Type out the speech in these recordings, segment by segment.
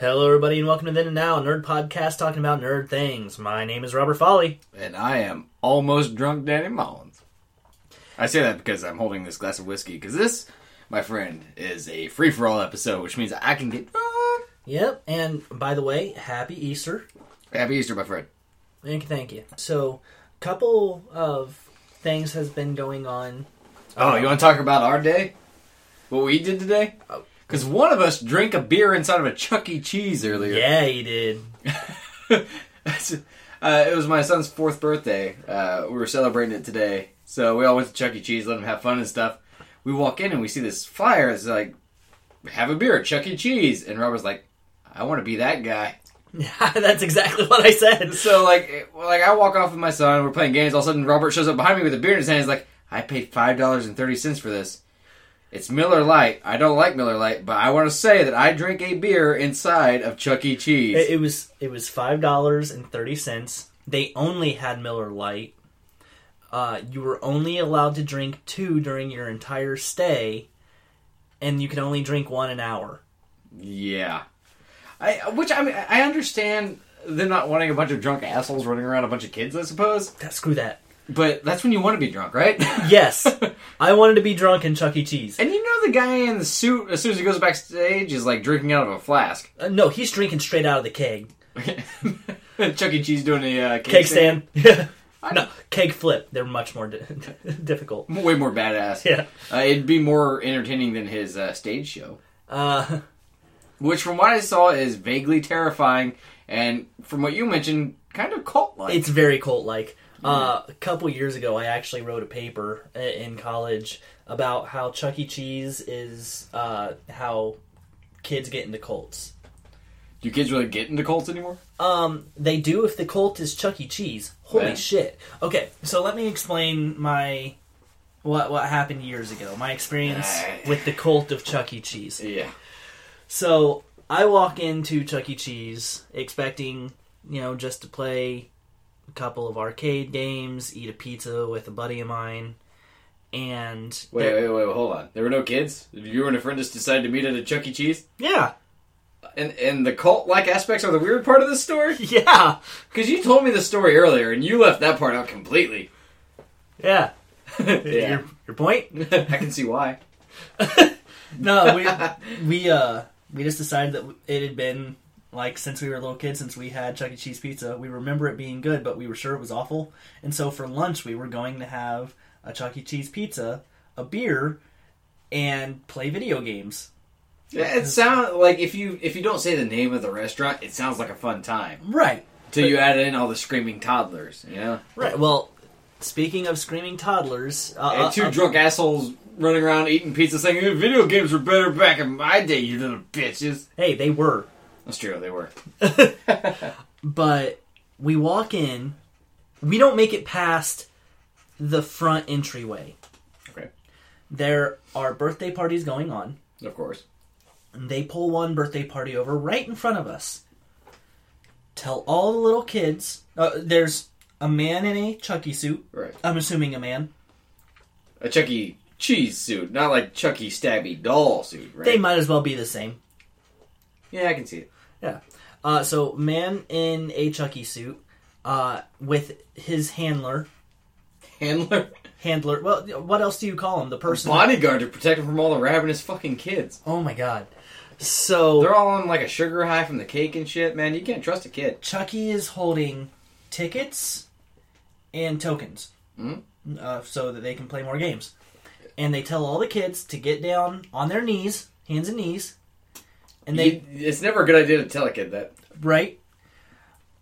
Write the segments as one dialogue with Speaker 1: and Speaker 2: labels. Speaker 1: everybody, and welcome to Then and Now, a nerd podcast talking about nerd things. My name is Robert Folly.
Speaker 2: And I am almost drunk, Danny Mullins. I say that because I'm holding this glass of whiskey, because this, my friend, is a free for all episode, which means I can get drunk.
Speaker 1: Yep, and by the way, happy Easter.
Speaker 2: Happy Easter, my friend.
Speaker 1: Thank you, thank you. So, couple of things has been going on.
Speaker 2: Oh, you want to talk about our day? What we did today? Because one of us drank a beer inside of a Chuck E. Cheese earlier.
Speaker 1: Yeah, you did.
Speaker 2: uh, it was my son's fourth birthday. Uh, we were celebrating it today. So we all went to Chuck E. Cheese, let him have fun and stuff. We walk in and we see this flyer. It's like, have a beer at Chuck E. Cheese. And Robert's like, I want to be that guy.
Speaker 1: That's exactly what I said.
Speaker 2: So like, it- well, like I walk off with my son. We're playing games. All of a sudden, Robert shows up behind me with a beer in his hand. He's like, "I paid five dollars and thirty cents for this. It's Miller Lite. I don't like Miller Lite, but I want to say that I drink a beer inside of Chuck E. Cheese.
Speaker 1: It, it was it was five dollars and thirty cents. They only had Miller Lite. Uh, you were only allowed to drink two during your entire stay, and you could only drink one an hour.
Speaker 2: yeah, I which I mean, I understand them not wanting a bunch of drunk assholes running around a bunch of kids, I suppose.
Speaker 1: That, screw that.
Speaker 2: But that's when you want to be drunk, right?
Speaker 1: Yes, I wanted to be drunk in Chuck E. Cheese.
Speaker 2: And you know the guy in the suit, as soon as he goes backstage, is like drinking out of a flask.
Speaker 1: Uh, no, he's drinking straight out of the keg.
Speaker 2: Chuck E. Cheese doing a uh, cake,
Speaker 1: Keg
Speaker 2: stand.
Speaker 1: stand. Yeah. no, keg flip. They're much more di- difficult.
Speaker 2: way more badass.
Speaker 1: Yeah.
Speaker 2: uh, it'd be more entertaining than his uh, stage show,
Speaker 1: Uh,
Speaker 2: which, from what I saw, is vaguely terrifying, and from what you mentioned, kind of cult-like.
Speaker 1: it's very cult like. Uh, a couple years ago, I actually wrote a paper i- in college about how Chuck E. Cheese is uh, how kids get into cults.
Speaker 2: Do kids really get into cults anymore?
Speaker 1: Um, they do if the cult is Chuck E. Cheese. Holy
Speaker 2: Yeah.
Speaker 1: shit! Okay, so let me explain my what what happened years ago. My experience with the cult of Chuck E. Cheese.
Speaker 2: Yeah,
Speaker 1: So I walk into Chuck E. Cheese expecting, you know, just to play a couple of arcade games, eat a pizza with a buddy of mine, and
Speaker 2: wait, wait, wait, wait, hold on. There were no kids. You and a friend just decided to meet at a Chuck E. Cheese,
Speaker 1: yeah,
Speaker 2: and and the cult-like aspects are the weird part of this story.
Speaker 1: yeah,
Speaker 2: Because you told me the story earlier, and you left that part out completely.
Speaker 1: yeah.
Speaker 2: yeah,
Speaker 1: Your, your point?
Speaker 2: I can see why.
Speaker 1: No, we we uh we just decided that it had been like since we were little kids, since we had Chuck E. Cheese pizza, we remember it being good, but we were sure it was awful. And so for lunch, we were going to have a Chuck E. Cheese pizza, a beer, and play video games.
Speaker 2: Yeah, it sounds like if you if you don't say the name of the restaurant, it sounds like a fun time.
Speaker 1: Right.
Speaker 2: Till you add in all the screaming toddlers, you know?
Speaker 1: Right. Well, speaking of screaming toddlers, uh,
Speaker 2: And
Speaker 1: uh,
Speaker 2: two
Speaker 1: uh,
Speaker 2: drunk assholes running around eating pizza saying, "Eh, video games were better back in my day, you little bitches.
Speaker 1: hey, they were.
Speaker 2: That's true, they were.
Speaker 1: But we walk in, we don't make it past the front entryway.
Speaker 2: Okay.
Speaker 1: There are birthday parties going on.
Speaker 2: Of course.
Speaker 1: And they pull one birthday party over right in front of us. Tell all the little kids. Uh, there's a man in a Chucky suit.
Speaker 2: Right.
Speaker 1: I'm assuming a man.
Speaker 2: A Chuck E. Cheese suit, not like Chuck E. Stabby doll suit, right?
Speaker 1: They might as well be the same.
Speaker 2: yeah, I can see it.
Speaker 1: Yeah. Uh, so man in a Chucky suit, uh, with his handler.
Speaker 2: Handler.
Speaker 1: Handler. Well, what else do you call him? The person.
Speaker 2: Bodyguard to protect him from all the ravenous fucking kids.
Speaker 1: Oh my god. So
Speaker 2: They're all on like a sugar high from the cake and shit, man. You can't trust a kid.
Speaker 1: Chucky is holding tickets and tokens,
Speaker 2: Mhm.
Speaker 1: uh, so that they can play more games. And they tell all the kids to get down on their knees, hands and knees, and they
Speaker 2: You- it's never a good idea to tell a kid that.
Speaker 1: right.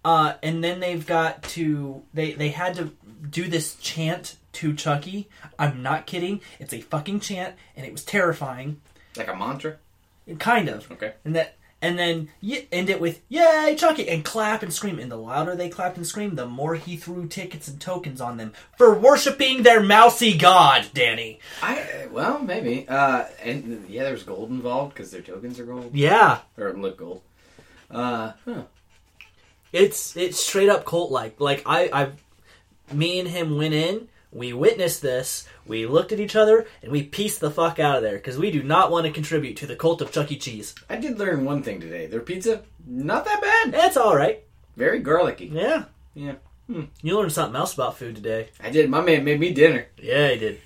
Speaker 1: Uh, and then they've got to they they had to do this chant to Chucky. I'm not kidding. It's a fucking chant, and it was terrifying,
Speaker 2: Like a mantra.
Speaker 1: kind of.
Speaker 2: Okay.
Speaker 1: and that and then y- end it with yay chucky and clap and scream and the louder they clapped and screamed the more he threw tickets and tokens on them for worshiping their mousy god danny
Speaker 2: I well maybe uh and yeah there's gold involved because their tokens are gold
Speaker 1: yeah
Speaker 2: or look gold. Uh, huh.
Speaker 1: it's it's straight up cult like like i i me and him went in
Speaker 3: We witnessed this. We looked at each other and we pieced the fuck out of there because we do not want to contribute to the cult of Chuck E. Cheese.
Speaker 2: I did learn one thing today. Their pizza, not that bad.
Speaker 3: That's all right.
Speaker 2: Very garlicky.
Speaker 3: Yeah.
Speaker 2: Yeah.
Speaker 3: You learned something else about food today.
Speaker 2: I did. My man made me dinner.
Speaker 3: Yeah, I did.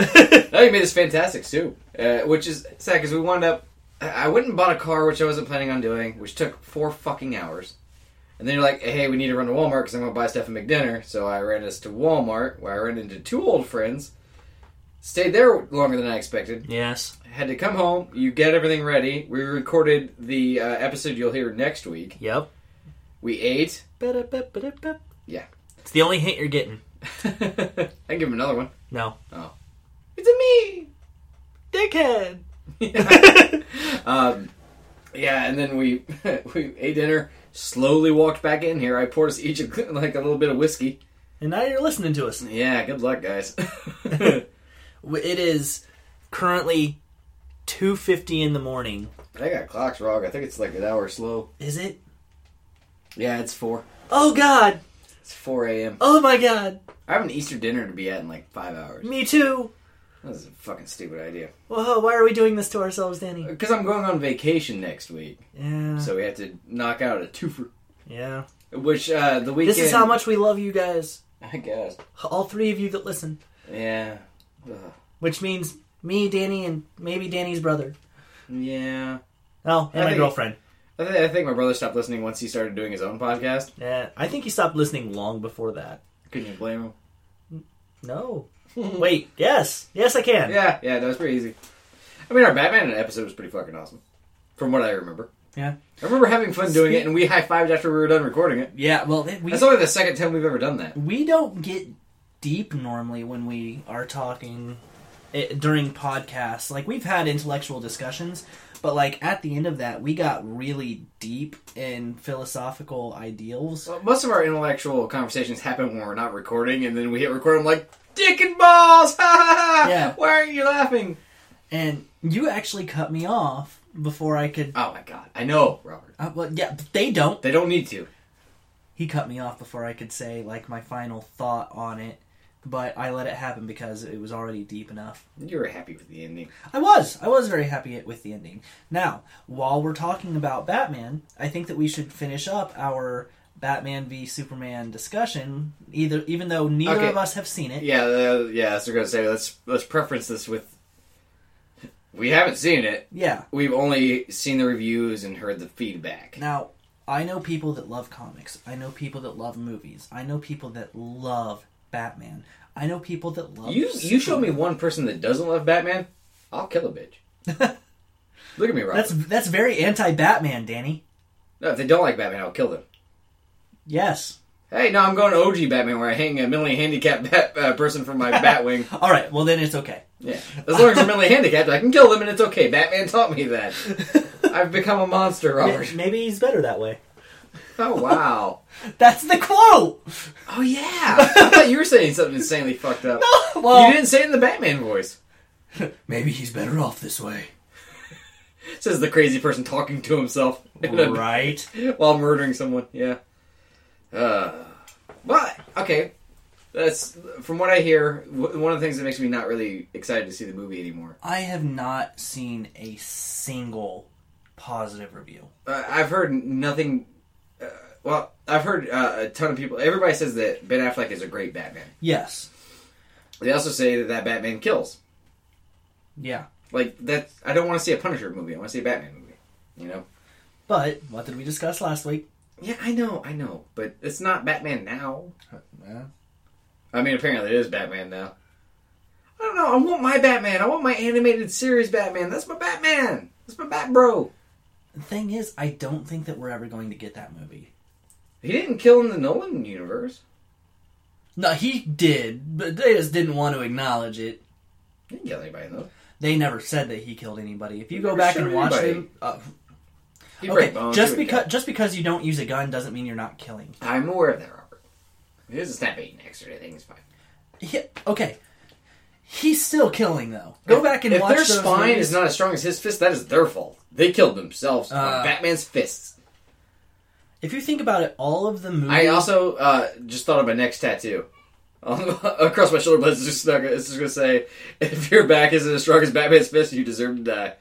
Speaker 2: Now he made this fantastic soup, uh, which is sad because we wound up. I I went and bought a car, which I wasn't planning on doing, which took four fucking hours. And then you're like, hey, we need to run to Walmart because I'm going to buy stuff and make dinner. So I ran us to Walmart, where I ran into two old friends. Stayed there longer than I expected.
Speaker 3: yes.
Speaker 2: Had to come home. You get everything ready. We recorded the uh, episode you'll hear next week.
Speaker 3: Yep.
Speaker 2: We ate. Yeah.
Speaker 3: Yeah. It's the only hint you're getting.
Speaker 2: I can give him another one.
Speaker 3: No.
Speaker 2: It's a me.
Speaker 3: Dickhead.
Speaker 2: um, yeah, and then we we ate dinner. Slowly walked back in here. I poured us each a, like a little bit of whiskey.
Speaker 3: And now you're listening to us.
Speaker 2: Yeah, good luck, guys.
Speaker 3: But It is currently 2.50 in the morning.
Speaker 2: I got clocks wrong. I think it's like an hour slow.
Speaker 3: Is it?
Speaker 2: Yeah, it's four.
Speaker 3: Oh, God.
Speaker 2: It's four a.m.
Speaker 3: Oh, my God.
Speaker 2: I have an Easter dinner to be at in like five hours.
Speaker 3: Me too.
Speaker 2: That was a fucking stupid idea.
Speaker 3: Whoa, why are we doing this to ourselves, Danny?
Speaker 2: Because I'm going on vacation next week,
Speaker 3: Yeah.
Speaker 2: so we have to knock out a twofer.
Speaker 3: Yeah.
Speaker 2: Which uh, the weekend.
Speaker 3: This is how much we love you guys.
Speaker 2: I guess.
Speaker 3: All three of you that listen.
Speaker 2: Yeah. Ugh.
Speaker 3: Which means me, Danny, and maybe Danny's brother.
Speaker 2: Yeah.
Speaker 3: Oh, and
Speaker 2: I
Speaker 3: my
Speaker 2: think-
Speaker 3: girlfriend.
Speaker 2: I, th- I think my brother stopped listening once he started doing his own podcast.
Speaker 3: Yeah. I think he stopped listening long before that.
Speaker 2: Couldn't you blame him?
Speaker 3: No. Wait, yes. Yes, I can.
Speaker 2: Yeah, yeah, that was pretty easy. I mean, our Batman episode was pretty fucking awesome, from what I remember.
Speaker 1: Yeah.
Speaker 2: I remember having fun doing it, and we high fived after we were done recording it.
Speaker 1: Yeah, well, th- we
Speaker 2: That's only the second time we've ever done that.
Speaker 1: we don't get deep normally when we are talking eh, during podcasts. Like we've had intellectual discussions, but like at the end of that, we got really deep in philosophical ideals.
Speaker 2: So most of our intellectual conversations happen when we're not recording, and then we hit record. I'm like, "Dick and balls! Ha ha ha!
Speaker 1: Yeah.
Speaker 2: Why aren't you laughing?"
Speaker 1: And you actually cut me off before I could.
Speaker 2: Oh my god, I know, Robert.
Speaker 1: Uh, well, yeah, but they don't.
Speaker 2: They don't need to.
Speaker 1: He cut me off before I could say like my final thought on it, but I let it happen because it was already deep enough.
Speaker 2: You were happy with the ending.
Speaker 1: I was. I was very happy with the ending. Now, while we're talking about Batman, I think that we should finish up our Batman v Superman discussion. Either, even though neither
Speaker 2: Okay.
Speaker 1: of us have seen it.
Speaker 2: Yeah, uh, yeah. That's what I'm gonna say. Let's let's preference this with. We haven't seen it.
Speaker 1: Yeah.
Speaker 2: We've only seen the reviews and heard the feedback.
Speaker 1: Now, I know people that love comics. I know people that love movies. I know people that love Batman. I know people that love.
Speaker 2: You you show me one person that doesn't love Batman, I'll kill a bitch. Look at me, Robert.
Speaker 1: That's that's very anti-Batman, Danny.
Speaker 2: No, if they don't like Batman, I'll kill them.
Speaker 1: Yes.
Speaker 2: Hey, no, I'm going OG Batman where I hang a mentally handicapped bat, uh, person from my Batwing.
Speaker 1: All right. Well, then it's okay.
Speaker 2: Yeah, as long as they're mentally handicapped, I can kill them, and it's okay. Batman taught me that. I've become a monster, Robert.
Speaker 3: Maybe he's better that way.
Speaker 2: Oh wow.
Speaker 1: That's the quote.
Speaker 2: Oh yeah. I thought you were saying something insanely fucked up.
Speaker 1: Well,
Speaker 2: you didn't say it in the Batman voice.
Speaker 1: maybe he's better off this way.
Speaker 2: Says the crazy person talking to himself in a
Speaker 1: Right.
Speaker 2: while murdering someone. Yeah. Uh, but okay, that's from what I hear. W- one of the things that makes me not really excited to see the movie anymore.
Speaker 1: I have not seen a single positive review.
Speaker 2: Uh, I've heard nothing. Uh, well, I've heard uh, a ton of people. Everybody says that Ben Affleck is a great Batman.
Speaker 1: Yes.
Speaker 2: They also say that that Batman kills.
Speaker 1: Yeah.
Speaker 2: Like that. I don't want to see a Punisher movie. I want to see a Batman movie. You know.
Speaker 1: But what did we discuss last week?
Speaker 2: Yeah, I know, I know, but it's not Batman now.
Speaker 1: Yeah.
Speaker 2: I mean, apparently it is Batman now. I don't know. I want my Batman. I want my animated series Batman. That's my Batman. That's my Bat Bro.
Speaker 1: The thing is, I don't think that we're ever going to get that movie.
Speaker 2: He didn't kill in the Nolan universe.
Speaker 1: No, he did, but they just didn't want to acknowledge it.
Speaker 2: He didn't kill anybody though.
Speaker 1: They never said that he killed anybody. If you
Speaker 2: He
Speaker 1: go
Speaker 2: never
Speaker 1: back
Speaker 2: shot
Speaker 1: and watch
Speaker 2: anybody.
Speaker 1: them, uh,
Speaker 2: He
Speaker 1: okay,
Speaker 2: broke bones.
Speaker 1: just
Speaker 2: He would
Speaker 1: because just because you don't use a gun doesn't mean you're not killing.
Speaker 2: kill. I'm aware of that, Robert. He doesn't snap eating extra. I think it's fine.
Speaker 1: He, okay, he's still killing though. Go
Speaker 2: If-
Speaker 1: back and
Speaker 2: if
Speaker 1: watch
Speaker 2: their
Speaker 1: those
Speaker 2: spine
Speaker 1: movies.
Speaker 2: is not as strong as his fist, that is their fault. They killed themselves. with
Speaker 1: Uh,
Speaker 2: Batman's fists.
Speaker 1: If you think about it, all of the movies.
Speaker 2: I also uh, just thought of my next tattoo. on, across my shoulder blades. It's just stuck. It's just gonna say, if your back isn't as strong as Batman's fist, you deserve to die.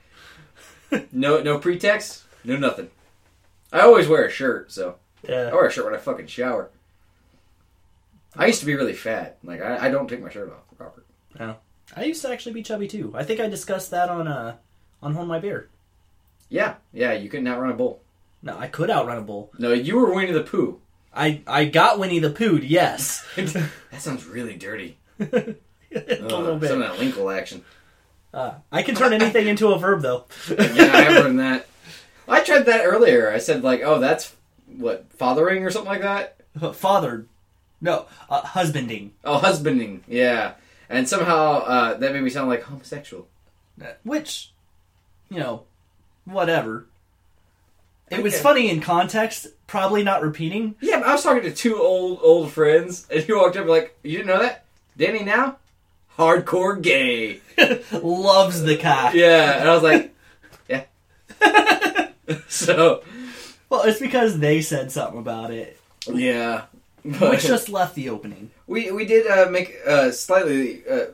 Speaker 2: no, no pretext. No nothing. I always wear a shirt, so I
Speaker 3: Yeah.
Speaker 2: wear a shirt when I fucking shower. I used to be really fat. Like I, I don't take my shirt off, Robert.
Speaker 1: I used to actually be chubby too. I think I discussed that on uh on Hold My Beer.
Speaker 2: Yeah, yeah. You couldn't outrun a bull.
Speaker 1: No, I could outrun a bull.
Speaker 2: No, you were Winnie the Pooh.
Speaker 1: I I got Winnie the Pooh. Yes,
Speaker 2: that sounds really dirty.
Speaker 1: a
Speaker 2: Ugh,
Speaker 1: little
Speaker 2: Some
Speaker 1: bit.
Speaker 2: of that Linkle action.
Speaker 1: Uh, I can turn anything into a verb though.
Speaker 2: yeah, I learned that. I tried that earlier. I said like, oh, that's what fathering or something like that.
Speaker 1: Fathered. No, uh, husbanding.
Speaker 2: Oh, husbanding. Yeah, and somehow uh, that made me sound like homosexual.
Speaker 1: Uh, Which, you know, whatever. It was
Speaker 2: Okay.
Speaker 1: funny in context, probably not repeating.
Speaker 2: Yeah, but I was talking to two old old friends, and you walked up and like, you didn't know that, Danny now, hardcore gay.
Speaker 1: Loves the cock.
Speaker 2: Yeah, and I was like, yeah. so
Speaker 1: Well, it's because they said something about it,
Speaker 2: yeah,
Speaker 1: which just left the opening.
Speaker 2: We we did uh, make uh, slightly uh,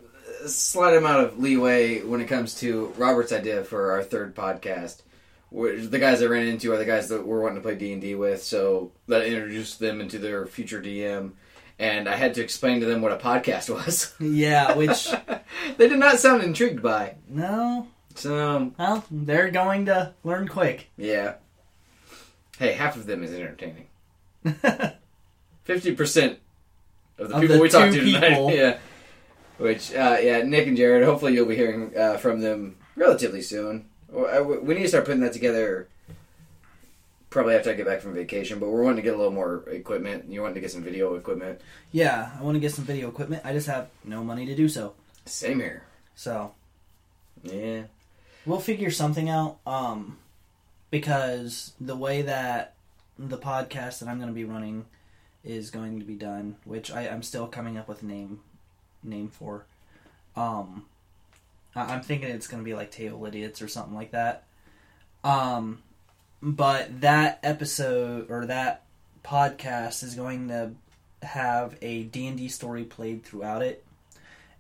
Speaker 2: a slight amount of leeway when it comes to Robert's idea for our third podcast. Which the guys I ran into are the guys that we're wanting to play D and D with, so that I introduced them into their future DM, and I had to explain to them what a podcast was.
Speaker 1: Yeah, which
Speaker 2: they did not sound intrigued by.
Speaker 1: no,
Speaker 2: So um,
Speaker 1: well, they're going to learn quick.
Speaker 2: yeah, hey, half of them is entertaining. Fifty percent of the
Speaker 1: Of
Speaker 2: people
Speaker 1: the
Speaker 2: we talked
Speaker 1: two
Speaker 2: to tonight.
Speaker 1: people.
Speaker 2: Yeah. Which, uh, yeah, Nick and Jared. Hopefully, you'll be hearing uh, from them relatively soon. Or, uh, we- We need to start putting that together. Probably after I get back from vacation, but we're wanting to get a little more equipment. You wanting to get some video equipment.
Speaker 1: yeah, I want to get some video equipment. I just have no money to do so.
Speaker 2: Same here.
Speaker 1: So
Speaker 2: Yeah.
Speaker 1: We'll figure something out. Um, because the way that the podcast that I'm going to be running is going to be done, which I, I'm still coming up with a name name for. Um, I, I'm thinking it's going to be like Table Idiots or something like that. Um, but that episode or that podcast is going to have a D&D story played throughout it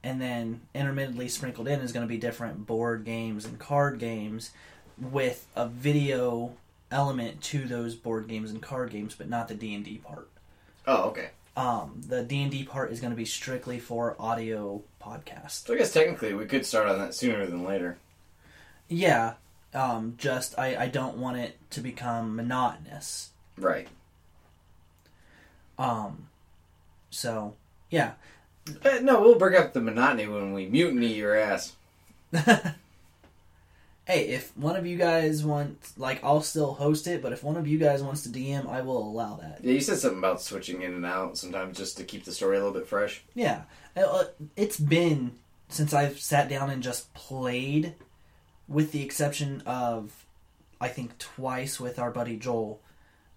Speaker 1: and then intermittently sprinkled in is going to be different board games and card games with a video element to those board games and card games but not the d&d part
Speaker 2: Oh, okay.
Speaker 1: um, the d&d part is going to be strictly for audio podcast
Speaker 2: So I guess technically we could start on that sooner than later.
Speaker 1: yeah um, just I, I don't want it to become monotonous
Speaker 2: Right.
Speaker 1: um, so yeah
Speaker 2: But no, we'll break up the monotony when we mutiny your ass.
Speaker 1: hey if one of you guys wants like i'll still host it but if one of you guys wants to dm i will allow that
Speaker 2: Yeah, you said something about switching in and out sometimes just to keep the story a little bit fresh.
Speaker 1: Yeah, Uh, it's been since I've sat down and just played, with the exception of, I think twice with our buddy Joel.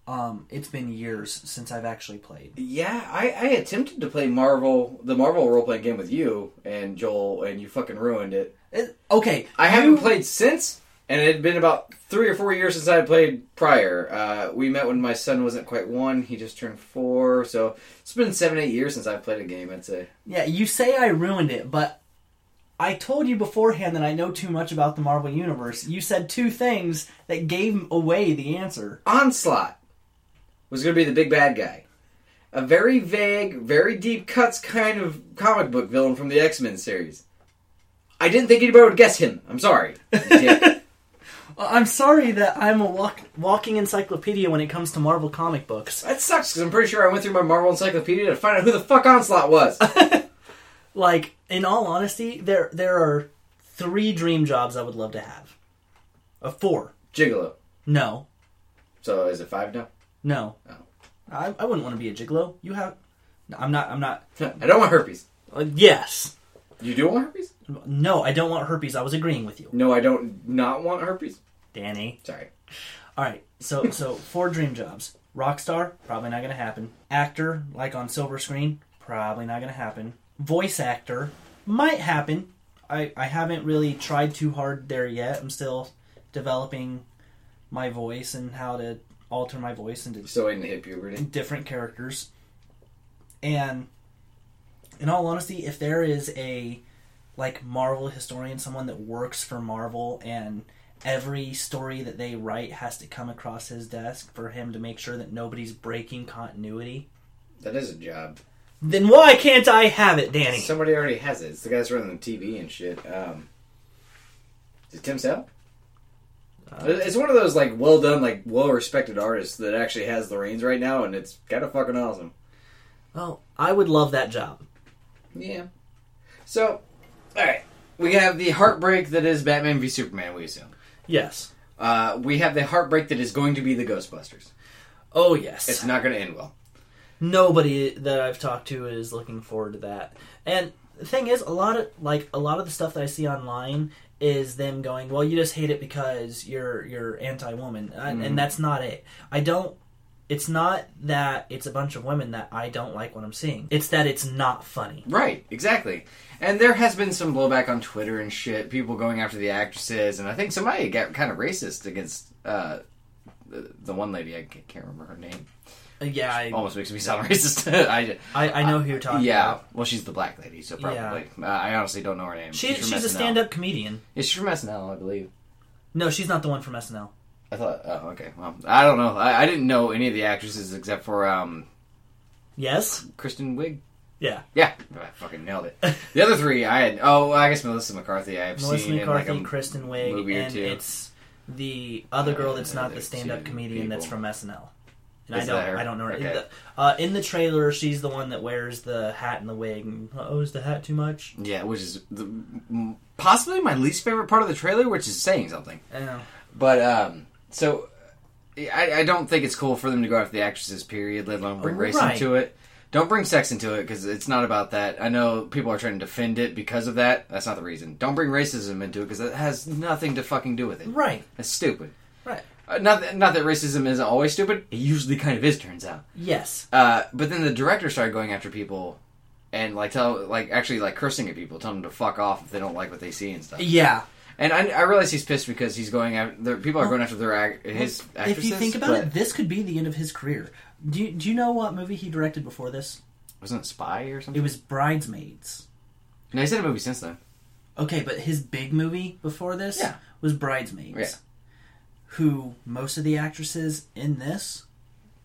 Speaker 1: Um, it's been years since I've actually played.
Speaker 2: Yeah, I, I attempted to play Marvel, the Marvel role playing game with you and Joel, and you fucking ruined it.
Speaker 1: It- Uh, okay,
Speaker 2: I
Speaker 1: you-
Speaker 2: haven't played since, and it had been about three or four years since I had played prior. Uh, we met when my son wasn't quite one; he just turned four, so it's been seven, eight years since I've played a game. I'd say.
Speaker 1: Yeah, you say I ruined it, but I told you beforehand that I know too much about the Marvel universe. You said two things that gave away the answer.
Speaker 2: Onslaught was going to be the big bad guy. A very vague, very deep cuts kind of comic book villain from the X Men series. I didn't think anybody would guess him. I'm sorry. Dick.
Speaker 1: Uh, I'm sorry that I'm a walk- walking encyclopedia when it comes to Marvel comic books.
Speaker 2: that sucks because I'm pretty sure I went through my Marvel encyclopedia to find out who the fuck Onslaught was.
Speaker 1: like in all honesty there there are three dream jobs i would love to have uh, four
Speaker 2: Gigolo.
Speaker 1: no
Speaker 2: So is it five now?
Speaker 1: no
Speaker 2: Oh.
Speaker 1: I, I wouldn't want to be a gigolo you have no, i'm not i'm not
Speaker 2: I don't want herpes.
Speaker 1: uh, yes
Speaker 2: You do want herpes?
Speaker 1: no i don't want herpes i was agreeing with you
Speaker 2: No, I don't not want herpes.
Speaker 1: danny
Speaker 2: Sorry.
Speaker 1: all right so so four dream jobs rock star probably not gonna happen actor like on silver screen probably not gonna happen voice actor might happen i i haven't really tried too hard there yet i'm still developing my voice and how to alter my voice into
Speaker 2: Still waiting to hit puberty.
Speaker 1: different characters and in all honesty, if there is a like Marvel historian, someone that works for Marvel, and every story that they write has to come across his desk for him to make sure that nobody's breaking continuity,
Speaker 2: That is a job.
Speaker 3: Then why can't I have it, Danny?
Speaker 2: Somebody already has it. It's the guy that's running the TV and shit. Um, is it Tim Sale? it's one of those like well done, like well respected artists that actually has the reins right now, and it's kind of fucking awesome.
Speaker 3: Well, I would love that job.
Speaker 2: Yeah. So, all right, we have the heartbreak that is Batman v Superman. We assume.
Speaker 3: Yes.
Speaker 2: Uh, we have the heartbreak that is going to be the Ghostbusters.
Speaker 3: Oh yes.
Speaker 2: It's not going to end well.
Speaker 3: Nobody that I've talked to is looking forward to that. And the thing is, a lot of like a lot of the stuff that I see online is them going, "Well, you just hate it because you're you're anti-woman," and, and that's not it. I don't. It's not that it's a bunch of women that I don't like what I'm seeing. It's that it's not funny.
Speaker 2: Right, exactly. And there has been some blowback on Twitter and shit, people going after the actresses, and I think somebody got kind of racist against uh, the, the one lady, I ca- can't remember her name.
Speaker 3: Uh, Yeah, I
Speaker 2: Almost makes me sound racist. I,
Speaker 3: I, I know who you're talking
Speaker 2: yeah,
Speaker 3: about.
Speaker 2: well, she's the black lady, so probably. Uh, I honestly don't know her name.
Speaker 3: She, she's a
Speaker 2: SNL.
Speaker 3: stand-up comedian.
Speaker 2: Yeah, she's from SNL, I believe.
Speaker 3: No, she's not the one from SNL.
Speaker 2: I thought, oh, okay. Well, I don't know. I, I didn't know any of the actresses except for um,
Speaker 3: Yes.
Speaker 2: Kristen Wiig.
Speaker 3: Yeah.
Speaker 2: Yeah, I fucking nailed it. The other three, I had. Oh, I guess Melissa McCarthy. I have
Speaker 3: Melissa
Speaker 2: seen
Speaker 3: McCarthy,
Speaker 2: in like a
Speaker 3: Kristen
Speaker 2: movie
Speaker 3: Wiig,
Speaker 2: or
Speaker 3: and
Speaker 2: two.
Speaker 3: it's the other girl that's
Speaker 2: Uh,
Speaker 3: not the
Speaker 2: there's
Speaker 3: stand-up
Speaker 2: two
Speaker 3: comedian that's
Speaker 2: people.
Speaker 3: from SNL. And I
Speaker 2: Is
Speaker 3: don't,
Speaker 2: that her?
Speaker 3: I don't know. Her.
Speaker 2: Okay.
Speaker 3: The- uh, in the trailer, she's the one that wears the hat and the wig. And, oh, is the hat too much?
Speaker 2: Yeah, which is the, m- possibly my least favorite part of the trailer, which is saying something.
Speaker 3: I don't know.
Speaker 2: But um, so I, I don't think it's cool for them to go after the actresses. Period. Let alone bring race
Speaker 3: Right.
Speaker 2: into it. Don't bring sex into it because it's not about that. I know people are trying to defend it because of that. That's not the reason. Don't bring racism into it because that has nothing to fucking do with it.
Speaker 3: Right.
Speaker 2: That's stupid.
Speaker 3: Right.
Speaker 2: Uh, not that, not that racism isn't always stupid. It usually kind of is. Turns out.
Speaker 3: Yes.
Speaker 2: Uh, but then the director started going after people and like tell like actually like cursing at people, telling them to fuck off if they don't like what they see and stuff.
Speaker 3: Yeah.
Speaker 2: And I, I realize he's pissed because he's going after there, people are going after their ac- his actresses.
Speaker 1: if you think about
Speaker 2: but-
Speaker 1: it, this could be the end of his career. Do you, do you know what movie he directed before this?
Speaker 2: wasn't it Spy or something?
Speaker 1: It was Bridesmaids.
Speaker 2: No, he's had a movie since then.
Speaker 1: Okay, but his big movie before this
Speaker 2: Yeah.
Speaker 1: was Bridesmaids.
Speaker 2: Yeah.
Speaker 1: Who most of the actresses in this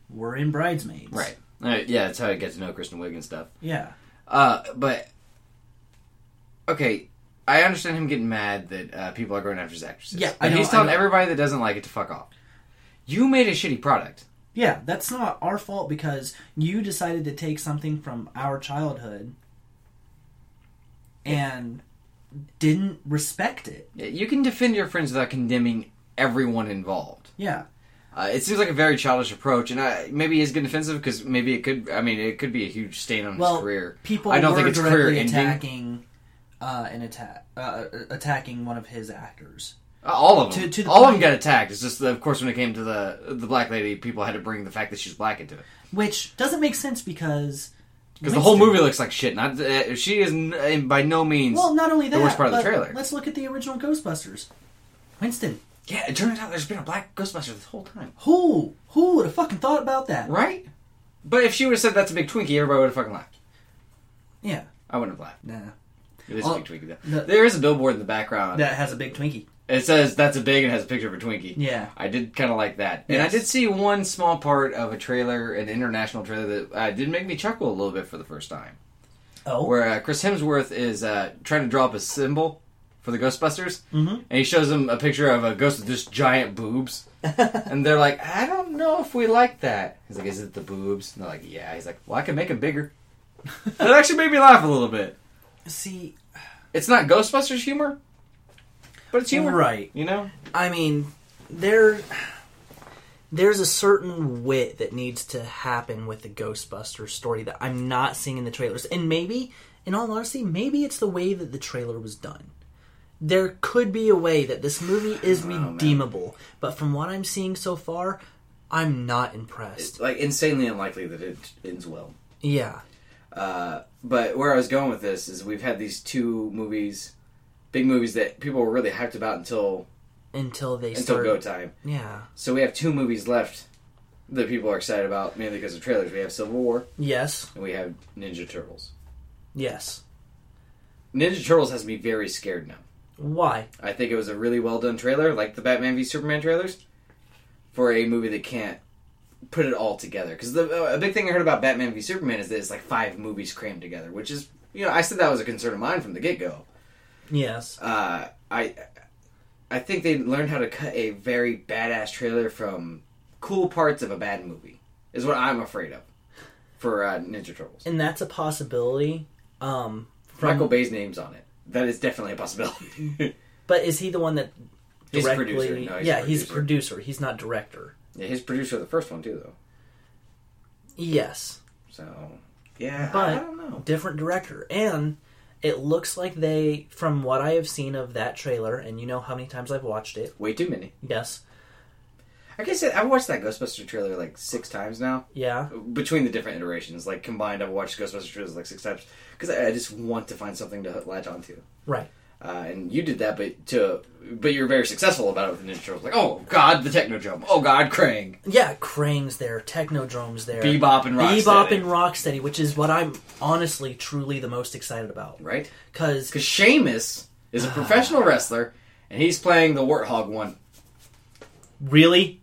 Speaker 1: were in Bridesmaids.
Speaker 2: Right. Uh, yeah, that's how I get to know Kristen Wiig and stuff.
Speaker 1: Yeah.
Speaker 2: Uh, but okay, I understand him getting mad that uh, people are going after his actresses.
Speaker 1: Yeah, I
Speaker 2: but
Speaker 1: know,
Speaker 2: he's
Speaker 1: I
Speaker 2: telling
Speaker 1: know.
Speaker 2: everybody that doesn't like it to fuck off. You made a shitty product.
Speaker 1: Yeah, that's not our fault because you decided to take something from our childhood and didn't respect it.
Speaker 2: Yeah, You can defend your friends without condemning everyone involved.
Speaker 1: Yeah.
Speaker 2: Uh, it seems like a very childish approach, and I, maybe it's good defensive because maybe it could. I mean, it could be a huge stain on
Speaker 1: Well,
Speaker 2: his career.
Speaker 1: people
Speaker 2: I don't
Speaker 1: were
Speaker 2: think it's
Speaker 1: directly
Speaker 2: career ending.
Speaker 1: attacking uh, an attack uh, attacking one of his actors.
Speaker 2: Uh, All of them,
Speaker 1: to- to the
Speaker 2: all of them
Speaker 1: point-
Speaker 2: got attacked. It's just, that, of course, when it came to the the black lady, people had to bring the fact that she's black into it
Speaker 1: Which doesn't make sense because
Speaker 2: because the whole
Speaker 1: Winston-
Speaker 2: movie looks like shit. Not uh, she is n- uh, by no means.
Speaker 1: Well, not only that,
Speaker 2: the worst part of the
Speaker 1: but
Speaker 2: trailer.
Speaker 1: Let's look at the original Ghostbusters. Winston,
Speaker 2: yeah, it turns out there's been a black Ghostbuster this whole time,
Speaker 1: who who would have fucking thought about that?
Speaker 2: right? But if she would have said that's a big Twinkie, everybody would have fucking laughed.
Speaker 1: Yeah,
Speaker 2: I wouldn't have laughed.
Speaker 1: nah,
Speaker 2: It is
Speaker 1: Oh,
Speaker 2: a big Twinkie. Though.
Speaker 1: the-
Speaker 2: there is a billboard in the background.
Speaker 1: that has a big Twinkie.
Speaker 2: It says that's a big and has a picture of a Twinkie.
Speaker 1: Yeah.
Speaker 2: I did kind of like that, and I
Speaker 1: Yes.
Speaker 2: did see one small part of a trailer, an international trailer that uh, did make me chuckle a little bit for the first time,
Speaker 1: Oh,
Speaker 2: where uh, Chris Hemsworth is uh, trying to draw up a symbol for the Ghostbusters,
Speaker 1: Mhm.
Speaker 2: and he shows them a picture of a ghost with just giant boobs, and they're like, "I don't know if we like that." He's like, "Is it the boobs?" And they're like, "Yeah." He's like, "Well, I can make them bigger." that actually made me laugh a little bit.
Speaker 1: see,
Speaker 2: It's not Ghostbusters humor, but it's humor,
Speaker 1: right.
Speaker 2: You know.
Speaker 3: I mean, there there's a certain wit that needs to happen with the Ghostbusters story that I'm not seeing in the trailers. And maybe, in all honesty, maybe it's the way that the trailer was done. There could be a way that this movie is redeemable, but from what I'm seeing so far, I'm not impressed.
Speaker 2: like insanely unlikely that it ends well.
Speaker 3: Yeah.
Speaker 2: Uh, but where I was going with this is we've had these two movies, big movies that people were really hyped about until
Speaker 3: Until they
Speaker 2: until
Speaker 3: start
Speaker 2: go time.
Speaker 3: Yeah.
Speaker 2: So we have two movies left that people are excited about mainly because of trailers. We have Civil War
Speaker 3: Yes.
Speaker 2: and we have Ninja Turtles.
Speaker 1: Yes.
Speaker 2: Ninja Turtles has me very scared now.
Speaker 1: Why?
Speaker 2: I think it was a really well done trailer, like the Batman v Superman trailers, for a movie that can't put it all together. Because a big thing I heard about Batman v Superman is that it's like five movies crammed together, which is you know I said that was a concern of mine from the get go.
Speaker 1: Yes.
Speaker 2: Uh, I I think they learned how to cut a very badass trailer from cool parts of a bad movie is what I'm afraid of for uh, Ninja Turtles.
Speaker 1: And that's a possibility. Um, from,
Speaker 2: Michael Bay's name's on it. That is definitely a possibility.
Speaker 1: But is he the one that
Speaker 2: He's a
Speaker 1: directly?
Speaker 2: producer. No, he's a
Speaker 1: yeah, he's a
Speaker 2: producer.
Speaker 1: producer. He's not director.
Speaker 2: yeah, his producer of the first one too, though.
Speaker 1: Yes,
Speaker 2: So yeah, I- I
Speaker 1: But-
Speaker 2: don't know.
Speaker 1: different director, and it looks like they, from what I have seen of that trailer, and you know how many times I've watched it.
Speaker 2: Way too many.
Speaker 1: Yes.
Speaker 2: I guess I- I've watched that Ghostbuster trailer like six times now.
Speaker 1: Yeah.
Speaker 2: Between the different iterations, like combined, I've watched Ghostbuster trailers like six times because I, I just want to find something to latch onto.
Speaker 1: Right.
Speaker 2: Uh, and you did that, but to but you were very successful about it with the Ninja Turtles. Like, oh God, the Techno Jump. Oh God, Krang.
Speaker 1: Yeah, Krang's there, Technodrome's there,
Speaker 2: Bebop and Rocksteady.
Speaker 1: Bebop and Rocksteady, which is what I'm honestly, truly the most excited about.
Speaker 2: Right?
Speaker 1: Because
Speaker 2: Because Sheamus is a professional wrestler, and he's playing the Warthog one.
Speaker 1: really,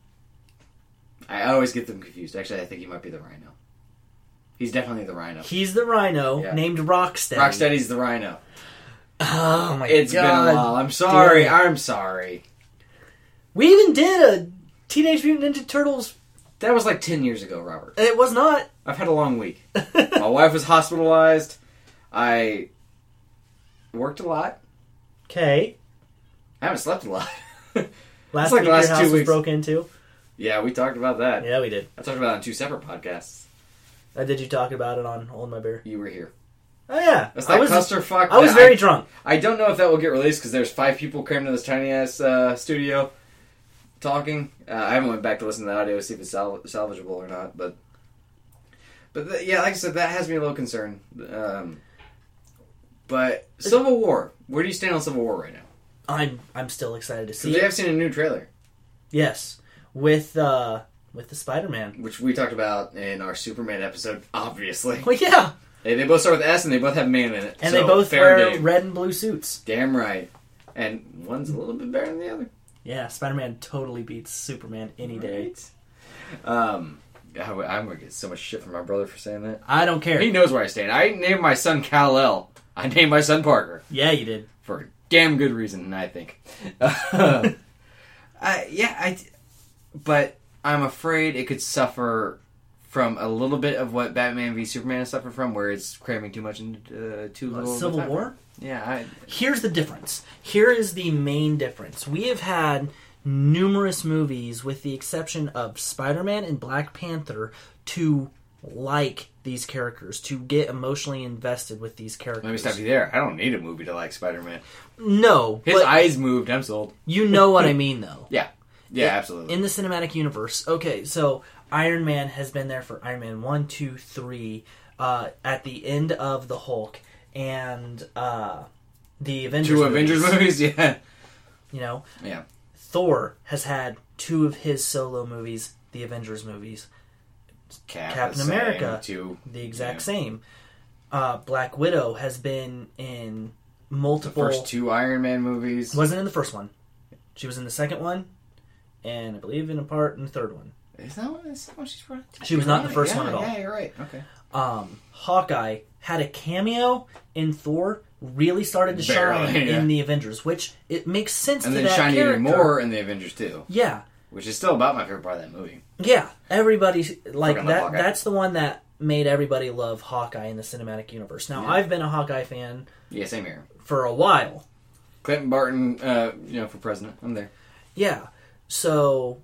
Speaker 2: I always get them confused. Actually, I think he might be the Rhino. He's definitely the Rhino.
Speaker 1: he's the Rhino
Speaker 2: Yeah.
Speaker 1: named Rocksteady.
Speaker 2: Rocksteady's the Rhino.
Speaker 1: Oh my
Speaker 2: It's
Speaker 1: god!
Speaker 2: been a while. I'm sorry.
Speaker 1: damn
Speaker 2: I'm sorry.
Speaker 1: We even did a Teenage Mutant Ninja Turtles.
Speaker 2: That was like 10 years ago, Robert.
Speaker 1: It was not.
Speaker 2: I've had a long week. My wife was hospitalized. I worked a lot.
Speaker 1: Okay.
Speaker 2: I haven't slept a lot.
Speaker 1: Last
Speaker 2: like
Speaker 1: week
Speaker 2: the
Speaker 1: your
Speaker 2: last two
Speaker 1: house was
Speaker 2: weeks.
Speaker 1: broke into.
Speaker 2: yeah, we talked about that.
Speaker 1: Yeah, we did.
Speaker 2: I talked about it on two separate podcasts.
Speaker 1: Uh, did you talk about it on Hold My Beer?
Speaker 2: You were here.
Speaker 1: Oh yeah,
Speaker 2: That's that
Speaker 1: I was.
Speaker 2: clusterfuck.
Speaker 1: I was
Speaker 2: that
Speaker 1: very drunk.
Speaker 2: I don't know if that will get released because there's five people crammed in this tiny ass uh, studio talking. Uh, I haven't went back to listen to the audio to see if it's sal- salvageable or not, but but th- yeah, like I said, that has me a little concerned. Um, but Civil War, where do you stand on Civil War right now?
Speaker 1: I'm. I'm still excited to
Speaker 2: Because
Speaker 1: see.
Speaker 2: they
Speaker 1: It.
Speaker 2: have seen a new trailer,
Speaker 1: Yes, with uh, with the Spider Man.
Speaker 2: which we talked about in our Superman episode. Obviously,
Speaker 1: Well, yeah,
Speaker 2: Hey, they both start with S and they both have man in it,
Speaker 1: and
Speaker 2: so
Speaker 1: they both
Speaker 2: fair
Speaker 1: wear
Speaker 2: game.
Speaker 1: red and blue suits.
Speaker 2: Damn right, and one's a little bit better than the other.
Speaker 1: Yeah, Spider Man totally beats Superman any day.
Speaker 2: Right. Um, I, am gonna get so much shit from my brother for saying that.
Speaker 1: I don't care.
Speaker 2: He knows where I stand. I didn't name my son Kal El. I named my son Parker
Speaker 1: Yeah, you did.
Speaker 2: for a damn good reason, I think. uh, yeah, I. But I'm afraid it could suffer from a little bit of what Batman v Superman has suffered from, where it's cramming too much into uh, too little. of a
Speaker 1: Civil
Speaker 2: time.
Speaker 1: War.
Speaker 2: Yeah, I,
Speaker 1: here's the difference. Here is the main difference. We have had numerous movies, with the exception of Spider Man and Black Panther, to like these characters, to get emotionally invested with these characters.
Speaker 2: let me stop you there. I don't need a movie to like Spider Man.
Speaker 1: No,
Speaker 2: His
Speaker 1: but
Speaker 2: eyes moved. I'm sold.
Speaker 1: you know what I mean, though.
Speaker 2: Yeah, yeah, absolutely.
Speaker 1: In the cinematic universe, okay, so Iron Man has been there for Iron Man 1, 2, 3, uh, at the end of The Hulk, and uh, the Avengers.
Speaker 2: Two Avengers
Speaker 1: movies,
Speaker 2: movies. Yeah,
Speaker 1: You know?
Speaker 2: yeah.
Speaker 1: Thor has had two of his solo movies, the Avengers movies,
Speaker 2: Cap,
Speaker 1: Captain
Speaker 2: the same,
Speaker 1: America.
Speaker 2: too.
Speaker 1: the exact
Speaker 2: Yeah.
Speaker 1: same. Uh, Black Widow has been in
Speaker 2: The
Speaker 1: multiple.
Speaker 2: first two Iron Man movies.
Speaker 1: Wasn't in the first one. She was in the second one, and I believe in a part in the third one.
Speaker 2: Is that what, is that what she's from?
Speaker 1: She was not in the first
Speaker 2: yeah,
Speaker 1: one at all.
Speaker 2: Yeah, you're right. Okay.
Speaker 1: Um, Hawkeye had a cameo in Thor. Really started to shine
Speaker 2: Barely, yeah.
Speaker 1: in the Avengers, which it makes sense.
Speaker 2: And
Speaker 1: to
Speaker 2: then
Speaker 1: that
Speaker 2: Shiny
Speaker 1: character.
Speaker 2: even more in the Avengers 2,
Speaker 1: Yeah,
Speaker 2: which is still about my favorite part of that movie.
Speaker 1: Yeah, everybody like
Speaker 2: Fucking love
Speaker 1: that.
Speaker 2: Hawkeye.
Speaker 1: That's the one that made everybody love Hawkeye in the cinematic universe. Now,
Speaker 2: Yeah.
Speaker 1: I've been a Hawkeye fan
Speaker 2: Yeah, same here.
Speaker 1: for a while.
Speaker 2: Clinton Barton, uh, you know, for president. I'm there.
Speaker 1: Yeah, so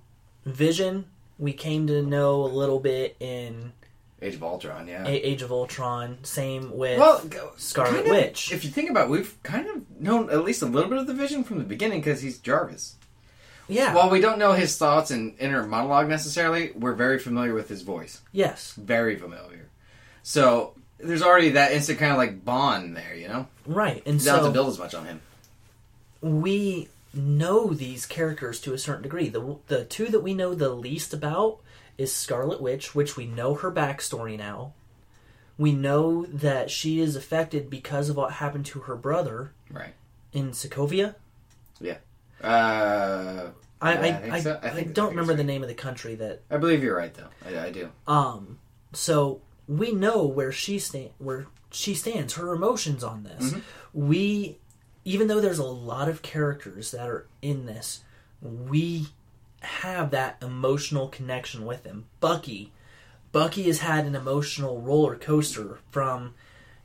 Speaker 1: Vision, we came to know a little bit in
Speaker 2: Age of Ultron, yeah.
Speaker 1: A- Age of Ultron. Same with
Speaker 2: well, go-
Speaker 1: Scarlet
Speaker 2: kind of-
Speaker 1: Witch.
Speaker 2: If you think about it, we've kind of known at least a little bit of the vision from the beginning because he's Jarvis.
Speaker 1: yeah,
Speaker 2: While we don't know his thoughts and inner monologue necessarily, we're very familiar with his voice.
Speaker 1: yes,
Speaker 2: very familiar. So there's already that instant kind of like bond there, you know.
Speaker 1: right. And
Speaker 2: You don't have to
Speaker 1: so
Speaker 2: build as much on him.
Speaker 1: we know these characters to a certain degree. The the two that we know the least about is Scarlet Witch, which we know her backstory now. We know that she is affected because of what happened to her brother
Speaker 2: Right.
Speaker 1: in Sokovia.
Speaker 2: Uh,
Speaker 1: I, I,
Speaker 2: Yeah, I think
Speaker 1: I,
Speaker 2: so. I
Speaker 1: I
Speaker 2: think- I
Speaker 1: don't
Speaker 2: think
Speaker 1: remember
Speaker 2: so.
Speaker 1: the name of the country that.
Speaker 2: I believe you're right though. I, I do.
Speaker 1: Um, so we know where she stand, where she stands, her emotions on this. We, even though there's a lot of characters that are in this, we have that emotional connection with them. Bucky, Bucky has had an emotional roller coaster from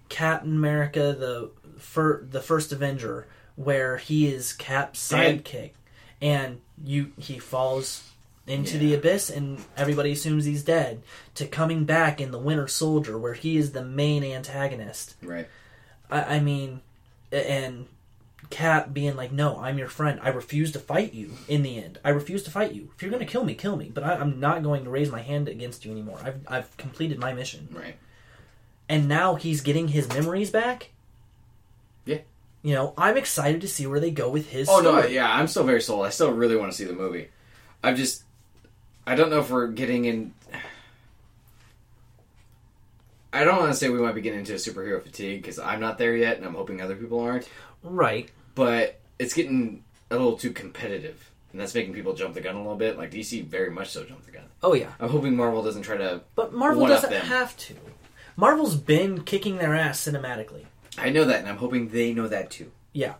Speaker 1: Captain America the fir- the first Avenger, where he is Cap's
Speaker 2: Dead.
Speaker 1: sidekick, and you he falls into the abyss, and everybody assumes he's dead. To coming back in the Winter Soldier, where he is the main antagonist.
Speaker 2: Right.
Speaker 1: I, I mean, a- and Cap being like, "No, I'm your friend. I refuse to fight you. In the end, I refuse to fight you. If you're going to kill me, kill me. But I, I'm not going to raise my hand against you anymore. I've I've completed my mission.
Speaker 2: Right.
Speaker 1: And now he's getting his memories back.
Speaker 2: Yeah.
Speaker 1: You know, I'm excited to see where they go with his.
Speaker 2: Oh no.
Speaker 1: story.
Speaker 2: I- Yeah, I'm still very sold. I still really want to see the movie. I'm just. I don't know if we're getting in. I don't want to say we might be getting into superhero fatigue because I'm not there yet, and I'm hoping other people aren't.
Speaker 1: right.
Speaker 2: but it's getting a little too competitive, and that's making people jump the gun a little bit. Like DC, very much so jumped the gun.
Speaker 1: Oh yeah,
Speaker 2: I'm hoping Marvel doesn't try to.
Speaker 1: but Marvel
Speaker 2: One of
Speaker 1: doesn't
Speaker 2: them.
Speaker 1: have to. Marvel's been kicking their ass cinematically.
Speaker 2: I know that, and I'm hoping they know that too.
Speaker 1: Yeah.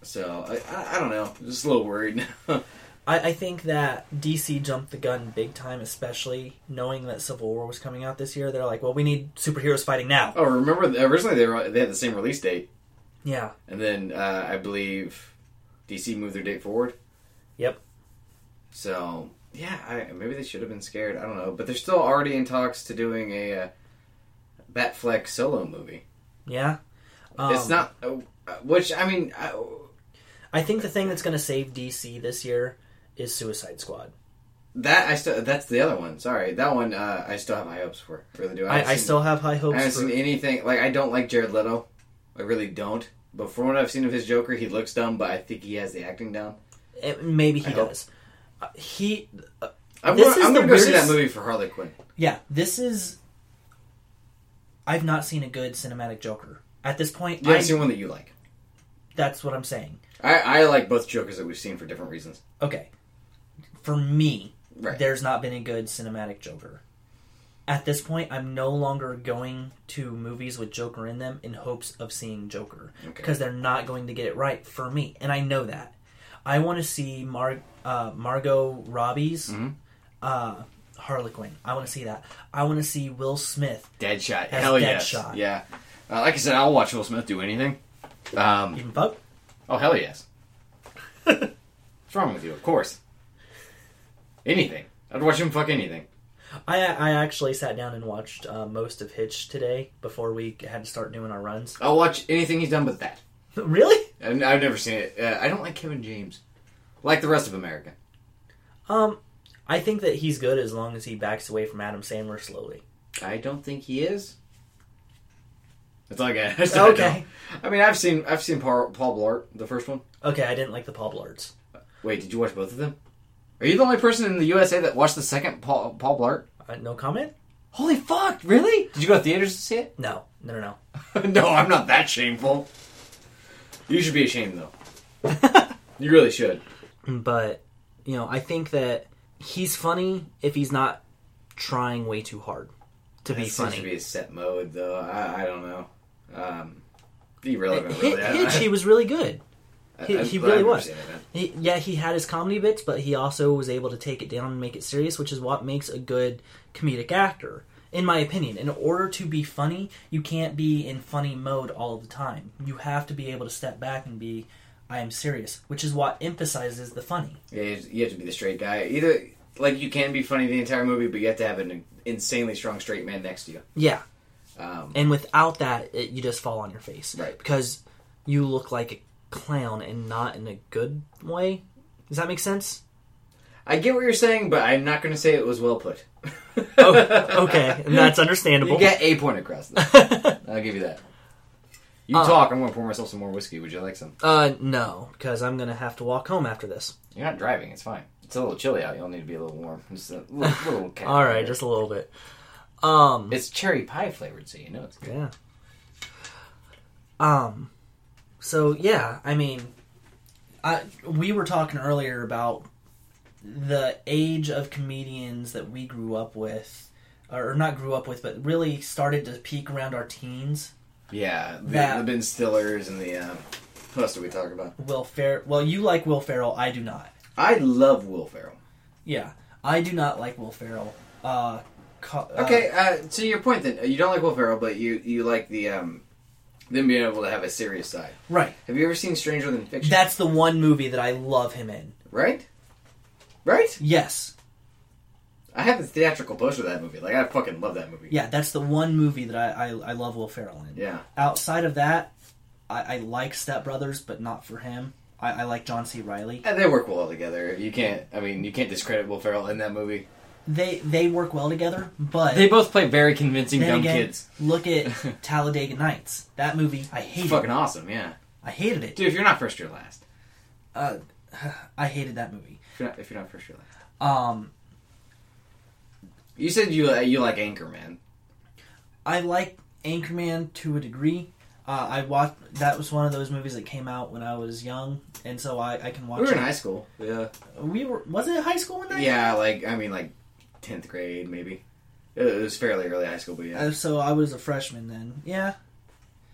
Speaker 2: So I, I, I don't know. I'm just a little worried. Oh,
Speaker 1: I, I think that DC jumped the gun big time, especially knowing that Civil War was coming out this year. They're like, well, we need superheroes fighting now.
Speaker 2: oh, remember th- originally they were, they had the same release date,
Speaker 1: Yeah.
Speaker 2: and then uh, I believe DC moved their date forward.
Speaker 1: Yep.
Speaker 2: So yeah, I, maybe they should have been scared. I don't know, but they're still already in talks to doing a uh, Batfleck solo movie.
Speaker 1: Yeah. Um,
Speaker 2: it's not, uh, which I mean. I,
Speaker 1: I think the thing that's going to save DC this year is Suicide Squad.
Speaker 2: That I still that's the other one. Sorry, that one uh, I still have high hopes for. Really do.
Speaker 1: I,
Speaker 2: haven't
Speaker 1: I
Speaker 2: seen-
Speaker 1: still have high
Speaker 2: I haven't
Speaker 1: hopes for.
Speaker 2: seen anything like I don't like Jared Leto. I really don't. But from what I've seen of his Joker, he looks dumb, but I think he has the acting down.
Speaker 1: eh, Maybe he
Speaker 2: I hope.
Speaker 1: does. Uh, he. Uh,
Speaker 2: I'm
Speaker 1: This
Speaker 2: gonna,
Speaker 1: is
Speaker 2: I'm
Speaker 1: the
Speaker 2: gonna go see that
Speaker 1: weirdest-
Speaker 2: movie for Harley Quinn.
Speaker 1: yeah, this is. I've not seen a good cinematic Joker at this point.
Speaker 2: You haven't
Speaker 1: I,
Speaker 2: seen one that you like.
Speaker 1: that's what I'm saying.
Speaker 2: I, I like both Jokers that we've seen for different reasons.
Speaker 1: Okay, for me,
Speaker 2: Right.
Speaker 1: there's not been a good cinematic Joker. At this point, I'm no longer going to movies with Joker in them in hopes of seeing Joker
Speaker 2: Okay.
Speaker 1: because they're not going to get it right for me, and I know that. I want to see Mar- uh, Margot Robbie's
Speaker 2: Mm-hmm.
Speaker 1: uh, Harlequin. I want to see that. I want to see Will Smith.
Speaker 2: Deadshot.
Speaker 1: That's
Speaker 2: Hell yes.
Speaker 1: Deadshot.
Speaker 2: Yeah. Uh, like I said, I'll watch Will Smith do anything. Um,
Speaker 1: You can vote.
Speaker 2: oh hell yes. What's wrong with you? Of course. Anything. I'd watch him fuck anything.
Speaker 1: I I actually sat down and watched uh, most of Hitch today before we had to start doing our runs.
Speaker 2: I'll watch anything he's done but that.
Speaker 1: really?
Speaker 2: And I've never seen it. Uh, I don't like Kevin James, like the rest of America.
Speaker 1: Um, I think that he's good as long as he backs away from Adam Sandler slowly.
Speaker 2: I don't think he is. That's all I got. That's all I
Speaker 1: Okay.
Speaker 2: know. I, mean, I've seen I've seen Paul, Paul Blart, the first one.
Speaker 1: Okay, I didn't like the Paul Blarts.
Speaker 2: Wait, did you watch both of them? Are you the only person in the USA that watched the second Paul, Paul Blart?
Speaker 1: Uh, no comment?
Speaker 2: Holy fuck! Really? Did you go to theaters to see it?
Speaker 1: No, no, no, no.
Speaker 2: no, I'm not that shameful. You should be ashamed though. you really should.
Speaker 1: But, you know, I think that he's funny if he's not trying way too hard to be
Speaker 2: It seems
Speaker 1: funny.
Speaker 2: to be a set mode though. I, I don't know. Um, irrelevant,
Speaker 1: Hi-
Speaker 2: really. I-
Speaker 1: Hitch, he was really good.
Speaker 2: I-
Speaker 1: He,
Speaker 2: I-
Speaker 1: he
Speaker 2: I
Speaker 1: really was.
Speaker 2: understand that.
Speaker 1: He, yeah, he had his comedy bits, but he also was able to take it down and make it serious, which is what makes a good comedic actor, in my opinion. In order to be funny, you can't be in funny mode all the time. You have to be able to step back and be, I am serious, which is what emphasizes the funny.
Speaker 2: Yeah, you you have to be the straight guy. Either like you can be funny the entire movie, but you have to have an insanely strong straight man next to you.
Speaker 1: Yeah,
Speaker 2: Um,
Speaker 1: and without that, it, you just fall on your face.
Speaker 2: Right.
Speaker 1: Because you look like a clown and not in a good way. Does that make sense?
Speaker 2: I get what you're saying, but I'm not going to say it was well put.
Speaker 1: Oh, okay, and that's understandable.
Speaker 2: You get a point across. Though. I'll give you that. You
Speaker 1: Uh,
Speaker 2: talk. I'm going to pour myself some more whiskey. Would you like some?
Speaker 1: Uh, no, because I'm gonna have to walk home after this.
Speaker 2: You're not driving. It's fine. It's a little chilly out. You'll need to be a little warm. Just a little, little cat
Speaker 1: All right, just a little bit.
Speaker 3: Um,
Speaker 2: It's cherry pie flavored, so you know it's good.
Speaker 3: yeah. Um,
Speaker 1: So yeah, I mean, I we were talking earlier about the age of comedians that we grew up with, or not grew up with, but really started to peak around our teens.
Speaker 2: Yeah, the,
Speaker 1: That-
Speaker 2: the Ben Stillers and the um, what else did we talk about?
Speaker 1: Will Fer, well, you like Will Ferrell, I do not.
Speaker 2: I love Will Ferrell.
Speaker 1: Yeah, I do not like Will Ferrell. Uh, co- uh,
Speaker 2: Okay, uh, to your point then, you don't like Will Ferrell, but you you like the um, them being able to have a serious side.
Speaker 1: right.
Speaker 2: Have you ever seen Stranger Than Fiction?
Speaker 1: That's the one movie that I love him in.
Speaker 2: right, right.
Speaker 1: Yes,
Speaker 2: I have the theatrical poster of that movie. Like I fucking love that movie.
Speaker 1: yeah, that's the one movie that I I, I love Will Ferrell in.
Speaker 2: Yeah.
Speaker 1: Outside of that, I, I like Step Brothers, but not for him. I, I like John C. Riley.
Speaker 2: And they work well together. You can't. I mean, you can't discredit Will Ferrell in that movie.
Speaker 1: They they work well together, but
Speaker 2: They both play very convincing
Speaker 1: then
Speaker 2: dumb
Speaker 1: again,
Speaker 2: kids.
Speaker 1: look at Talladega Nights. That movie, I hated.
Speaker 2: Fucking
Speaker 1: it.
Speaker 2: awesome, yeah.
Speaker 1: I hated it.
Speaker 2: Dude, if you're not first, you're last.
Speaker 1: Uh, I hated that movie.
Speaker 2: If you're not, if you're not first, you're last.
Speaker 1: Um,
Speaker 2: You said you uh, you like Anchorman.
Speaker 1: I like Anchorman to a degree. Uh, I watched. That was one of those movies that came out when I was young, and so I, I can watch.
Speaker 2: We were in
Speaker 1: it.
Speaker 2: high school. Yeah.
Speaker 1: We were. Was it high school one night?
Speaker 2: Yeah, like I mean, like tenth grade maybe. It it was fairly early high school, but yeah.
Speaker 1: Uh, so I was a freshman then. Yeah,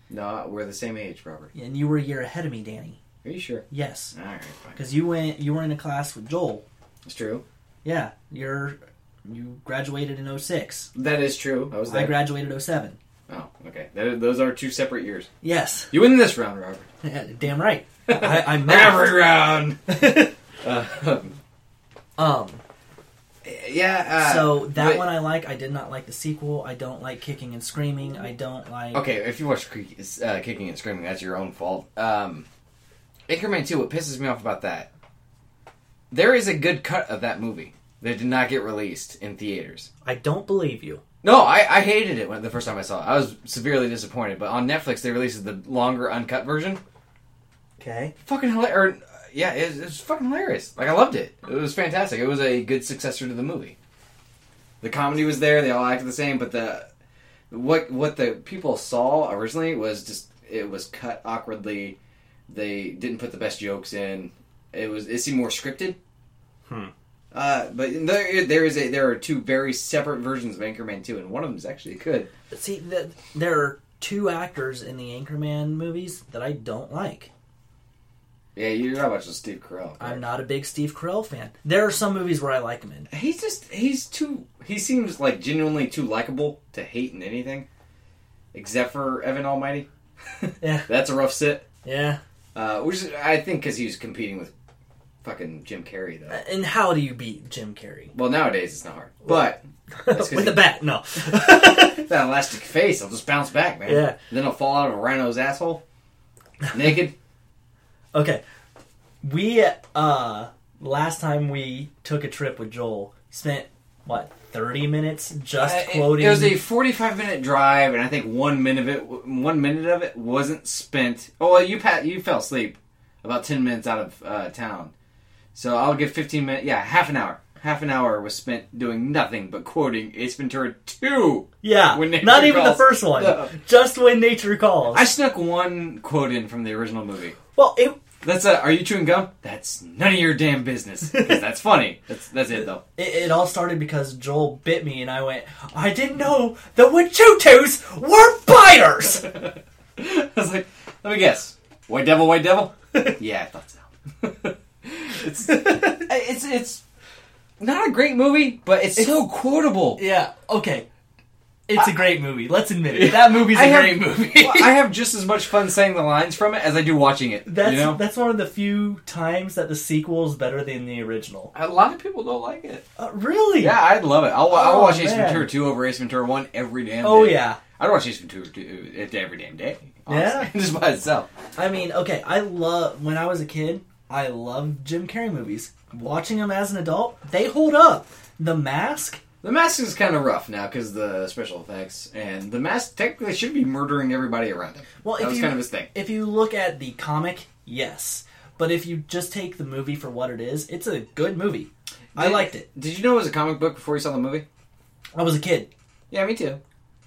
Speaker 2: No, we're the same age, Robert.
Speaker 1: and you were a year ahead of me, Danny.
Speaker 2: Are you sure?
Speaker 1: Yes.
Speaker 2: All right, fine.
Speaker 1: Because you went, you were in a class with Joel.
Speaker 2: It's true.
Speaker 1: Yeah, you're, you graduated in 06.
Speaker 2: That is true. I was
Speaker 1: I
Speaker 2: there.
Speaker 1: graduated 07.
Speaker 2: oh, okay. That, those are two separate years.
Speaker 1: Yes,
Speaker 2: You win this round, Robert.
Speaker 1: damn right. I, I
Speaker 2: Every
Speaker 1: mathed.
Speaker 2: round. Uh,
Speaker 1: um,
Speaker 2: yeah. Uh,
Speaker 1: so that
Speaker 2: but-
Speaker 1: one I like. I did not like the sequel. I don't like kicking and screaming. I don't like.
Speaker 2: Okay, if you watch Creek, it's, uh, kicking and screaming, that's your own fault. Um, Anchorman Two. What pisses me off about that? There is a good cut of that movie that did not get released in theaters.
Speaker 3: I don't believe you.
Speaker 2: No, I, I hated it when, the first time I saw it. I was severely disappointed. But on Netflix, they released the longer uncut version.
Speaker 1: Okay.
Speaker 2: Fucking hilarious. Yeah, it was, it was fucking hilarious. Like I loved it. It was fantastic. It was a good successor to the movie. The comedy was there. They all acted the same, but the what what the people saw originally was just it was cut awkwardly. They didn't put the best jokes in. It was it seemed more scripted.
Speaker 3: Hmm.
Speaker 2: Uh, but there there is a there are two very separate versions of Anchorman Two, and one of them is actually good.
Speaker 1: But see, th there are two actors in the Anchorman movies that I don't like.
Speaker 2: Yeah, you're not watching Steve Carell.
Speaker 1: I'm not a big Steve Carell fan. There are some movies where I like him in.
Speaker 2: He's just he's too he seems like genuinely too likable to hate in anything. Except for Evan Almighty.
Speaker 1: Yeah.
Speaker 2: That's a rough sit.
Speaker 1: Yeah.
Speaker 2: Uh, which is, I think because he was competing with fucking Jim Carrey though.
Speaker 1: And how do you beat Jim Carrey?
Speaker 2: Well, nowadays it's not hard. But That's 'cause
Speaker 1: With
Speaker 2: he-
Speaker 1: a bat? No.
Speaker 2: that elastic face, I'll just bounce back, man.
Speaker 1: Yeah.
Speaker 2: Then I'll fall out of a rhino's asshole, naked.
Speaker 1: Okay. We uh last time we took a trip with Joel, spent what 30 minutes just
Speaker 2: Uh, it-
Speaker 1: quoting
Speaker 2: It was a 45 minute drive, and I think one minute of it, one minute of it wasn't spent. Oh well, you pat, you fell asleep about 10 minutes out of uh, town, so I'll give 15 minutes. Yeah, half an hour. Half an hour was spent doing nothing but quoting Ace Ventura 2.
Speaker 1: Yeah.
Speaker 2: When Nature
Speaker 1: Not even the
Speaker 2: Calls.
Speaker 1: first one.
Speaker 2: No.
Speaker 1: Just when nature calls.
Speaker 2: I snuck one quote in from the original movie.
Speaker 1: well, it
Speaker 2: That's uh, are you chewing gum? That's none of your damn business. 'Cause that's funny. That's that's it though.
Speaker 1: It, it all started because Joel bit me, and I went, I didn't know the Wachutus were biters!
Speaker 2: I was like, let me guess. White devil, white devil. yeah, I thought so. it's it's it's not a great movie, but it's, so quotable.
Speaker 1: yeah, okay. It's a great movie. Let's admit it. That movie's a
Speaker 2: I have-
Speaker 1: great movie.
Speaker 2: I have just as much fun saying the lines from it as I do watching it.
Speaker 1: that's,
Speaker 2: you know,
Speaker 1: that's one of the few times that the sequel is better than the original.
Speaker 2: a lot of people don't like it.
Speaker 1: Uh, really?
Speaker 2: Yeah, I'd love it. I'll, I'll
Speaker 1: Oh,
Speaker 2: watch Ace
Speaker 1: man.
Speaker 2: Ventura two over Ace Ventura one every damn.
Speaker 1: Oh,
Speaker 2: day.
Speaker 1: yeah.
Speaker 2: I'd watch Ace Ventura two uh, every damn day.
Speaker 1: Yeah.
Speaker 2: honestly. just by itself.
Speaker 1: I mean, okay, I love, when I was a kid, I loved Jim Carrey movies. Watching them as an adult, they hold up. The Mask,
Speaker 2: The mask is kind of rough now because the special effects and the mask technically should be murdering everybody around him.
Speaker 1: Well,
Speaker 2: that
Speaker 1: if
Speaker 2: was
Speaker 1: you-
Speaker 2: kind of his thing.
Speaker 1: if you look at the comic, yes. But if you just take the movie for what it is, it's a good movie. I
Speaker 2: Did-
Speaker 1: liked it.
Speaker 2: Did you know it was a comic book before you saw the movie?
Speaker 1: I was a kid.
Speaker 2: Yeah, me too.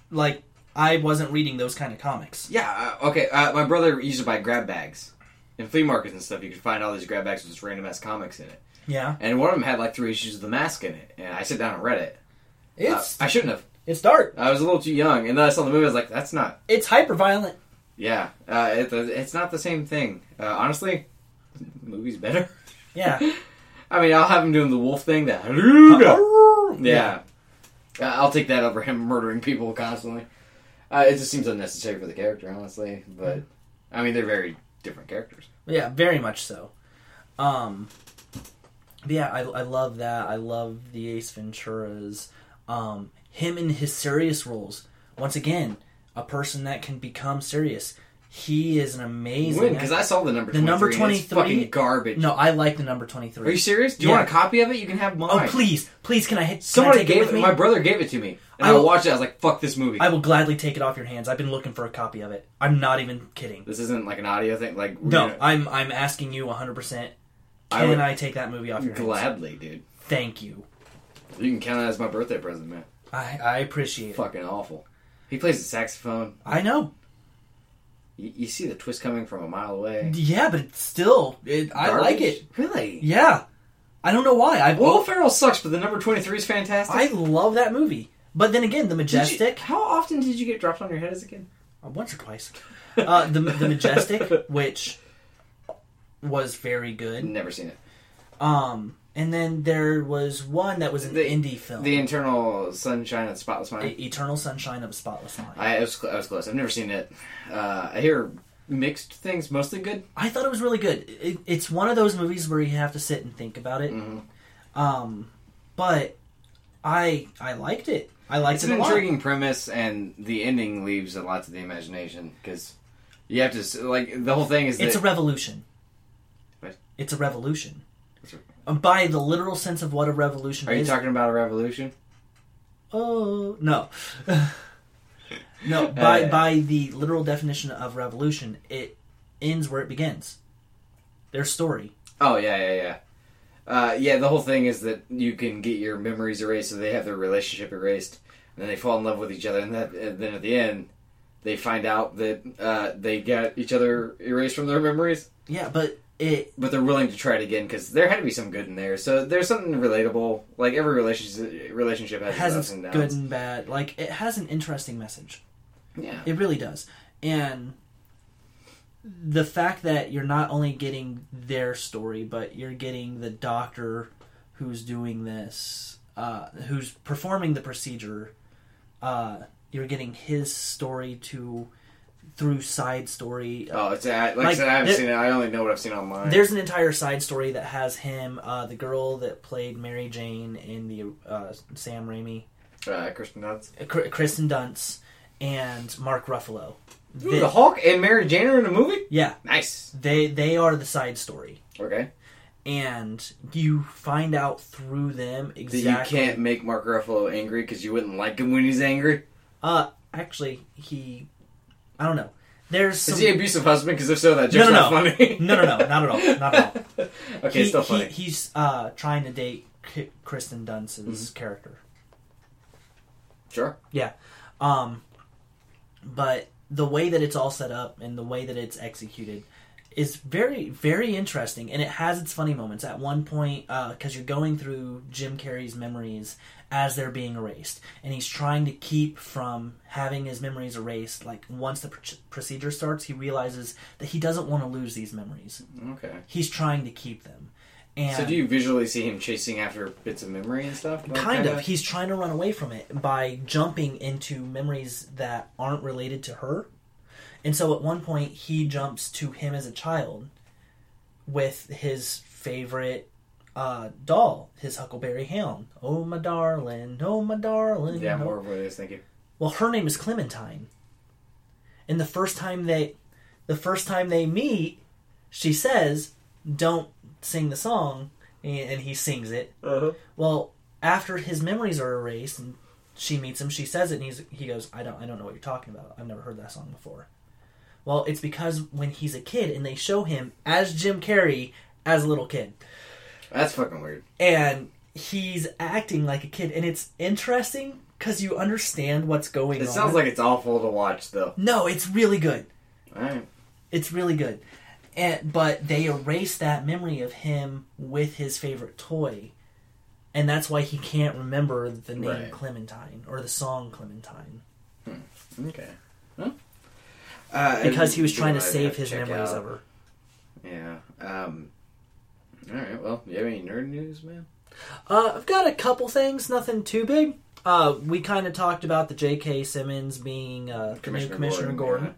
Speaker 1: Like I wasn't reading those kind of comics.
Speaker 2: Yeah, uh, okay. Uh, my brother used to buy grab bags in flea markets and stuff. You could find all these grab bags with just random ass comics in it,
Speaker 1: Yeah,
Speaker 2: and one of them had like three issues of The Mask in it. And I sat down and read it. Uh,
Speaker 1: it's
Speaker 2: I shouldn't have.
Speaker 1: it's dark.
Speaker 2: I was a little too young, and then I saw the movie. I was like, that's not.
Speaker 1: It's hyper violent.
Speaker 2: Yeah, uh, it, it's not the same thing. Uh, honestly, the movie's better.
Speaker 1: Yeah,
Speaker 2: I mean, I'll have him doing the wolf thing. That yeah,
Speaker 1: Yeah.
Speaker 2: Uh, I'll take that over him murdering people constantly. Uh, it just seems unnecessary for the character, honestly. But I mean, they're very different characters.
Speaker 1: Yeah, very much so. Um, but yeah, I, I love that. I love the Ace Venturas. Um, him in his serious roles. Once again, a person that can become serious. He is an amazing.
Speaker 2: Because I saw the number
Speaker 1: The number
Speaker 2: 23, and it's
Speaker 1: 23
Speaker 2: fucking garbage.
Speaker 1: no, I like the number
Speaker 2: Are you
Speaker 1: twenty-three.
Speaker 2: serious? Do you
Speaker 1: Yeah.
Speaker 2: want a copy of it? You can have mine.
Speaker 1: Oh please, please, can I hit?
Speaker 2: Somebody
Speaker 1: can I take
Speaker 2: gave
Speaker 1: it with me?
Speaker 2: My brother gave it to me, and
Speaker 1: I
Speaker 2: I,
Speaker 1: will-
Speaker 2: watched it. I was like, "Fuck this movie."
Speaker 1: I will gladly take it off your hands. I've been looking for a copy of it. I'm not even kidding.
Speaker 2: this isn't like an audio thing. Like, we're
Speaker 1: No,
Speaker 2: gonna-
Speaker 1: I'm I'm asking you 100. percent
Speaker 2: I
Speaker 1: Can
Speaker 2: would-
Speaker 1: I take that movie off your hands?
Speaker 2: gladly, dude.
Speaker 1: Thank you.
Speaker 2: You can count that as my birthday present, man.
Speaker 1: I I appreciate it.
Speaker 2: Fucking awful. He plays the saxophone.
Speaker 1: I know.
Speaker 2: You, you see the twist coming from a mile away.
Speaker 1: Yeah, but it's still, it, I
Speaker 2: Garbage.
Speaker 1: like it.
Speaker 2: Really?
Speaker 1: Yeah, I don't know why. I
Speaker 2: Will Ferrell sucks, but the number 23 is fantastic.
Speaker 1: I love that movie. But then again, the
Speaker 2: Did you- Oh,
Speaker 1: majestic
Speaker 2: how often did you get dropped on your head as a kid?
Speaker 1: uh, once or twice. Uh, the the majestic, which was very good.
Speaker 2: Never seen it.
Speaker 1: Um, and then there was one that was an
Speaker 2: The-
Speaker 1: indie film,
Speaker 2: The Internal Sunshine of the Spotless Mind.
Speaker 1: E- Eternal Sunshine of a Spotless Mind. I,
Speaker 2: I, I, was, cl- I was close. I've never seen it. Uh, I hear mixed things, mostly good.
Speaker 1: thought it was really good. It, it's one of those movies where you have to sit and think about it.
Speaker 2: Mhm.
Speaker 1: Um, but I I liked it. I liked
Speaker 2: It's
Speaker 1: it
Speaker 2: an
Speaker 1: a lot.
Speaker 2: intriguing premise, and the ending leaves a lot to the imagination because you have to s- like the whole thing is
Speaker 1: It's a
Speaker 2: that
Speaker 1: revolution.
Speaker 2: What?
Speaker 1: It's a revolution.
Speaker 2: It's
Speaker 1: Um, By the literal sense of what a revolution
Speaker 2: are you
Speaker 1: is.
Speaker 2: talking about a revolution?
Speaker 1: oh no, no. By
Speaker 2: Uh,
Speaker 1: by the literal definition of revolution, it ends where it begins. Their story.
Speaker 2: Oh yeah, yeah, yeah. Uh, yeah, the whole thing is that you can get your memories erased, so they have their relationship erased, and then they fall in love with each other, and, that, and then at the end, they find out that uh, they got each other erased from their memories,
Speaker 1: Yeah, but it.
Speaker 2: but they're willing to try it again because there had to be some good in there. So there's something relatable. Like every relationship, relationship has,
Speaker 1: It has
Speaker 2: its ups
Speaker 1: its
Speaker 2: and
Speaker 1: good
Speaker 2: downs.
Speaker 1: and bad. Like it has an interesting message.
Speaker 2: Yeah,
Speaker 1: It really does. And the fact that you're not only getting their story, but you're getting the doctor who's doing this, uh, who's performing the procedure. Uh, you're getting his story to through side story. Uh,
Speaker 2: Oh, it's I- like, I
Speaker 1: Like,
Speaker 2: said, I haven't
Speaker 1: there-
Speaker 2: seen it. I only know what I've seen online.
Speaker 1: there's an entire side story that has him, uh, the girl that played Mary Jane in the uh, Sam Raimi,
Speaker 2: uh, Kristen Dunst.
Speaker 1: uh, Kr- Kristen Dunst, and Mark Ruffalo.
Speaker 2: Ooh,
Speaker 1: They-
Speaker 2: the Hulk and Mary Jane are in a movie.
Speaker 1: yeah,
Speaker 2: Nice.
Speaker 1: they they are the side story.
Speaker 2: Okay.
Speaker 1: and you find out through them
Speaker 2: That
Speaker 1: exactly.
Speaker 2: you can't make Mark Ruffalo angry because you wouldn't like him when he's angry.
Speaker 1: Uh, actually, he. I don't know. There's some.
Speaker 2: Is he an abusive husband? Because if so, that joke's
Speaker 1: no,
Speaker 2: not
Speaker 1: no.
Speaker 2: funny.
Speaker 1: no, no, no, not at all, not at all.
Speaker 2: okay,
Speaker 1: he,
Speaker 2: it's still
Speaker 1: he-
Speaker 2: funny.
Speaker 1: he's uh trying to date K- Kristen Dunst's
Speaker 2: Mm-hmm.
Speaker 1: character.
Speaker 2: sure.
Speaker 1: Um, but the way that it's all set up and the way that it's executed is very, very interesting, and it has its funny moments. At one point, because you're going through Jim Carrey's memories as they're being erased, and he's trying to keep from having his memories erased. Like once the pr- procedure starts, he realizes that he doesn't want to lose these memories.
Speaker 2: Okay.
Speaker 1: He's trying to keep them. And
Speaker 2: So do you visually see him chasing after bits of memory and stuff? Like,
Speaker 1: kind
Speaker 2: kinda?
Speaker 1: of he's trying to run away from it by jumping into memories that aren't related to her and so at one point he jumps to him as a child with his favorite uh, doll his huckleberry hound oh my darling oh my darling
Speaker 2: Yeah,
Speaker 1: oh-
Speaker 2: more of what I was thinking.
Speaker 1: well her name is clementine and the first time they the first time they meet she says don't sing the song and and he sings it
Speaker 2: Uh-huh.
Speaker 1: well, after his memories are erased and she meets him, she says it and he's, he goes, I don't I don't know what you're talking about. I've never heard that song before. Well, it's because when he's a kid and they show him as Jim Carrey as a little kid
Speaker 2: That's fucking weird.
Speaker 1: and he's acting like a kid and it's interesting because you understand what's going
Speaker 2: It
Speaker 1: on.
Speaker 2: sounds like it's awful to watch, though.
Speaker 1: no, it's really good.
Speaker 2: All right.
Speaker 1: It's really good. And but they erase that memory of him with his favorite toy. And that's why he can't remember the name
Speaker 2: Right.
Speaker 1: Clementine or the song Clementine
Speaker 2: Okay. Huh? Uh,
Speaker 1: because he was
Speaker 2: you
Speaker 1: trying
Speaker 2: know,
Speaker 1: to
Speaker 2: I'd
Speaker 1: save
Speaker 2: have to
Speaker 1: his
Speaker 2: check
Speaker 1: memories
Speaker 2: out.
Speaker 1: of her.
Speaker 2: Yeah. Um, all right. Well, you have any nerd news, man?
Speaker 1: Uh, I've got a couple things, nothing too big. Uh, we kind of talked about the J.K. Simmons being uh, the new Commissioner Gordon.
Speaker 2: yeah.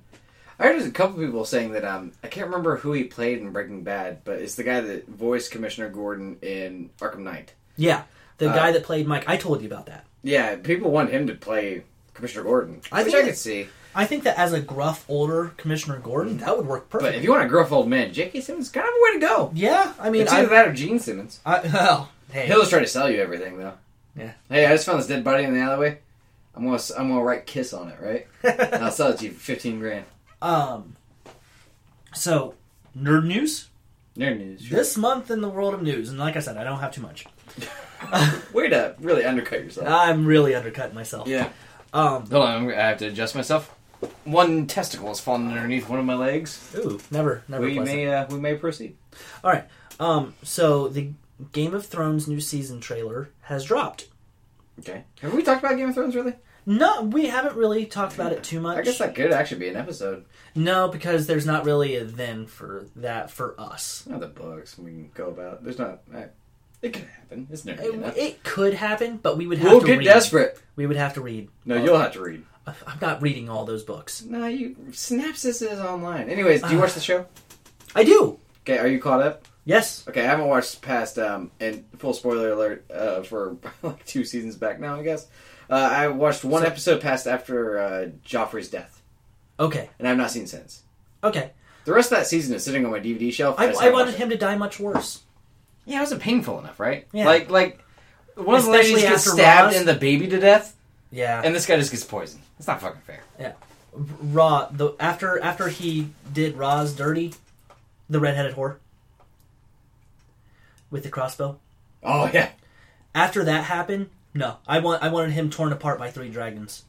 Speaker 2: I heard there's a couple people saying that um, I can't remember who he played in Breaking Bad, but it's the guy that voiced Commissioner Gordon in Arkham Knight.
Speaker 1: Yeah, the
Speaker 2: Uh,
Speaker 1: guy that played Mike. I told you about that.
Speaker 2: Yeah, people want him to play Commissioner Gordon,
Speaker 1: I
Speaker 2: which
Speaker 1: think
Speaker 2: I could
Speaker 1: that-
Speaker 2: see.
Speaker 1: I think that as a gruff, older Commissioner Gordon, that would work
Speaker 2: But
Speaker 1: perfect.
Speaker 2: if you want a gruff old man, J.K. Simmons kind of a way to go.
Speaker 1: yeah, I mean,
Speaker 2: It's either
Speaker 1: I,
Speaker 2: that or Gene Simmons.
Speaker 1: I, well, hey,
Speaker 2: He'll just try to sell you everything, though.
Speaker 1: Yeah.
Speaker 2: Hey, I just found this dead body in the alleyway. I'm gonna, I'm gonna write kiss on it, right? And I'll sell it to you for fifteen grand.
Speaker 1: um, so nerd news
Speaker 2: Nerd news.
Speaker 1: this month in the world of news, and like I said, I don't have too much.
Speaker 2: Way to really undercut yourself.
Speaker 1: I'm really undercutting myself.
Speaker 2: yeah.
Speaker 1: Um,
Speaker 2: Hold on, I'm gonna- I have to adjust myself. One testicle has fallen underneath one of my legs.
Speaker 1: ooh, never, never.
Speaker 2: We
Speaker 1: pleasant.
Speaker 2: may, uh, we may proceed.
Speaker 1: All right. Um, so the Game of Thrones new season trailer has dropped.
Speaker 2: Okay. Have we talked about Game of Thrones really?
Speaker 1: No, we haven't really talked about it too much.
Speaker 2: I guess that could actually be an episode.
Speaker 1: no, because there's not really a then for that for us.
Speaker 2: Not the books we can go about. There's not. I, it could happen. It's nerdy
Speaker 1: It,
Speaker 2: enough.
Speaker 1: it could happen, but we would have
Speaker 2: we'll
Speaker 1: to
Speaker 2: get
Speaker 1: read. Oh.
Speaker 2: desperate.
Speaker 1: We would have to read.
Speaker 2: No, you'll have to read.
Speaker 1: I'm not reading all those books.
Speaker 2: No, you synapses is online. Anyways,
Speaker 1: Uh.
Speaker 2: do you watch the show?
Speaker 1: I do.
Speaker 2: Okay, are you caught up?
Speaker 1: Yes.
Speaker 2: Okay, I haven't watched past um and full spoiler alert uh, for like two seasons back now. I guess uh, I watched one
Speaker 1: So-
Speaker 2: episode past after uh, Joffrey's death,
Speaker 1: Okay.
Speaker 2: and I've not seen since.
Speaker 1: Okay.
Speaker 2: The rest of that season is sitting on my DVD shelf.
Speaker 1: I,
Speaker 2: just
Speaker 1: I
Speaker 2: haven't
Speaker 1: wanted
Speaker 2: watched
Speaker 1: him to die much worse.
Speaker 2: it. Yeah, it wasn't painful enough, right?
Speaker 1: Yeah.
Speaker 2: Like like one of the
Speaker 1: Especially
Speaker 2: ladies gets
Speaker 1: after
Speaker 2: stabbed
Speaker 1: Roz.
Speaker 2: and the baby to death,
Speaker 1: Yeah.
Speaker 2: and this guy just gets poisoned. It's not fucking fair.
Speaker 1: Ra the after after he did Ra's dirty, the redheaded whore with the crossbow.
Speaker 2: Oh yeah,
Speaker 1: After that happened, no, I want I wanted him torn apart by three dragons.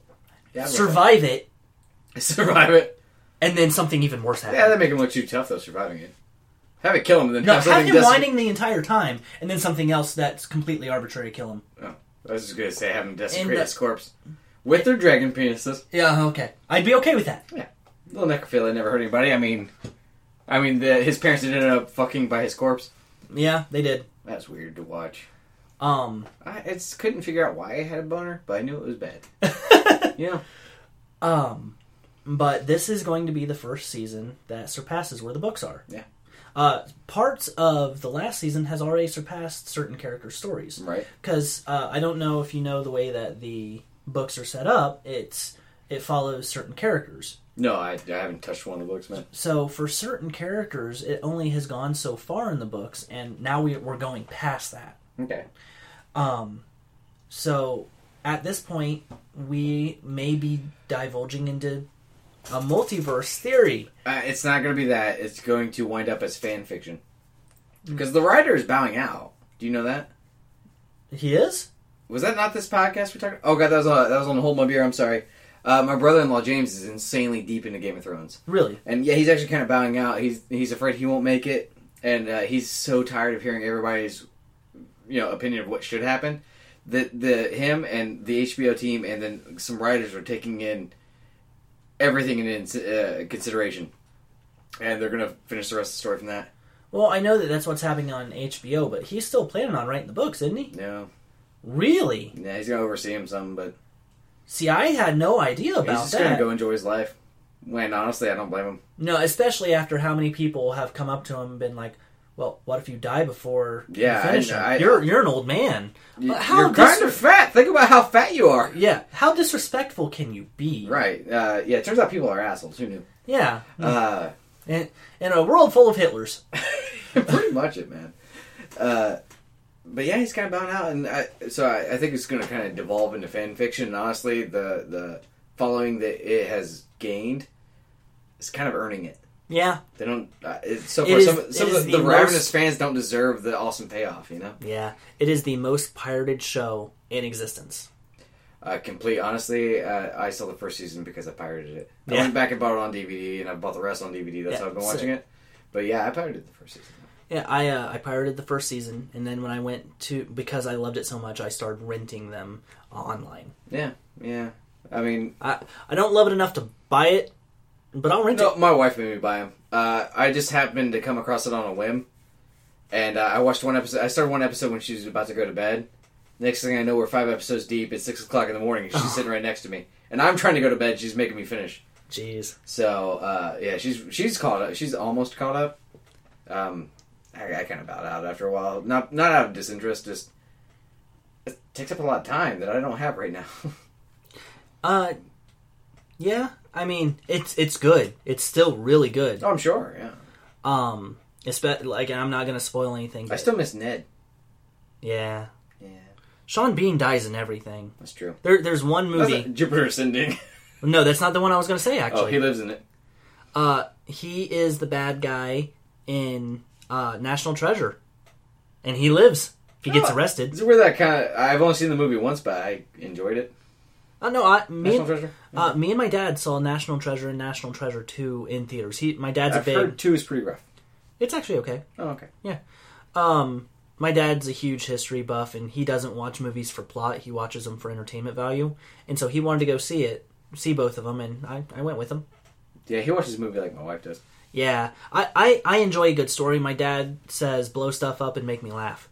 Speaker 2: yeah
Speaker 1: Survive it,
Speaker 2: survive it.
Speaker 1: and then something even worse happened.
Speaker 2: Yeah, that make him look too tough though. Surviving it, have it kill him, and then
Speaker 1: no,
Speaker 2: have
Speaker 1: have
Speaker 2: something.
Speaker 1: him
Speaker 2: desperate-
Speaker 1: whining the entire time, and then something else that's completely arbitrary kill him.
Speaker 2: I was just gonna say have him desecrate
Speaker 1: the-
Speaker 2: his corpse with their dragon penises.
Speaker 1: Yeah, okay, I'd be okay with that.
Speaker 2: Little necrophilia never hurt anybody. I mean, I mean, the, his parents ended up fucking by his corpse.
Speaker 1: Yeah, they did.
Speaker 2: That's weird to watch.
Speaker 1: Um,
Speaker 2: I it's, couldn't figure out why I had a boner, but I knew it was bad. yeah.
Speaker 1: um, but this is going to be the first season that surpasses where the books are.
Speaker 2: Yeah.
Speaker 1: Uh, parts of the last season has already surpassed certain character stories.
Speaker 2: Right.
Speaker 1: because uh, I don't know if you know the way that the books are set up. It's it follows certain characters.
Speaker 2: No, I, I haven't touched one of the books, man.
Speaker 1: So for certain characters, it only has gone so far in the books, and now we, we're going past that.
Speaker 2: Okay.
Speaker 1: Um, so at this point, we may be divulging into a multiverse theory.
Speaker 2: Uh, it's not going to be that. It's going to wind up as fan fiction. Because the writer is bowing out. Do you know that?
Speaker 1: He is.
Speaker 2: Was that not this podcast we talked? Oh god, that was on, that was on hold my beer. I'm sorry. Uh, my brother-in-law James is insanely deep into Game of Thrones.
Speaker 1: Really?
Speaker 2: And yeah, he's actually kind of bowing out. He's he's afraid he won't make it, and uh, he's so tired of hearing everybody's you know opinion of what should happen. That the him and the HBO team and then some writers are taking in everything in uh, consideration, and they're gonna finish the rest of the story from that.
Speaker 1: Well, I know that that's what's happening on HBO, but he's still planning on writing the books, isn't he?
Speaker 2: No,
Speaker 1: Really?
Speaker 2: yeah, he's gonna oversee him some, but
Speaker 1: See, I had no idea about
Speaker 2: he's just
Speaker 1: that.
Speaker 2: gonna go enjoy his life. When honestly, I don't blame him.
Speaker 1: No, especially after how many people have come up to him and been like, "Well, what if you die before
Speaker 2: Yeah,
Speaker 1: you finish
Speaker 2: I-
Speaker 1: him?
Speaker 2: I-
Speaker 1: you're you're an old man.
Speaker 2: You,
Speaker 1: But how
Speaker 2: you're
Speaker 1: dis-
Speaker 2: kind of fat. Think about how fat you are.
Speaker 1: Yeah, how disrespectful can you be?
Speaker 2: Right? Uh, yeah. It turns out people are assholes. Who knew?
Speaker 1: Yeah,
Speaker 2: Uh,
Speaker 1: in, in a world full of Hitlers.
Speaker 2: pretty much it, man. Uh, but yeah, he's kind of bowing out, and I, so I, I think it's going to kind of devolve into fan fiction. And honestly, the the following that it has gained is kind of earning it.
Speaker 1: Yeah,
Speaker 2: They don't. Uh, it, so
Speaker 1: It
Speaker 2: far,
Speaker 1: is-
Speaker 2: some, some
Speaker 1: it
Speaker 2: of
Speaker 1: is
Speaker 2: the,
Speaker 1: the
Speaker 2: the ravenous
Speaker 1: most-
Speaker 2: fans don't deserve the awesome payoff. You know,
Speaker 1: yeah. It is the most pirated show in existence.
Speaker 2: Uh, complete. Honestly, uh, I saw the first season because I pirated it. I
Speaker 4: Yeah.
Speaker 2: went back and bought it on DVD, and I bought the rest on DVD. That's
Speaker 1: Yeah,
Speaker 2: how I've been
Speaker 1: sick.
Speaker 2: watching it. But yeah, I pirated the first season.
Speaker 1: Yeah, I uh, I pirated the first season, and then when I went to because I loved it so much, I started renting them online.
Speaker 2: Yeah, yeah. I mean,
Speaker 1: I I don't love it enough to buy it, but I'll rent
Speaker 2: no,
Speaker 1: it.
Speaker 2: my wife made me buy them. Uh, I just happened to come across it on a whim, and uh, I watched one episode. I started one episode when she was about to go to bed. Next thing I know, we're five episodes deep. It's six o'clock in the morning. And she's sitting right next to me, and I'm trying to go to bed. She's making me finish.
Speaker 1: Jeez,
Speaker 2: So uh, yeah, she's she's caught up. She's almost caught up. Um, I, I kind of bowed out after a while. Not not out of disinterest, just it takes up a lot of time that I don't have right now. Oh,
Speaker 1: uh, yeah. I mean, it's it's good. It's still really good.
Speaker 2: oh, I'm sure. Yeah,
Speaker 1: Um, espe- like and I'm not gonna spoil anything.
Speaker 2: I
Speaker 1: But,
Speaker 2: still miss Ned.
Speaker 1: yeah.
Speaker 2: Yeah,
Speaker 1: Sean Bean dies in everything.
Speaker 2: that's true.
Speaker 1: There, there's one
Speaker 2: That's
Speaker 1: movie.
Speaker 2: a Jupiter ascending.
Speaker 1: No, that's not the one I was gonna say. Actually,
Speaker 2: Oh, he lives in it.
Speaker 1: Uh, he is the bad guy in uh, National Treasure, and he lives. He gets
Speaker 2: Oh.
Speaker 1: arrested.
Speaker 2: This is where that kind of. I've only seen the movie once, but I enjoyed it.
Speaker 1: Oh no, I, me,
Speaker 2: National
Speaker 1: and,
Speaker 2: Treasure.
Speaker 1: uh, me and my dad saw National Treasure and National Treasure Two in theaters. He, my dad's a
Speaker 2: I've
Speaker 1: big.
Speaker 2: heard two is pretty rough.
Speaker 1: It's actually okay.
Speaker 2: Oh, okay.
Speaker 1: Um, my dad's a huge history buff, and he doesn't watch movies for plot. He watches them for entertainment value, and so he wanted to go see it, see both of them, and I, I went with him.
Speaker 2: Yeah, he watches movie like my wife does.
Speaker 1: Yeah, I, I, I enjoy a good story. My dad says blow stuff up and make me laugh.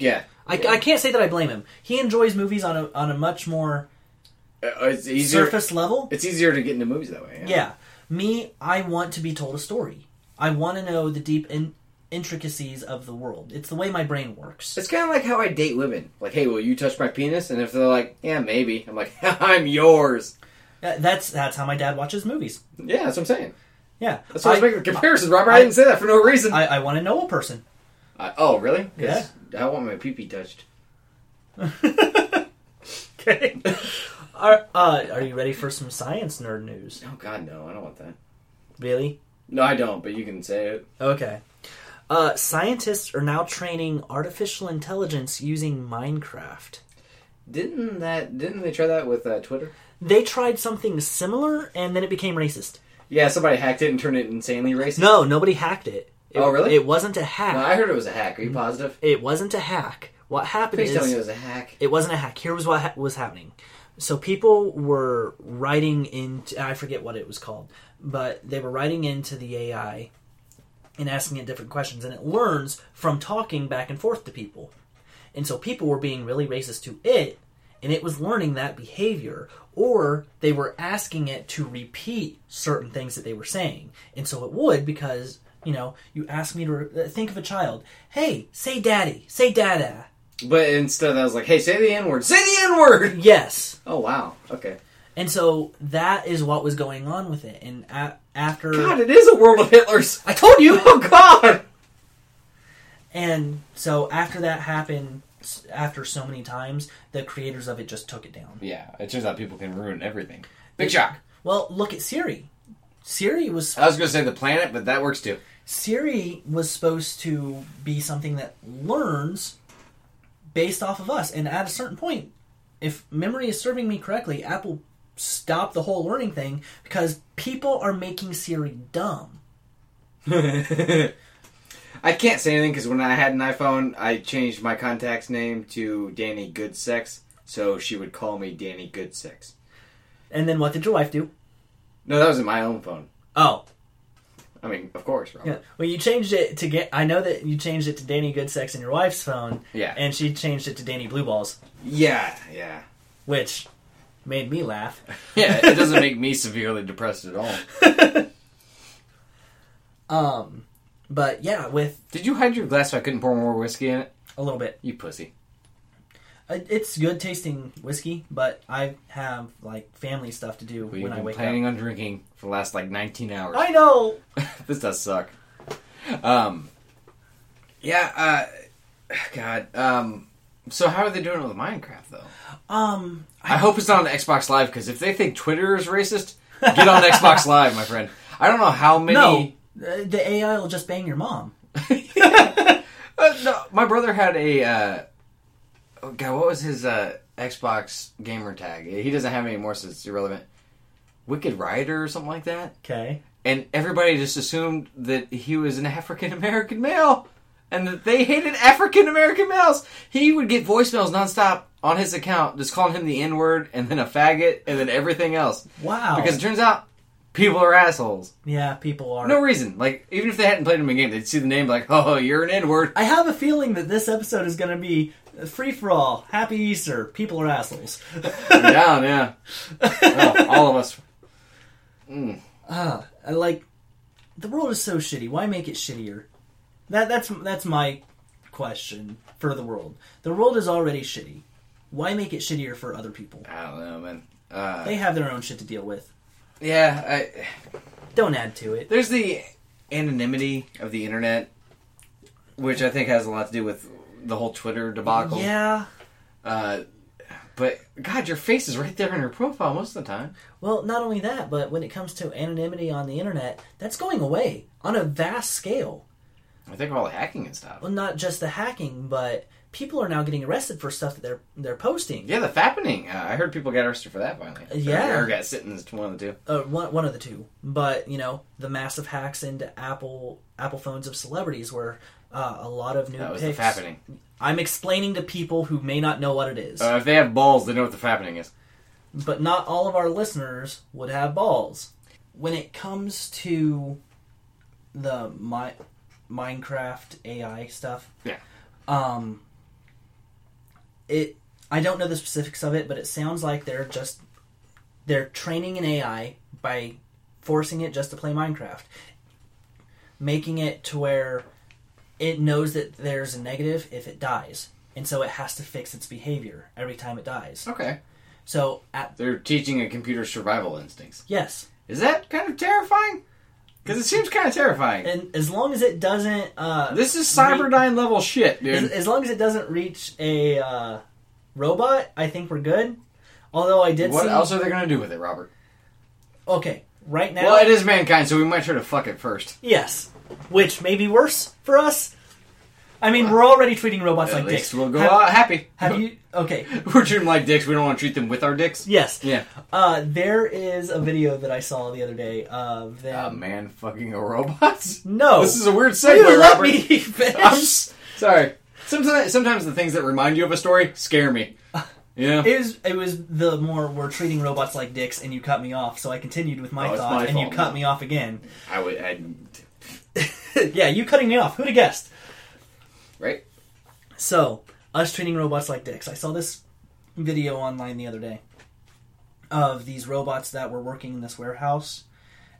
Speaker 2: Yeah,
Speaker 1: I,
Speaker 2: Yeah.
Speaker 1: I can't say that I blame him.
Speaker 4: him. He enjoys movies on a on a much more
Speaker 2: Uh, it's easier.
Speaker 4: surface level.
Speaker 2: It's easier to get into movies that way.
Speaker 4: Yeah. Me, I want to be told a story. I want to know the deep in- intricacies of the world. It's the way my brain works.
Speaker 2: It's kind of like how I date women. Like, hey, will you touch my penis? And if they're like, yeah, maybe, I'm like, I'm yours.
Speaker 4: That- That's that's how my dad watches movies.
Speaker 2: Yeah, that's what I'm saying.
Speaker 4: Yeah.
Speaker 2: That's why I, was making the comparison, Robert. I,
Speaker 4: I-
Speaker 2: didn't say that for no reason.
Speaker 4: I, I want to know a person.
Speaker 2: I- oh, really? 'Cause I want my pee pee touched.
Speaker 4: Okay.
Speaker 1: Are,
Speaker 4: Uh, are you ready for some science nerd news?
Speaker 2: Oh, God, no. I don't want that.
Speaker 1: really?
Speaker 2: No, I don't, but you can say it.
Speaker 1: Okay. Uh, scientists are now training artificial intelligence using Minecraft.
Speaker 2: Didn't that? Didn't they try that with uh, Twitter?
Speaker 1: They tried something similar, and then it became racist.
Speaker 2: Yeah, somebody hacked it and turned it insanely racist.
Speaker 1: No, nobody hacked it. It-
Speaker 2: Oh, really?
Speaker 1: It wasn't a hack.
Speaker 2: No, I heard it was a hack. Are you positive?
Speaker 1: It wasn't a hack. What happened
Speaker 2: Please
Speaker 1: is
Speaker 2: tell me it was a hack.
Speaker 1: it wasn't a hack. Here was what ha- was happening. So people were writing into I forget what it was called, but they were writing into the AI and asking it different questions, and it learns from talking back and forth to people. And so people were being really racist to it, and it was learning that behavior, or they were asking it to repeat certain things that they were saying. And so it would because, you know, you ask me to re- think of a child, hey, say daddy, say dada.
Speaker 2: But instead, I was like, hey, say the N word. Say the N word!
Speaker 1: Yes.
Speaker 2: Oh, wow. Okay.
Speaker 1: And so that is what was going on with it. And a- after
Speaker 2: God, it is a world of Hitlers.
Speaker 1: I told you,
Speaker 2: Oh, God!
Speaker 1: and so after that happened, s- after so many times, the creators of it just took it down.
Speaker 2: Yeah, it turns out people can ruin everything. Big shock.
Speaker 1: Well, look at Siri. Siri was
Speaker 2: I was going to say the planet, but that works too.
Speaker 1: Siri was supposed to be something that learns based off of us, and at a certain point, if memory is serving me correctly, Apple stopped the whole learning thing because people are making Siri dumb.
Speaker 2: I can't say anything because when I had an iPhone, I changed my contact's name to Danny Goodsex, so she would call me Danny Goodsex.
Speaker 1: And then what did your wife do?
Speaker 2: No, that was in my own phone.
Speaker 1: Oh,
Speaker 2: I mean, of course, Robert.
Speaker 1: Yeah. Well, you changed it to get. I know that you changed it to Danny Goodsex in your wife's phone.
Speaker 2: Yeah.
Speaker 1: And she changed it to Danny Blue Balls,
Speaker 2: Yeah, yeah.
Speaker 1: which made me laugh.
Speaker 2: Yeah, it doesn't make me severely depressed at all.
Speaker 1: Um, but yeah, with
Speaker 2: Did you hide your glass so I couldn't pour more whiskey in it?
Speaker 1: a little bit,
Speaker 2: You pussy.
Speaker 1: Uh, it's good tasting whiskey, but I have like family stuff to do
Speaker 2: We've
Speaker 1: when I
Speaker 2: been
Speaker 1: wake
Speaker 2: planning on drinking for the last like 19 hours.
Speaker 1: up. I know.
Speaker 2: this does suck. Um, yeah, uh, God. Um, so how are they doing it with Minecraft though?
Speaker 1: Um,
Speaker 2: I hope it's not on Xbox Live because if they think Twitter is racist, get on Xbox Live, my friend. I don't know how many.
Speaker 1: no, uh, the AI will just bang your mom.
Speaker 2: Uh, no, my brother had a uh, oh God, what was his uh, Xbox gamer tag? He doesn't have any more, so it's irrelevant. Wicked Rider or something like that.
Speaker 1: Okay.
Speaker 2: And everybody just assumed that he was an African American male, and that they hated African American males. He would get voicemails nonstop on his account, just calling him the N word, and then a faggot, and then everything else.
Speaker 1: Wow.
Speaker 2: Because it turns out people are assholes.
Speaker 1: yeah, people are.
Speaker 2: No reason. Like even if they hadn't played him a game, they'd see the name like, "Oh, you're an N word."
Speaker 1: I have a feeling that this episode is going to be free for all. Happy Easter. People are assholes.
Speaker 2: down, yeah. Well, all of us.
Speaker 1: Ah, I like the world is so shitty. Why make it shittier? That that's that's my question for the world. The world is already shitty. Why make it shittier for other people?
Speaker 2: I don't know, man. Uh,
Speaker 1: They have their own shit to deal with.
Speaker 2: yeah, I,
Speaker 1: Don't add to it.
Speaker 2: there's the anonymity of the internet, which I think has a lot to do with the whole Twitter debacle.
Speaker 1: Yeah.
Speaker 2: Uh, but God, your face is right there in her profile most of the time.
Speaker 1: Well, not only that, but when it comes to anonymity on the internet, that's going away on a vast scale.
Speaker 2: I think of all the hacking and stuff.
Speaker 1: Well, not just the hacking, but people are now getting arrested for stuff that they're they're posting.
Speaker 2: Yeah, the fapping. Uh, I heard people got arrested for that finally.
Speaker 1: Yeah.
Speaker 2: or got sentenced to one of the two.
Speaker 1: uh, one, one of the two, but you know the massive hacks into Apple Apple phones of celebrities where uh, a lot of new
Speaker 2: That was
Speaker 1: pics.
Speaker 2: the fapping.
Speaker 1: I'm explaining to people who may not know what it is,
Speaker 2: Uh, if they have balls, they know what the fapping is.
Speaker 1: but not all of our listeners would have balls. When it comes to the Mi- Minecraft AI stuff,
Speaker 2: Yeah.
Speaker 1: um, it I don't know the specifics of it, but it sounds like they're just they're training an AI by forcing it just to play Minecraft, making it to where it knows that there's a negative if it dies, and so it has to fix its behavior every time it dies.
Speaker 2: Okay.
Speaker 1: So at
Speaker 2: They're teaching a computer survival instincts.
Speaker 1: yes,
Speaker 2: Is that kind of terrifying? Because it seems kind of terrifying.
Speaker 1: and as long as it doesn't, uh,
Speaker 2: this is Cyberdyne level shit, dude.
Speaker 1: as, as long as it doesn't reach a uh, robot, I think we're good. Although I did
Speaker 2: what
Speaker 1: see
Speaker 2: else are they going to do with it, Robert?
Speaker 1: Okay, right now.
Speaker 2: Well, it is mankind, so we might try to fuck it first.
Speaker 1: Yes, which may be worse for us. I mean, we're already treating robots
Speaker 2: At
Speaker 1: like
Speaker 2: least
Speaker 1: dicks.
Speaker 2: we'll go
Speaker 1: have,
Speaker 2: out happy.
Speaker 1: Have you? Okay.
Speaker 2: We're treating them like dicks. We don't want to treat them with our dicks.
Speaker 1: Yes.
Speaker 2: Yeah.
Speaker 1: Uh, there is a video that I saw the other day of
Speaker 2: A
Speaker 1: them.
Speaker 2: Oh, man fucking a robot?
Speaker 1: no.
Speaker 2: This is a weird
Speaker 1: Will
Speaker 2: segue,
Speaker 1: you let
Speaker 2: Robert.
Speaker 1: me finish.
Speaker 2: I'm s- sorry. Sometimes, sometimes the things that remind you of a story scare me. Yeah.
Speaker 1: It was, it was the more we're treating robots like dicks, and you cut me off. So I continued with my
Speaker 2: Oh, it's
Speaker 1: thought,
Speaker 2: my
Speaker 1: and you
Speaker 2: fault
Speaker 1: cut
Speaker 2: now.
Speaker 1: me off again.
Speaker 2: I would. i
Speaker 1: yeah, you cutting me off. Who'd have guessed?
Speaker 2: right?
Speaker 1: So, us treating robots like dicks. I saw this video online the other day of these robots that were working in this warehouse,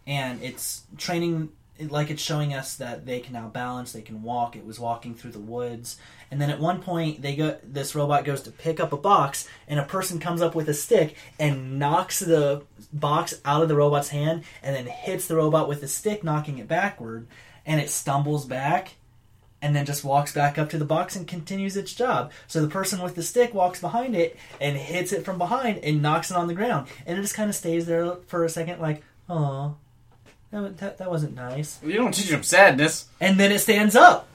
Speaker 1: and it's training like it's showing us that they can now balance, they can walk. It was walking through the woods, and then at one point they go. This robot goes to pick up a box, and a person comes up with a stick and knocks the box out of the robot's hand, and then hits the robot with the stick, knocking it backward, and it stumbles back and then just walks back up to the box and continues its job. So the person with the stick walks behind it and hits it from behind and knocks it on the ground. And it just kind of stays there for a second, like, oh, that, wa- that, that wasn't nice.
Speaker 2: You don't teach them sadness.
Speaker 1: And then it stands up.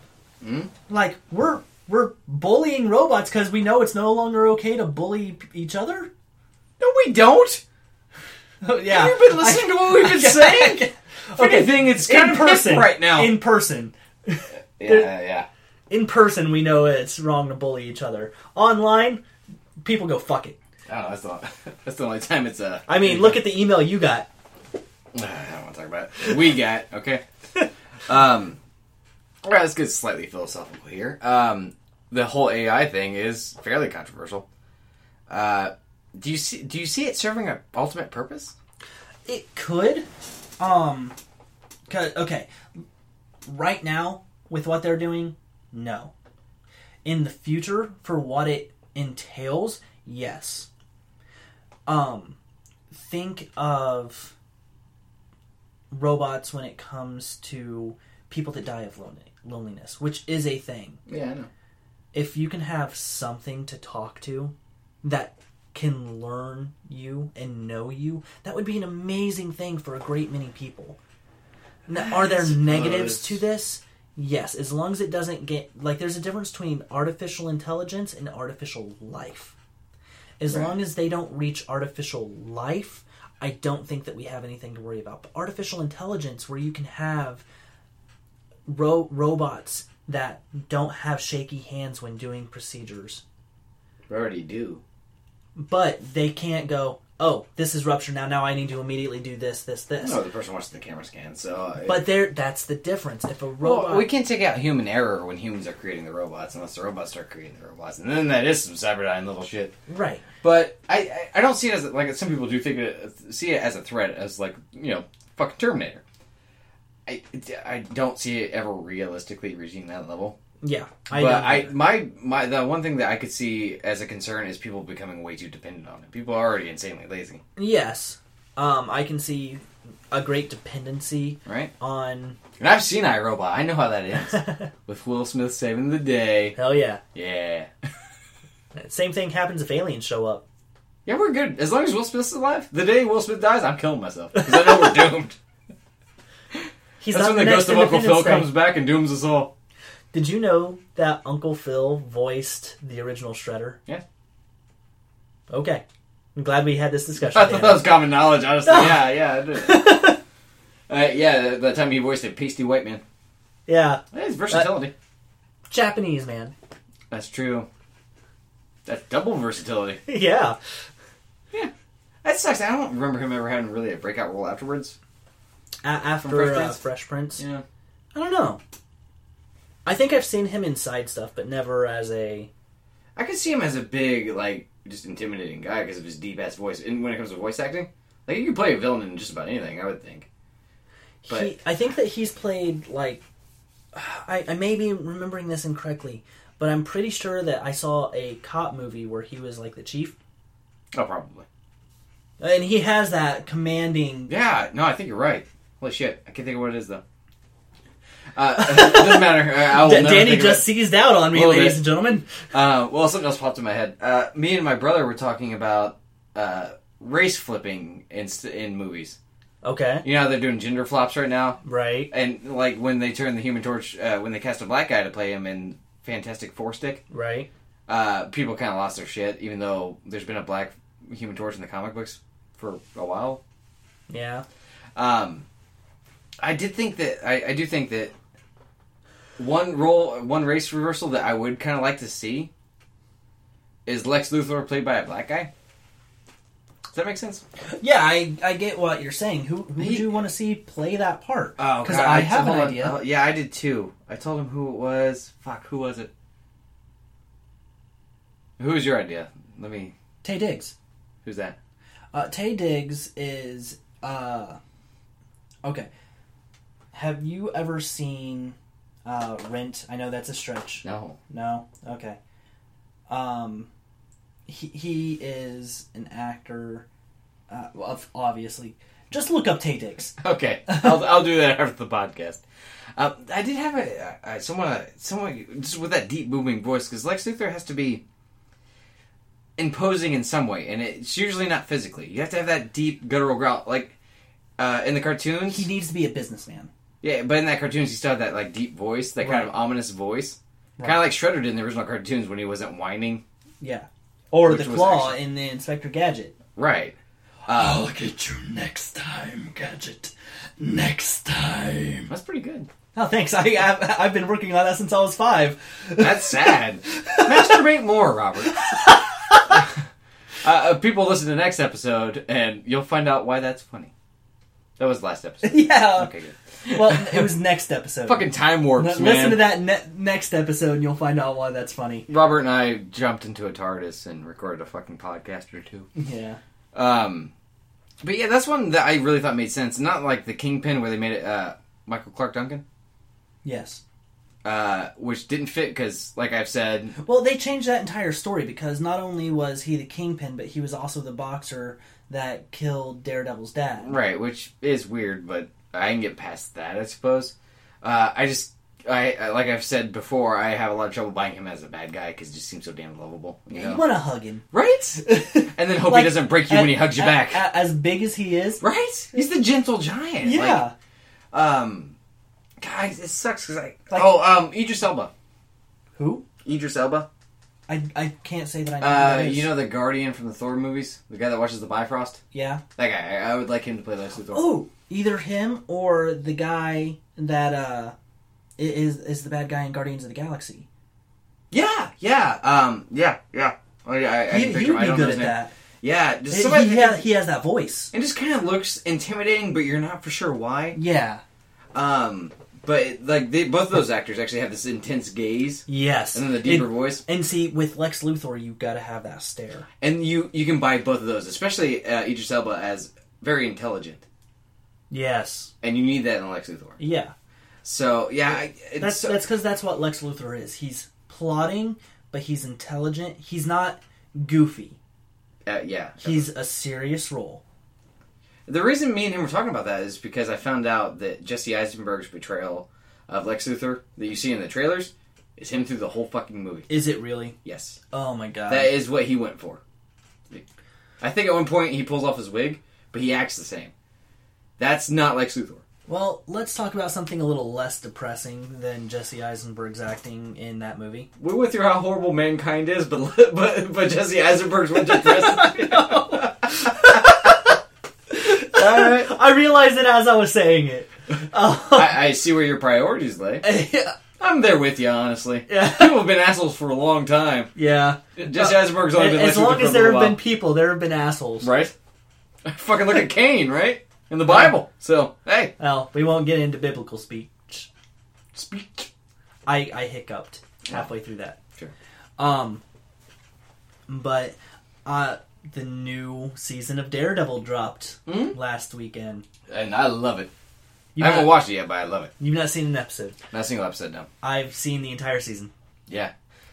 Speaker 2: Hmm?
Speaker 1: Like, we're, we're bullying robots because we know it's no longer okay to bully p- each other?
Speaker 2: No, we don't.
Speaker 1: Oh, yeah.
Speaker 2: You've been listening to what we've been saying. If
Speaker 1: Okay,
Speaker 2: anything, it's
Speaker 1: in
Speaker 2: kind of
Speaker 1: person.
Speaker 2: hip right now.
Speaker 1: In person.
Speaker 2: yeah, yeah.
Speaker 1: In person, we know it's wrong to bully each other. Online, people go, fuck it.
Speaker 2: I don't know. That's the, that's the only time it's a.
Speaker 1: I mean, look at the email you got.
Speaker 2: I don't want to talk about it. We got okay. Um, all right, let's get slightly philosophical here. Um, the whole AI thing is fairly controversial. Uh, do you see? Do you see it serving an ultimate purpose?
Speaker 1: It could. Um. 'cause- okay. Right now, with what they're doing, no. In the future, for what it entails, yes. Um. Think of robots when it comes to people that die of lone- loneliness, which is a thing.
Speaker 2: Yeah, I know.
Speaker 1: If you can have something to talk to that can learn you and know you, that would be an amazing thing for a great many people. Now, are there negatives to this? Yes, as long as it doesn't get like there's a difference between artificial intelligence and artificial life. As
Speaker 2: Right.
Speaker 1: long as they don't reach artificial life, I don't think that we have anything to worry about. But artificial intelligence where you can have ro- robots that don't have shaky hands when doing procedures
Speaker 2: We already do.
Speaker 1: but they can't go oh this is rupture now now i need to immediately do this this this
Speaker 2: No, the person watching the camera scan. So, uh,
Speaker 1: but there that's the difference if a robot
Speaker 2: well, we can take out human error when humans are creating the robots, unless the robots start creating the robots, and then that is some cyberdyne little shit.
Speaker 1: right
Speaker 2: But I, I, I don't see it as like some people do think it, see it as a threat, as like you know, fucking Terminator. I, I don't see it ever realistically reaching that level.
Speaker 1: yeah
Speaker 2: but
Speaker 1: don't
Speaker 2: I,
Speaker 1: either.
Speaker 2: my, my, the one thing that I could see as a concern is people becoming way too dependent on it. People are already insanely lazy,
Speaker 1: yes um i can see a great dependency
Speaker 2: right?
Speaker 1: on
Speaker 2: And I've seen iRobot. I know how that is. With Will Smith saving the day.
Speaker 1: hell yeah
Speaker 2: Yeah.
Speaker 1: same thing happens if aliens show up
Speaker 2: Yeah, we're good. As long as Will Smith's alive, the day Will Smith dies, I'm killing myself. Because I know we're doomed.
Speaker 1: he's
Speaker 2: That's
Speaker 1: not
Speaker 2: when the
Speaker 1: next
Speaker 2: ghost of Uncle Phil
Speaker 1: Independence Day.
Speaker 2: comes back and dooms us all.
Speaker 1: did you know that uncle phil voiced the original shredder
Speaker 2: Yeah.
Speaker 1: okay i'm glad we had this discussion
Speaker 2: I thought
Speaker 1: Dan.
Speaker 2: that was common knowledge, honestly. yeah, yeah, I did. uh, yeah, the, the time he voiced a pasty white man.
Speaker 1: yeah
Speaker 2: Yeah, his versatility.
Speaker 1: japanese man
Speaker 2: That's true. That's double versatility.
Speaker 1: yeah
Speaker 2: That sucks. I don't remember him ever having really a breakout role afterwards.
Speaker 1: A- after
Speaker 2: Fresh
Speaker 1: Fresh, uh,
Speaker 2: Prince?
Speaker 1: Fresh Prince.
Speaker 2: Yeah.
Speaker 1: I don't know. I think I've seen him in side stuff, but never as a.
Speaker 2: I could see him as a big, like, just intimidating guy because of his deep ass voice. And when it comes to voice acting, like, you can play a villain in just about anything, I would think. But-
Speaker 1: He, I think that he's played like. I, I may be remembering this incorrectly, but I'm pretty sure that I saw a cop movie where he was like the chief,
Speaker 2: Oh, probably.
Speaker 1: and he has that commanding.
Speaker 2: Yeah, no, I think you're right. Holy shit. I can't think of what it is, though. Uh, it doesn't matter. I- I will
Speaker 1: Da-
Speaker 2: never
Speaker 1: Danny
Speaker 2: think of
Speaker 1: just
Speaker 2: it.
Speaker 1: seized out on me,
Speaker 2: Little
Speaker 1: ladies
Speaker 2: bit.
Speaker 1: and gentlemen.
Speaker 2: Uh, well, something else popped in my head. Uh, me and my brother were talking about uh, race flipping in, st- in movies.
Speaker 1: Okay,
Speaker 2: You know how they're doing gender flops right now?
Speaker 1: right.
Speaker 2: And like when they turn the Human Torch, uh, when they cast a black guy to play him in Fantastic Four stick,
Speaker 1: Right.
Speaker 2: uh, people kind of lost their shit. Even though there's been a black Human Torch in the comic books for a while,
Speaker 1: Yeah.
Speaker 2: um, I did think that I, I do think that one role, one race reversal that I would kind of like to see is Lex Luthor played by a black guy. Does that make sense?
Speaker 1: Yeah, I, I get what you're saying. Who who
Speaker 2: He-
Speaker 1: would you want to see play that part?
Speaker 2: Oh,
Speaker 1: because
Speaker 2: God,
Speaker 1: I have an
Speaker 2: hold on.
Speaker 1: idea.
Speaker 2: Oh, yeah, I did too. I told him who it was. Fuck, who was it? Who was your idea? Let me.
Speaker 1: Tay Diggs.
Speaker 2: Who's that?
Speaker 1: Uh, Tay Diggs is uh, okay. Have you ever seen uh, Rent? I know that's a stretch.
Speaker 2: No.
Speaker 1: No, okay. Um, he he is an actor. Uh, well, of- obviously, just look up Tay Diggs.
Speaker 2: Okay, I'll, I'll do that after the podcast. Uh, I did have a, a someone uh, someone just with that deep booming voice because Lex Luthor has to be imposing in some way, and it's usually not physically. You have to have that deep guttural growl, like uh, in the cartoons.
Speaker 1: He needs to be a businessman.
Speaker 2: Yeah, but in that cartoons, he still had that like deep voice, that kind of ominous voice, kind of like Shredder did in the original cartoons when he wasn't whining.
Speaker 1: Yeah, or
Speaker 2: Which
Speaker 1: the
Speaker 2: was
Speaker 1: claw
Speaker 2: actually-
Speaker 1: in the Inspector Gadget.
Speaker 2: Right.
Speaker 5: I'll get you next time, Gadget. Next time.
Speaker 2: That's pretty good.
Speaker 1: No, Oh, thanks. I I've, I've been working on that since I was five.
Speaker 2: That's sad. Masturbate more, Robert. uh, uh, people listen to next episode, and you'll find out why that's funny. That was last episode.
Speaker 1: yeah.
Speaker 2: Okay, good.
Speaker 1: Well, it was next episode.
Speaker 2: Fucking time warps,
Speaker 1: L-
Speaker 2: man.
Speaker 1: Uh, Listen to that ne- next episode, and you'll find out why that's funny.
Speaker 2: Robert and I jumped into a TARDIS and recorded a fucking podcast or two.
Speaker 1: Yeah.
Speaker 2: Um, but yeah, that's one that I really thought made sense. Not like the Kingpin where they made it uh, Michael Clark Duncan,
Speaker 1: Yes.
Speaker 2: uh, which didn't fit because, like I've said,
Speaker 1: Well, they changed that entire story because not only was he the kingpin, but he was also the boxer that killed Daredevil's dad.
Speaker 2: right, which is weird, but I can get past that, I suppose. Uh, I just, I I- like I've said before, I have a lot of trouble buying him as a bad guy because he just seems so damn lovable, you
Speaker 1: You
Speaker 2: know?
Speaker 1: want to hug him.
Speaker 2: right? and then hope
Speaker 1: Like,
Speaker 2: he doesn't break you when he hugs you
Speaker 1: a-
Speaker 2: back,
Speaker 1: a- as big as he is.
Speaker 2: right? He's the gentle giant,
Speaker 1: Yeah.
Speaker 2: Like, um, guys, it sucks because I.
Speaker 1: Like-
Speaker 2: oh, um, Idris Elba.
Speaker 1: Who?
Speaker 2: Idris Elba.
Speaker 1: I, I can't say that I know. who
Speaker 2: Uh,
Speaker 1: that is.
Speaker 2: you know the Guardian from the Thor movies, the guy that watches the Bifrost.
Speaker 1: Yeah.
Speaker 2: That guy. I, I would like him to play those two Thor.
Speaker 1: Oh, either him or the guy that uh i- is is the bad guy in Guardians of the Galaxy.
Speaker 2: Yeah, yeah, um, yeah, yeah. Oh, yeah, I, I
Speaker 1: He,
Speaker 2: can
Speaker 1: he
Speaker 2: picture
Speaker 1: would be
Speaker 2: him. I don't know
Speaker 1: good
Speaker 2: his
Speaker 1: at
Speaker 2: name.
Speaker 1: that.
Speaker 2: Yeah,
Speaker 1: He,
Speaker 2: just somebody.
Speaker 1: he has, he has that voice.
Speaker 2: it just kind of looks intimidating, but you're not for sure why.
Speaker 1: Yeah.
Speaker 2: Um, but like they, both of those actors actually have this intense gaze
Speaker 1: Yes.
Speaker 2: and then the deeper
Speaker 1: It-
Speaker 2: voice,
Speaker 1: and see, with Lex Luthor, you got to have that stare.
Speaker 2: and you you can buy both of those, especially uh, Idris Elba as very intelligent,
Speaker 1: Yes.
Speaker 2: and you need that in Lex Luthor.
Speaker 1: Yeah.
Speaker 2: So yeah, I, it's
Speaker 1: That's
Speaker 2: so-
Speaker 1: that's because that's what Lex Luthor is. He's plotting, but he's intelligent. He's not goofy.
Speaker 2: uh, yeah.
Speaker 1: He's a serious role.
Speaker 2: The reason me and him were talking about that is because I found out that Jesse Eisenberg's betrayal of Lex Luthor that you see in the trailers is him through the whole fucking movie.
Speaker 1: Is it really?
Speaker 2: Yes.
Speaker 1: Oh my god.
Speaker 2: That is what he went for. I think at one point he pulls off his wig, but he acts the same. That's not Lex Luthor.
Speaker 1: Well, let's talk about something a little less depressing than Jesse Eisenberg's acting in that movie.
Speaker 2: We went through how horrible mankind is, but but but Jesse Eisenberg's went to press. All right.
Speaker 1: I realized it as I was saying it. Oh.
Speaker 2: I, I see where your priorities lay.
Speaker 1: yeah.
Speaker 2: I'm there with you, honestly.
Speaker 1: Yeah.
Speaker 2: People have been assholes for a long time.
Speaker 1: Yeah.
Speaker 2: Jesse Eisenberg's only been
Speaker 1: As
Speaker 2: Lex Luthor
Speaker 1: long
Speaker 2: for a
Speaker 1: as there
Speaker 2: little
Speaker 1: have
Speaker 2: while.
Speaker 1: been people, there have been assholes.
Speaker 2: right? Fucking look at Cain, right? In the Bible. So hey,
Speaker 1: Well, we won't get into biblical speech.
Speaker 2: speak.
Speaker 1: I, I hiccuped halfway through that.
Speaker 2: Sure.
Speaker 1: Um, but uh, the new season of Daredevil dropped
Speaker 2: Mhm.
Speaker 1: last weekend.
Speaker 2: And I love it.
Speaker 1: You've
Speaker 2: I haven't
Speaker 1: not,
Speaker 2: watched it yet, but I love it.
Speaker 1: you've not seen an episode.
Speaker 2: Not a single episode now.
Speaker 1: I've seen the entire season.
Speaker 2: Yeah.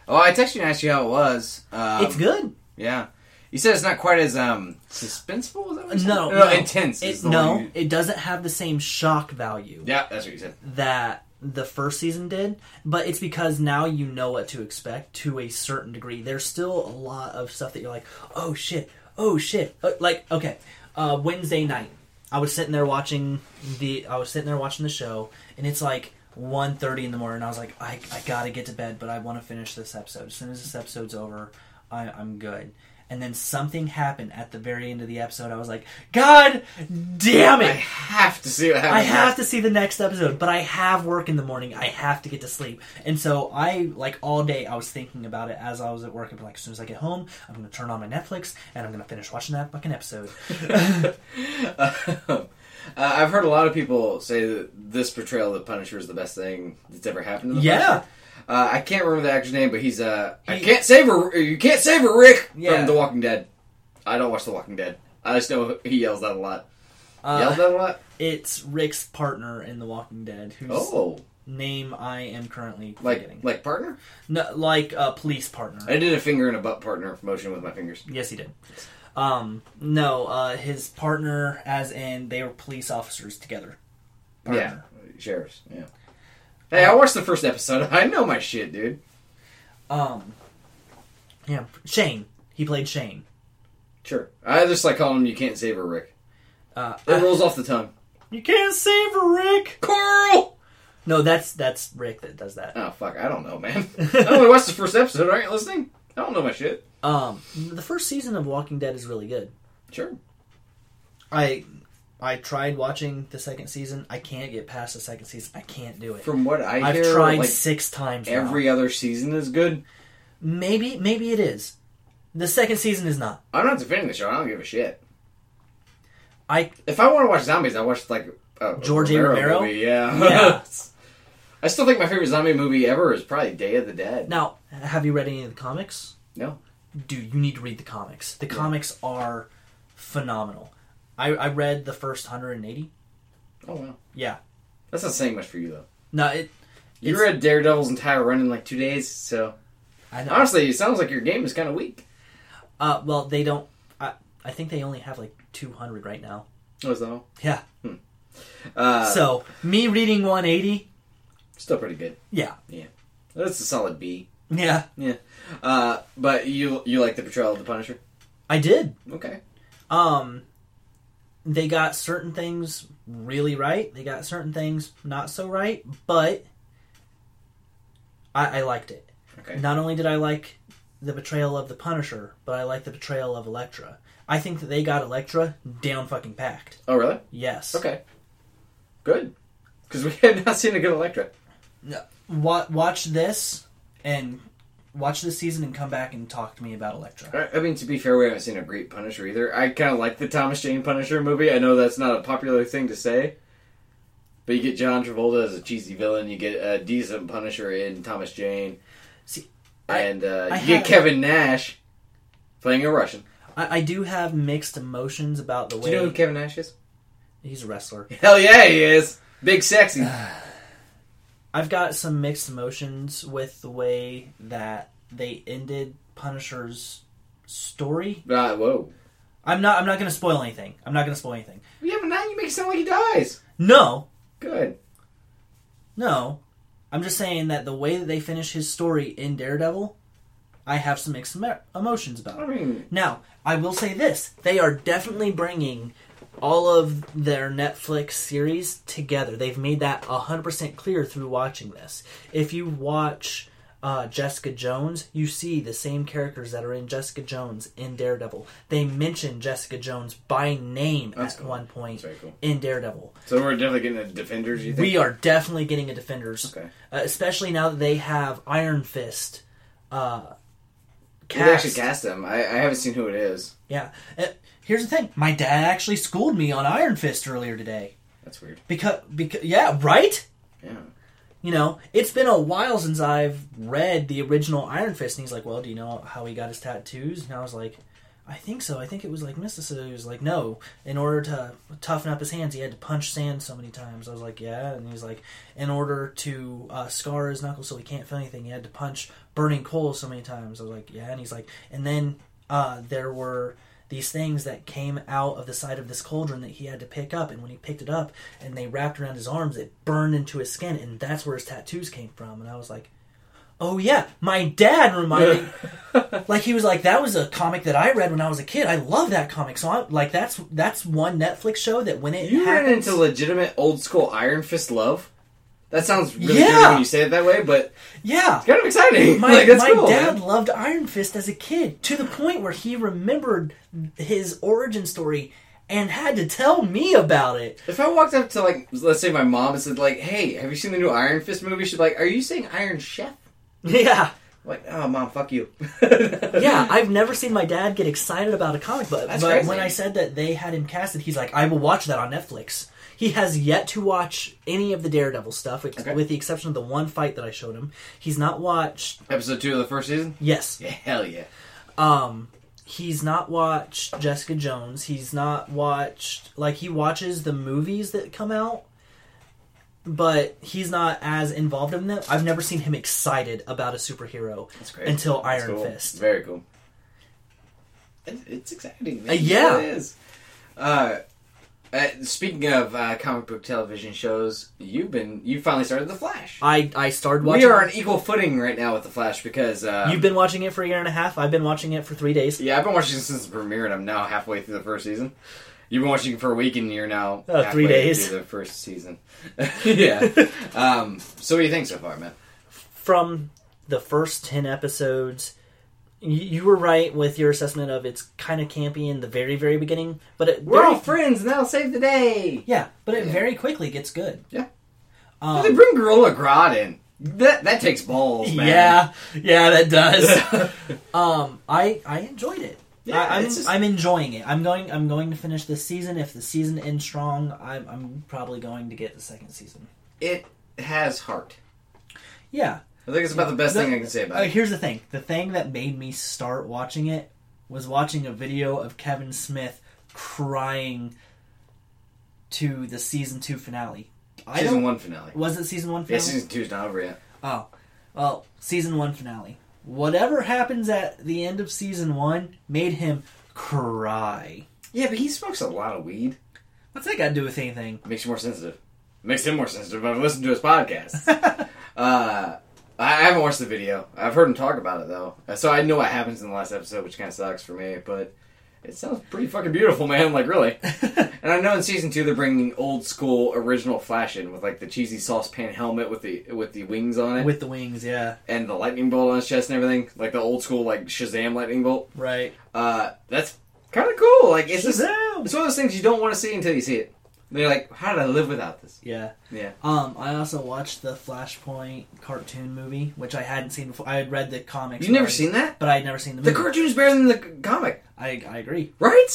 Speaker 2: Oh, I texted you and asked you how it was. Um,
Speaker 1: it's good.
Speaker 2: Yeah. You said it's not quite as um suspenseful. Is that what you said?
Speaker 1: No, no.
Speaker 2: intense. is
Speaker 1: It,
Speaker 2: the
Speaker 1: no,
Speaker 2: word you-
Speaker 1: it doesn't have the same shock value
Speaker 2: Yeah, that's what you said.
Speaker 1: that the first season did, but it's because now you know what to expect to a certain degree. There's still a lot of stuff that you're like, oh shit, oh shit. Uh, Like, okay, uh, Wednesday night, I was sitting there watching the, I was sitting there watching the show, and it's like 1.30 in the morning. I was like, I, I gotta get to bed, but I want to finish this episode. As soon as this episode's over, I, I'm good. And then something happened at the very end of the episode. I was like, God damn
Speaker 2: I
Speaker 1: it!
Speaker 2: have to see what happens.
Speaker 1: I have to see the next episode, but I have work in the morning. I have to get to sleep. And so I, like, all day I was thinking about it as I was at work. I'd be like, as soon as I get home, I'm going to turn on my Netflix and I'm going to finish watching that fucking episode.
Speaker 2: Uh, I've heard a lot of people say that this portrayal of the Punisher is the best thing that's ever happened. to the
Speaker 1: Yeah.
Speaker 2: Punisher. Uh, I can't remember the actor's name, but he's uh, I can't save her. You can't save her, Rick,
Speaker 1: Yeah.
Speaker 2: from The Walking Dead. I don't watch The Walking Dead. I just know he yells that a lot. yells
Speaker 1: Uh,
Speaker 2: that a lot.
Speaker 1: it's Rick's partner in The Walking Dead, whose
Speaker 2: Oh,
Speaker 1: name I am currently
Speaker 2: like
Speaker 1: forgetting.
Speaker 2: like partner.
Speaker 1: no, like a police partner.
Speaker 2: I did a finger and a butt partner motion with my fingers.
Speaker 1: Yes, he did. Um, no, uh, his partner, as in they were police officers together. Partner.
Speaker 2: Yeah, sheriffs. Yeah. Hey, I watched the first episode. I know my shit, dude.
Speaker 1: Um, yeah, Shane. He played Shane.
Speaker 2: Sure. I just like calling him. You can't save her, Rick.
Speaker 1: Uh,
Speaker 2: It rolls off the tongue.
Speaker 1: You can't save her, Rick.
Speaker 2: Carl.
Speaker 1: No, that's that's Rick that does that.
Speaker 2: Oh fuck, I don't know, man. I only watched the first episode. Aren't you listening? I don't know my shit.
Speaker 1: Um, the first season of Walking Dead is really good.
Speaker 2: Sure.
Speaker 1: I I tried watching the second season. I can't get past the second season. I can't do it.
Speaker 2: From what I
Speaker 1: I've
Speaker 2: hear,
Speaker 1: tried
Speaker 2: like
Speaker 1: six times. now.
Speaker 2: every other season is good.
Speaker 1: maybe maybe it is. The second season is not.
Speaker 2: I'm not defending the show. I don't give a shit.
Speaker 1: I
Speaker 2: If I want to watch zombies, I watch like a
Speaker 1: George A. Romero?
Speaker 2: movie. Yeah.
Speaker 1: Yeah.
Speaker 2: I still think my favorite zombie movie ever is probably Day of the Dead.
Speaker 1: now have you read any of the comics?
Speaker 2: No.
Speaker 1: Dude, you need to read the comics. The comics are phenomenal. I, I read the first 180.
Speaker 2: Oh wow.
Speaker 1: Yeah.
Speaker 2: That's not saying much for you though.
Speaker 1: No, it.
Speaker 2: You
Speaker 1: It's-
Speaker 2: read Daredevil's entire run in like two days, so
Speaker 1: I know.
Speaker 2: honestly, it sounds like your game is kind of weak.
Speaker 1: Uh, well, they don't. I, I think they only have like 200 right now.
Speaker 2: Oh, is that all?
Speaker 1: Yeah.
Speaker 2: Uh,
Speaker 1: so me reading 180.
Speaker 2: still pretty good.
Speaker 1: Yeah.
Speaker 2: That's a solid B.
Speaker 1: Yeah.
Speaker 2: Uh, but you you like the portrayal of the Punisher?
Speaker 1: I did.
Speaker 2: Okay.
Speaker 1: Um, they got certain things really right. They got certain things not so right, but I, I liked it.
Speaker 2: Okay.
Speaker 1: Not only did I like the betrayal of the Punisher, but I like the betrayal of Elektra. I think that they got Elektra down fucking packed.
Speaker 2: Oh, really?
Speaker 1: Yes.
Speaker 2: Okay. Good. Because we have not seen a good Electra.
Speaker 1: Wa- watch this and watch this season and come back and talk to me about Elektra.
Speaker 2: I I mean, to be fair, we haven't seen a great Punisher either. I kind of like the Thomas Jane Punisher movie. I know that's not a popular thing to say, but you get John Travolta as a cheesy villain. You get a decent Punisher in Thomas Jane.
Speaker 1: See, I-
Speaker 2: and uh,
Speaker 1: I
Speaker 2: you get
Speaker 1: had-
Speaker 2: Kevin Nash playing a Russian.
Speaker 1: I, I do have mixed emotions about the
Speaker 2: Do
Speaker 1: way
Speaker 2: you know who Kevin Nash is?
Speaker 1: he's a wrestler.
Speaker 2: Hell yeah, he is. Big sexy. Uh,
Speaker 1: I've got some mixed emotions with the way that they ended Punisher's story.
Speaker 2: Ah, whoa.
Speaker 1: I'm not. I'm not going to spoil anything. I'm not going to spoil anything.
Speaker 2: Yeah, but now you make it sound like he dies.
Speaker 1: No,
Speaker 2: Good.
Speaker 1: no. I'm just saying that the way that they finish his story in Daredevil, I have some mixed emo- emotions about.
Speaker 2: I
Speaker 1: it.
Speaker 2: mean,
Speaker 1: Now, I will say this: they are definitely bringing all of their Netflix series together. They've made that hundred percent clear through watching this. If you watch uh, Jessica Jones, you see the same characters that are in Jessica Jones in Daredevil. They mention Jessica Jones by name
Speaker 2: That's
Speaker 1: at
Speaker 2: cool.
Speaker 1: one point
Speaker 2: that's very cool.
Speaker 1: in Daredevil.
Speaker 2: So we're definitely getting a Defenders, you think?
Speaker 1: We are definitely getting a Defenders,
Speaker 2: Okay.
Speaker 1: uh, especially now that they have Iron Fist. Uh,
Speaker 2: They actually cast him. I, I haven't seen who it is.
Speaker 1: yeah. Uh, here's the thing. My dad actually schooled me on Iron Fist earlier today.
Speaker 2: That's weird.
Speaker 1: Because, because yeah, right?
Speaker 2: Yeah.
Speaker 1: You know, it's been a while since I've read the original Iron Fist. And he's like, well, do you know how he got his tattoos? And I was like, I think so. I think it was like mysticism. He was like, no. In order to toughen up his hands, he had to punch sand so many times. I was like, yeah. And he's like, in order to uh, scar his knuckles so he can't feel anything, he had to punch burning coal so many times. I was like, yeah. And he's like, and then uh, there were these things that came out of the side of this cauldron that he had to pick up. And when he picked it up and they wrapped around his arms, it burned into his skin. And that's where his tattoos came from. And I was like, oh, yeah. My dad reminded like he was like that was a comic that I read when I was a kid. I love that comic. So I like that's that's one Netflix show that when it
Speaker 2: You ran
Speaker 1: happens,
Speaker 2: into legitimate old school Iron Fist love. That sounds really
Speaker 1: Yeah.
Speaker 2: weird when you say it that way, but
Speaker 1: yeah.
Speaker 2: it's kind of exciting.
Speaker 1: My,
Speaker 2: like that's
Speaker 1: my
Speaker 2: cool.
Speaker 1: dad
Speaker 2: man.
Speaker 1: loved Iron Fist as a kid to the point where he remembered his origin story and had to tell me about it.
Speaker 2: If I walked up to like, let's say my mom and said like, "Hey, have you seen the new Iron Fist movie?" She'd be like, "Are you saying Iron Chef?"
Speaker 1: Yeah.
Speaker 2: I'm like, oh mom, fuck you.
Speaker 1: Yeah, I've never seen my dad get excited about a comic book.
Speaker 2: That's
Speaker 1: but
Speaker 2: crazy.
Speaker 1: when I said that they had him casted, he's like, I will watch that on Netflix. He has yet to watch any of the Daredevil stuff, ex-
Speaker 2: Okay.
Speaker 1: with the exception of the one fight that I showed him. He's not watched.
Speaker 2: Episode two of the first season.
Speaker 1: Yes.
Speaker 2: Yeah, hell yeah.
Speaker 1: Um, he's not watched Jessica Jones. He's not watched. Like, he watches the movies that come out, but he's not as involved in them. I've never seen him excited about a superhero
Speaker 2: That's great.
Speaker 1: until
Speaker 2: That's
Speaker 1: Iron
Speaker 2: cool.
Speaker 1: Fist.
Speaker 2: Very cool. It- It's exciting. man.
Speaker 1: Uh, yeah.
Speaker 2: It is. Uh, uh, speaking of uh, comic book television shows, you've been you finally started The Flash.
Speaker 1: I, I started watching.
Speaker 2: We are on equal footing right now with The Flash because uh,
Speaker 1: You've been watching it for a year and a half. I've been watching it for three days.
Speaker 2: yeah, I've been watching since the premiere, and I'm now halfway through the first season. You've been watching for a week, and you're now
Speaker 1: Oh,
Speaker 2: halfway
Speaker 1: three days.
Speaker 2: through the first season. yeah. um, so, what do you think so far, man?
Speaker 1: From the first 10 episodes, you, you were right with your assessment of it's kind of campy in the very, very beginning. But it very,
Speaker 2: friends, and that'll save the day.
Speaker 1: Yeah, but it
Speaker 2: Yeah.
Speaker 1: very quickly gets good.
Speaker 2: Yeah.
Speaker 1: Um,
Speaker 2: they bring Gorilla Grodd in. That that takes balls, man.
Speaker 1: yeah, yeah, that does. um, I I enjoyed it.
Speaker 2: Yeah,
Speaker 1: I, I'm
Speaker 2: it's just-
Speaker 1: I'm enjoying it. I'm going I'm going to finish this season. If the season ends strong, I'm I'm probably going to get the second season.
Speaker 2: It has heart.
Speaker 1: Yeah,
Speaker 2: I think it's about the best
Speaker 1: The-
Speaker 2: thing I can say about
Speaker 1: Uh,
Speaker 2: it.
Speaker 1: here's the thing. The thing that made me start watching it was watching a video of Kevin Smith crying to the season two finale. I
Speaker 2: Season
Speaker 1: don't,
Speaker 2: one finale.
Speaker 1: Was it season one
Speaker 2: Yeah,
Speaker 1: finale?
Speaker 2: season two's not over yet.
Speaker 1: oh, well, season one finale. Whatever happens at the end of season one made him cry.
Speaker 2: Yeah, but he smokes a lot of weed.
Speaker 1: What's that got to do with anything?
Speaker 2: Makes you more sensitive. Makes him more sensitive. I've listened to his podcast. uh, I I haven't watched the video. I've heard him talk about it though, so I know what happens in the last episode, which kind of sucks for me. But It sounds pretty fucking beautiful, man. Like really. And I know in season two they're bringing old school original Flash in with like the cheesy saucepan helmet with the with the wings on it
Speaker 1: With the wings, yeah,
Speaker 2: and the lightning bolt on his chest and everything, like the old school like Shazam lightning bolt.
Speaker 1: right.
Speaker 2: Uh, that's kind of cool. Like it's just
Speaker 1: Shazam!
Speaker 2: it's one of those things you don't want to see until you see it. They're like, how did I live without this?
Speaker 1: Yeah.
Speaker 2: Yeah.
Speaker 1: Um, I also watched the Flashpoint cartoon movie, which I hadn't seen before. I had read the comics.
Speaker 2: You've never
Speaker 1: already,
Speaker 2: seen that?
Speaker 1: but I had never seen the
Speaker 2: The
Speaker 1: movie.
Speaker 2: cartoon is better than the c- comic,
Speaker 1: I I agree.
Speaker 2: right?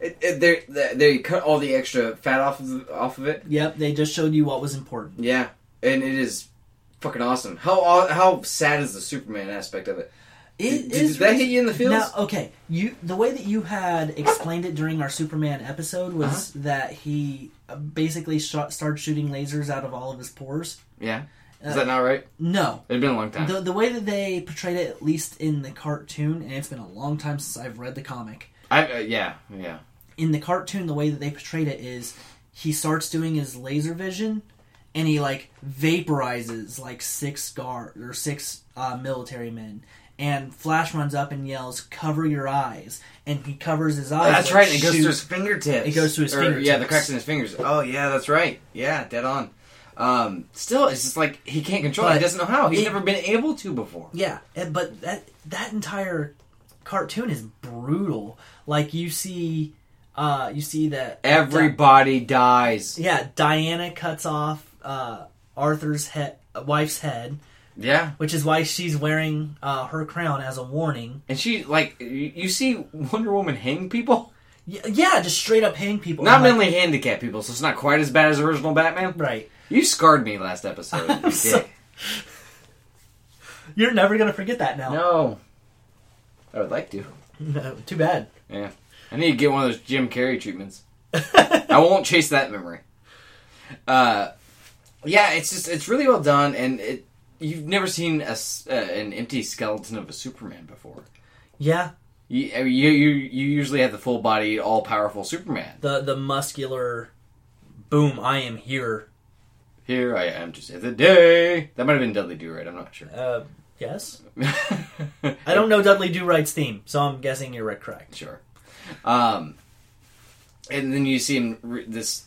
Speaker 2: It, it, they they- they cut all the extra fat off of the, off of it.
Speaker 1: Yep, they just showed you what was important.
Speaker 2: Yeah, and it is fucking awesome. How aw- how sad is the Superman aspect of it?
Speaker 1: It is
Speaker 2: Did, did that hit you in the feels?
Speaker 1: Now, okay, you the way that you had explained it during our Superman episode was
Speaker 2: Uh-huh.
Speaker 1: that he uh, basically shot, started shooting lasers out of all of his pores.
Speaker 2: Yeah. Is that not right?
Speaker 1: No,
Speaker 2: It's been a long time.
Speaker 1: Uh, the the way that they portrayed it, at least in the cartoon, and it's been a long time since I've read the comic.
Speaker 2: I, uh, yeah, yeah.
Speaker 1: In the cartoon, the way that they portrayed it is he starts doing his laser vision, and he like vaporizes like six guard or six uh, military men. And Flash runs up and yells, "Cover your eyes!" And he covers his eyes.
Speaker 2: Oh, That's
Speaker 1: like,
Speaker 2: right. and It goes
Speaker 1: Oh, shoot-
Speaker 2: to his fingertips.
Speaker 1: It goes to his
Speaker 2: Or, Yeah, the
Speaker 1: fingertips.
Speaker 2: cracks in his fingers. Oh yeah, that's right. Yeah, dead on. Um, still, it's just like he can't control. it. He
Speaker 1: But
Speaker 2: doesn't know how. He's
Speaker 1: it-
Speaker 2: never been able to before.
Speaker 1: Yeah, and- but that that entire cartoon is brutal. Like you see, uh, you see that
Speaker 2: Everybody dies.
Speaker 1: yeah, Diana cuts off uh, Arthur's he- wife's head,
Speaker 2: Yeah,
Speaker 1: which is why she's wearing uh, her crown as a warning.
Speaker 2: and she like y- you see Wonder Woman hang people.
Speaker 1: Y- yeah, just straight up hang people.
Speaker 2: Not
Speaker 1: I'm like,
Speaker 2: mentally handicapped people, so it's not quite as bad as the original Batman.
Speaker 1: right.
Speaker 2: You scarred me last episode. you
Speaker 1: so-
Speaker 2: dick.
Speaker 1: You're never gonna forget that now.
Speaker 2: No, I would like to.
Speaker 1: No, too bad.
Speaker 2: Yeah. I need to get one of those Jim Carrey treatments. I won't chase that memory. Uh, yeah, it's just it's really well done, and it you've never seen a s uh, an empty skeleton of a Superman before.
Speaker 1: Yeah,
Speaker 2: You, I mean, you you you usually have the full body, all powerful Superman.
Speaker 1: the the muscular, boom! I am here.
Speaker 2: Here I am to save the day. That might have been Dudley Do Right. I'm not sure.
Speaker 1: Uh, yes, I don't know Dudley Do Right's theme, so I'm guessing you're correct.
Speaker 2: Sure. Um, and then you see him re- this.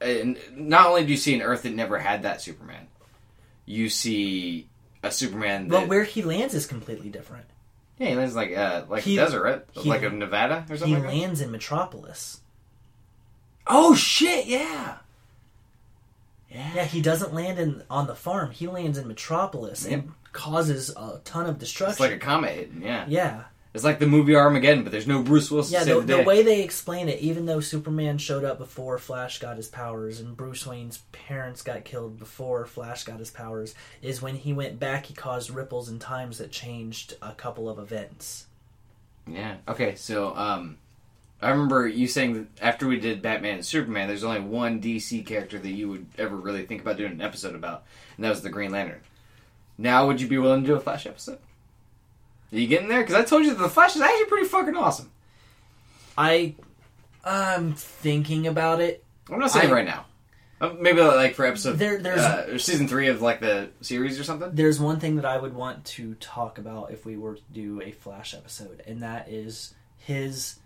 Speaker 2: And not only do you see an Earth that never had that Superman, you see a Superman that
Speaker 1: But where he lands is completely different.
Speaker 2: yeah, he lands like uh like
Speaker 1: He-
Speaker 2: a desert, right?
Speaker 1: he-
Speaker 2: like of Nevada or
Speaker 1: He
Speaker 2: something. Like that?
Speaker 1: lands in Metropolis.
Speaker 2: Oh shit! Yeah,
Speaker 1: Yeah, he doesn't land in on the farm. He lands in Metropolis and causes a ton of
Speaker 2: it's
Speaker 1: destruction.
Speaker 2: like a comet hitting. Yeah.
Speaker 1: yeah,
Speaker 2: it's like the movie Armageddon, but there's no Bruce Willis.
Speaker 1: yeah.
Speaker 2: to
Speaker 1: The,
Speaker 2: save the,
Speaker 1: the
Speaker 2: day.
Speaker 1: way they explain it, even though Superman showed up before Flash got his powers, and Bruce Wayne's parents got killed before Flash got his powers, is when he went back, he caused ripples in times that changed a couple of events.
Speaker 2: Yeah. Okay. So, um, I remember you saying that after we did Batman and Superman, there's only one DC character that you would ever really think about doing an episode about, and that was the Green Lantern. Now, would you be willing to do a Flash episode? Are you getting there? Because I told you that the Flash is actually pretty fucking awesome.
Speaker 1: I, I'm thinking about it.
Speaker 2: I'm not saying
Speaker 1: I-
Speaker 2: right now. Uh, Maybe like for episode
Speaker 1: There- there's-
Speaker 2: uh, or season three of like the series or something.
Speaker 1: There's one thing that I would want to talk about if we were to do a Flash episode, and that is his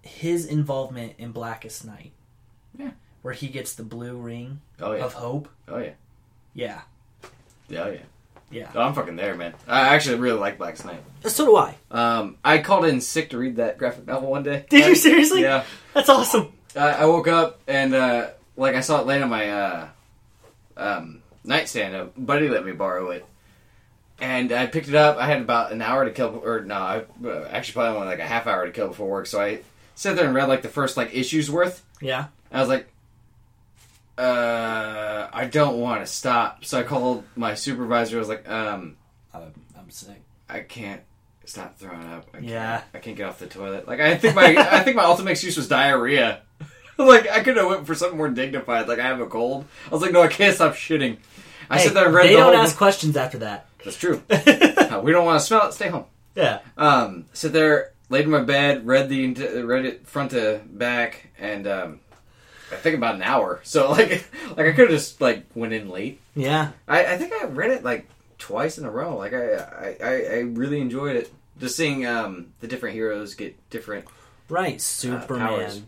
Speaker 1: his involvement in Blackest Night.
Speaker 2: Yeah.
Speaker 1: Where he gets the blue ring
Speaker 2: Oh yeah.
Speaker 1: of hope.
Speaker 2: Oh yeah.
Speaker 1: Yeah.
Speaker 2: Yeah. Oh yeah.
Speaker 1: Yeah.
Speaker 2: Oh, I'm fucking there, man. I actually really like Black Snake.
Speaker 1: So do I.
Speaker 2: Um, I called in sick to read that graphic novel one day.
Speaker 1: Did you seriously?
Speaker 2: Yeah.
Speaker 1: That's awesome.
Speaker 2: I, I woke up and uh, like I saw it laying on my uh, um, nightstand. A buddy let me borrow it, and I picked it up. I had about an hour to kill, or no, I uh, actually probably only like a half hour to kill before work. So I sat there and read like the first like issues worth.
Speaker 1: Yeah.
Speaker 2: And I was like, uh, I don't want to stop. So I called my supervisor. I was like, um,
Speaker 1: I'm, I'm sick.
Speaker 2: I can't stop throwing up. I can't,
Speaker 1: Yeah.
Speaker 2: I can't get off the toilet. Like I think my I think my ultimate excuse was diarrhea. like I could have went for something more dignified. Like I have a cold. I was like, no, I can't stop shitting. I
Speaker 1: Hey,
Speaker 2: sit there and read
Speaker 1: they
Speaker 2: the
Speaker 1: don't
Speaker 2: whole
Speaker 1: ask questions after that.
Speaker 2: That's true. Uh, we don't want to smell it. Stay home.
Speaker 1: yeah.
Speaker 2: Um, sit there, laid in my bed, read the ent- read it front to back, and um, I think about an hour. So like like I could have just like went in late.
Speaker 1: Yeah.
Speaker 2: I, I think I read it like twice in a row. Like I I, I, I really enjoyed it. Just seeing um, the different heroes get different.
Speaker 3: Right, Superman,
Speaker 2: Uh, powers.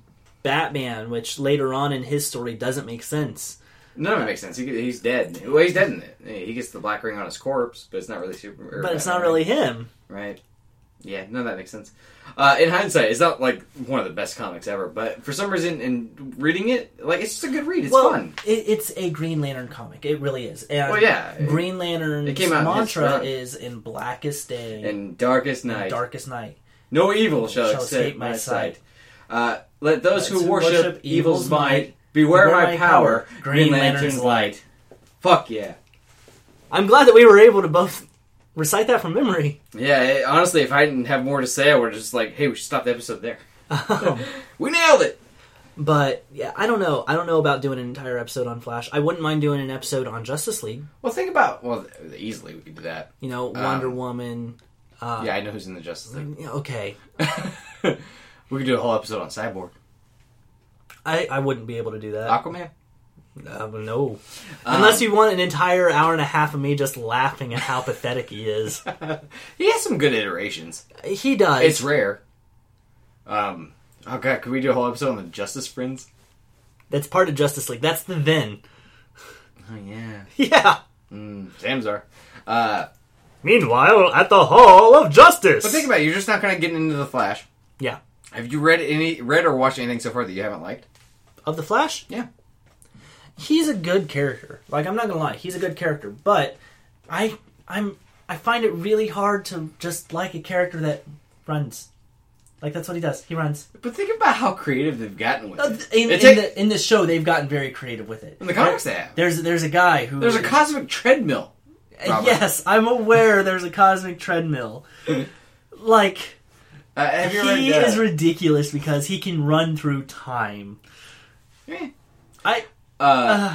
Speaker 3: Batman, which later on in his story doesn't make sense.
Speaker 2: None of it makes sense. He, he's dead. Well, he's dead in it. He gets the black ring on his corpse, but it's not really super. or
Speaker 3: But it's
Speaker 2: Batman,
Speaker 3: not really him.
Speaker 2: right. Yeah, none of that makes sense. Uh, in hindsight, it's not like one of the best comics ever, but for some reason, in reading it, like it's just a good read. It's
Speaker 3: well,
Speaker 2: fun.
Speaker 3: It, it's a Green Lantern comic. It really is. And
Speaker 2: Well, yeah.
Speaker 3: Green Lantern's
Speaker 2: it came out in his
Speaker 3: mantra
Speaker 2: run.
Speaker 3: is in blackest day,
Speaker 2: And Darkest Night,
Speaker 3: darkest night.
Speaker 2: no evil shall,
Speaker 3: Shall
Speaker 2: escape,
Speaker 3: escape
Speaker 2: my
Speaker 3: my
Speaker 2: sight. Uh, let those
Speaker 3: Let
Speaker 2: who
Speaker 3: who
Speaker 2: worship,
Speaker 3: worship
Speaker 2: evil's
Speaker 3: evil's
Speaker 2: might
Speaker 3: might,
Speaker 2: beware, my power. Green Lantern's, light. Fuck yeah.
Speaker 3: I'm glad that we were able to both recite that from memory.
Speaker 2: Yeah, it- honestly, if I didn't have more to say, I would have just like, hey, we should stop the episode there.
Speaker 3: Um,
Speaker 2: We nailed it.
Speaker 3: but yeah, I don't know. I don't know about doing an entire episode on Flash. I wouldn't mind doing an episode on Justice League.
Speaker 2: Well, think about well, th- easily we could do that.
Speaker 3: You know, Wonder
Speaker 2: Um,
Speaker 3: Woman. Uh,
Speaker 2: Yeah, I know who's in the Justice League.
Speaker 3: yeah, Okay,
Speaker 2: we could do a whole episode on Cyborg,
Speaker 3: I, I wouldn't be able to do that.
Speaker 2: Aquaman.
Speaker 3: Uh, no.
Speaker 2: Um,
Speaker 3: Unless you want an entire hour and a half of me just laughing at how pathetic he is.
Speaker 2: He has some good iterations.
Speaker 3: He does.
Speaker 2: It's rare. Um. Oh god, could we do a whole episode on the Justice Friends?
Speaker 3: That's part of Justice League. That's the then.
Speaker 2: Oh yeah.
Speaker 3: Yeah.
Speaker 2: Mm, Zamzar. Uh,
Speaker 3: Meanwhile, at the Hall of Justice.
Speaker 2: but think about it. You're just not going to get into the Flash.
Speaker 3: yeah.
Speaker 2: Have you read any, read or watched anything so far that you haven't liked?
Speaker 3: Of the Flash?
Speaker 2: Yeah.
Speaker 3: He's a good character. Like I'm not gonna lie, he's a good character. But I I'm I find it really hard to just like a character that runs. Like that's what he does. He runs.
Speaker 2: But think about how creative they've gotten with
Speaker 3: Uh,
Speaker 2: it.
Speaker 1: In,
Speaker 2: They
Speaker 1: in,
Speaker 2: take-
Speaker 1: the, in this show, they've gotten very creative with it.
Speaker 2: in the comics, they have.
Speaker 1: There's there's a guy who
Speaker 2: There's a cosmic treadmill. Robert.
Speaker 1: yes, I'm aware. There's a cosmic treadmill. like
Speaker 2: Uh, have you
Speaker 1: he
Speaker 2: read? Uh,
Speaker 1: is ridiculous because he can run through time.
Speaker 2: eh.
Speaker 1: I
Speaker 2: Uh,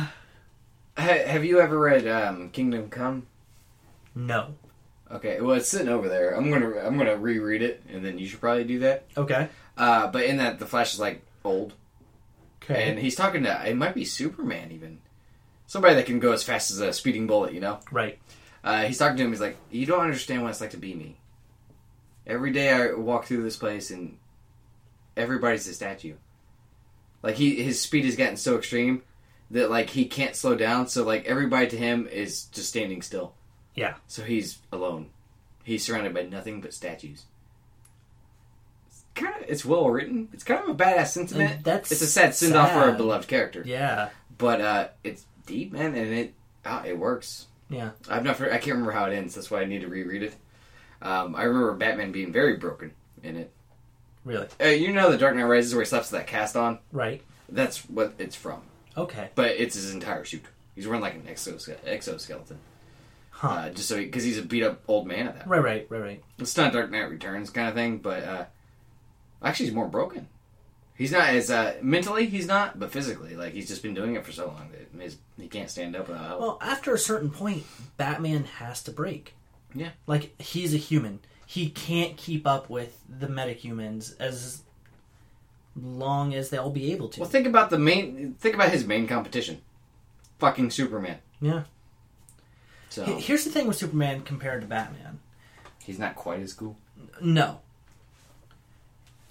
Speaker 2: ha- have you ever read um, Kingdom Come?
Speaker 1: no.
Speaker 2: Okay, well it's sitting over there. I'm gonna I'm gonna reread it, and then you should probably do that.
Speaker 1: Okay.
Speaker 2: Uh, but in that, the Flash is like old,
Speaker 1: Okay.
Speaker 2: and he's talking to it might be Superman even, somebody that can go as fast as a speeding bullet. You know,
Speaker 1: right.
Speaker 2: uh, he's talking to him. He's like, "You don't understand what it's like to be me. Every day I walk through this place, and everybody's a statue. Like he his speed has gotten so extreme that like he can't slow down. So like everybody to him is just standing still.
Speaker 1: Yeah.
Speaker 2: So he's alone. He's surrounded by nothing but statues. It's kind of it's well written. It's kind of a badass sentiment.
Speaker 1: And that's
Speaker 2: it's a sad send off for a
Speaker 1: sad.
Speaker 2: beloved character.
Speaker 1: Yeah.
Speaker 2: But uh, it's deep, man, and it ah, it works.
Speaker 1: Yeah.
Speaker 2: I've not. I can't remember how it ends. That's why I need to reread it. Um, I remember Batman being very broken in it.
Speaker 1: Really.
Speaker 2: Uh, you know, The Dark Knight Rises, where he slaps that cast on.
Speaker 1: Right.
Speaker 2: That's what it's from.
Speaker 1: Okay.
Speaker 2: But it's his entire suit. He's wearing like an exoske- exoskeleton.
Speaker 1: Huh.
Speaker 2: Uh, just so because he's a beat up old man at that.
Speaker 1: Right. Right. Right. Right.
Speaker 2: It's not Dark Knight Returns kind of thing, but uh, actually, he's more broken. He's not as uh, mentally. He's not, but physically, like he's just been doing it for so long that his, he can't stand up without help.
Speaker 1: Well, after a certain point, Batman has to break.
Speaker 2: Yeah.
Speaker 1: Like he's a human. He can't keep up with the metahumans as long as they'll be able to.
Speaker 2: Well, think about the main. Think about his main competition, fucking Superman.
Speaker 1: Yeah.
Speaker 2: So
Speaker 1: He- Here's the thing with Superman compared to Batman.
Speaker 2: he's not quite as cool.
Speaker 1: No.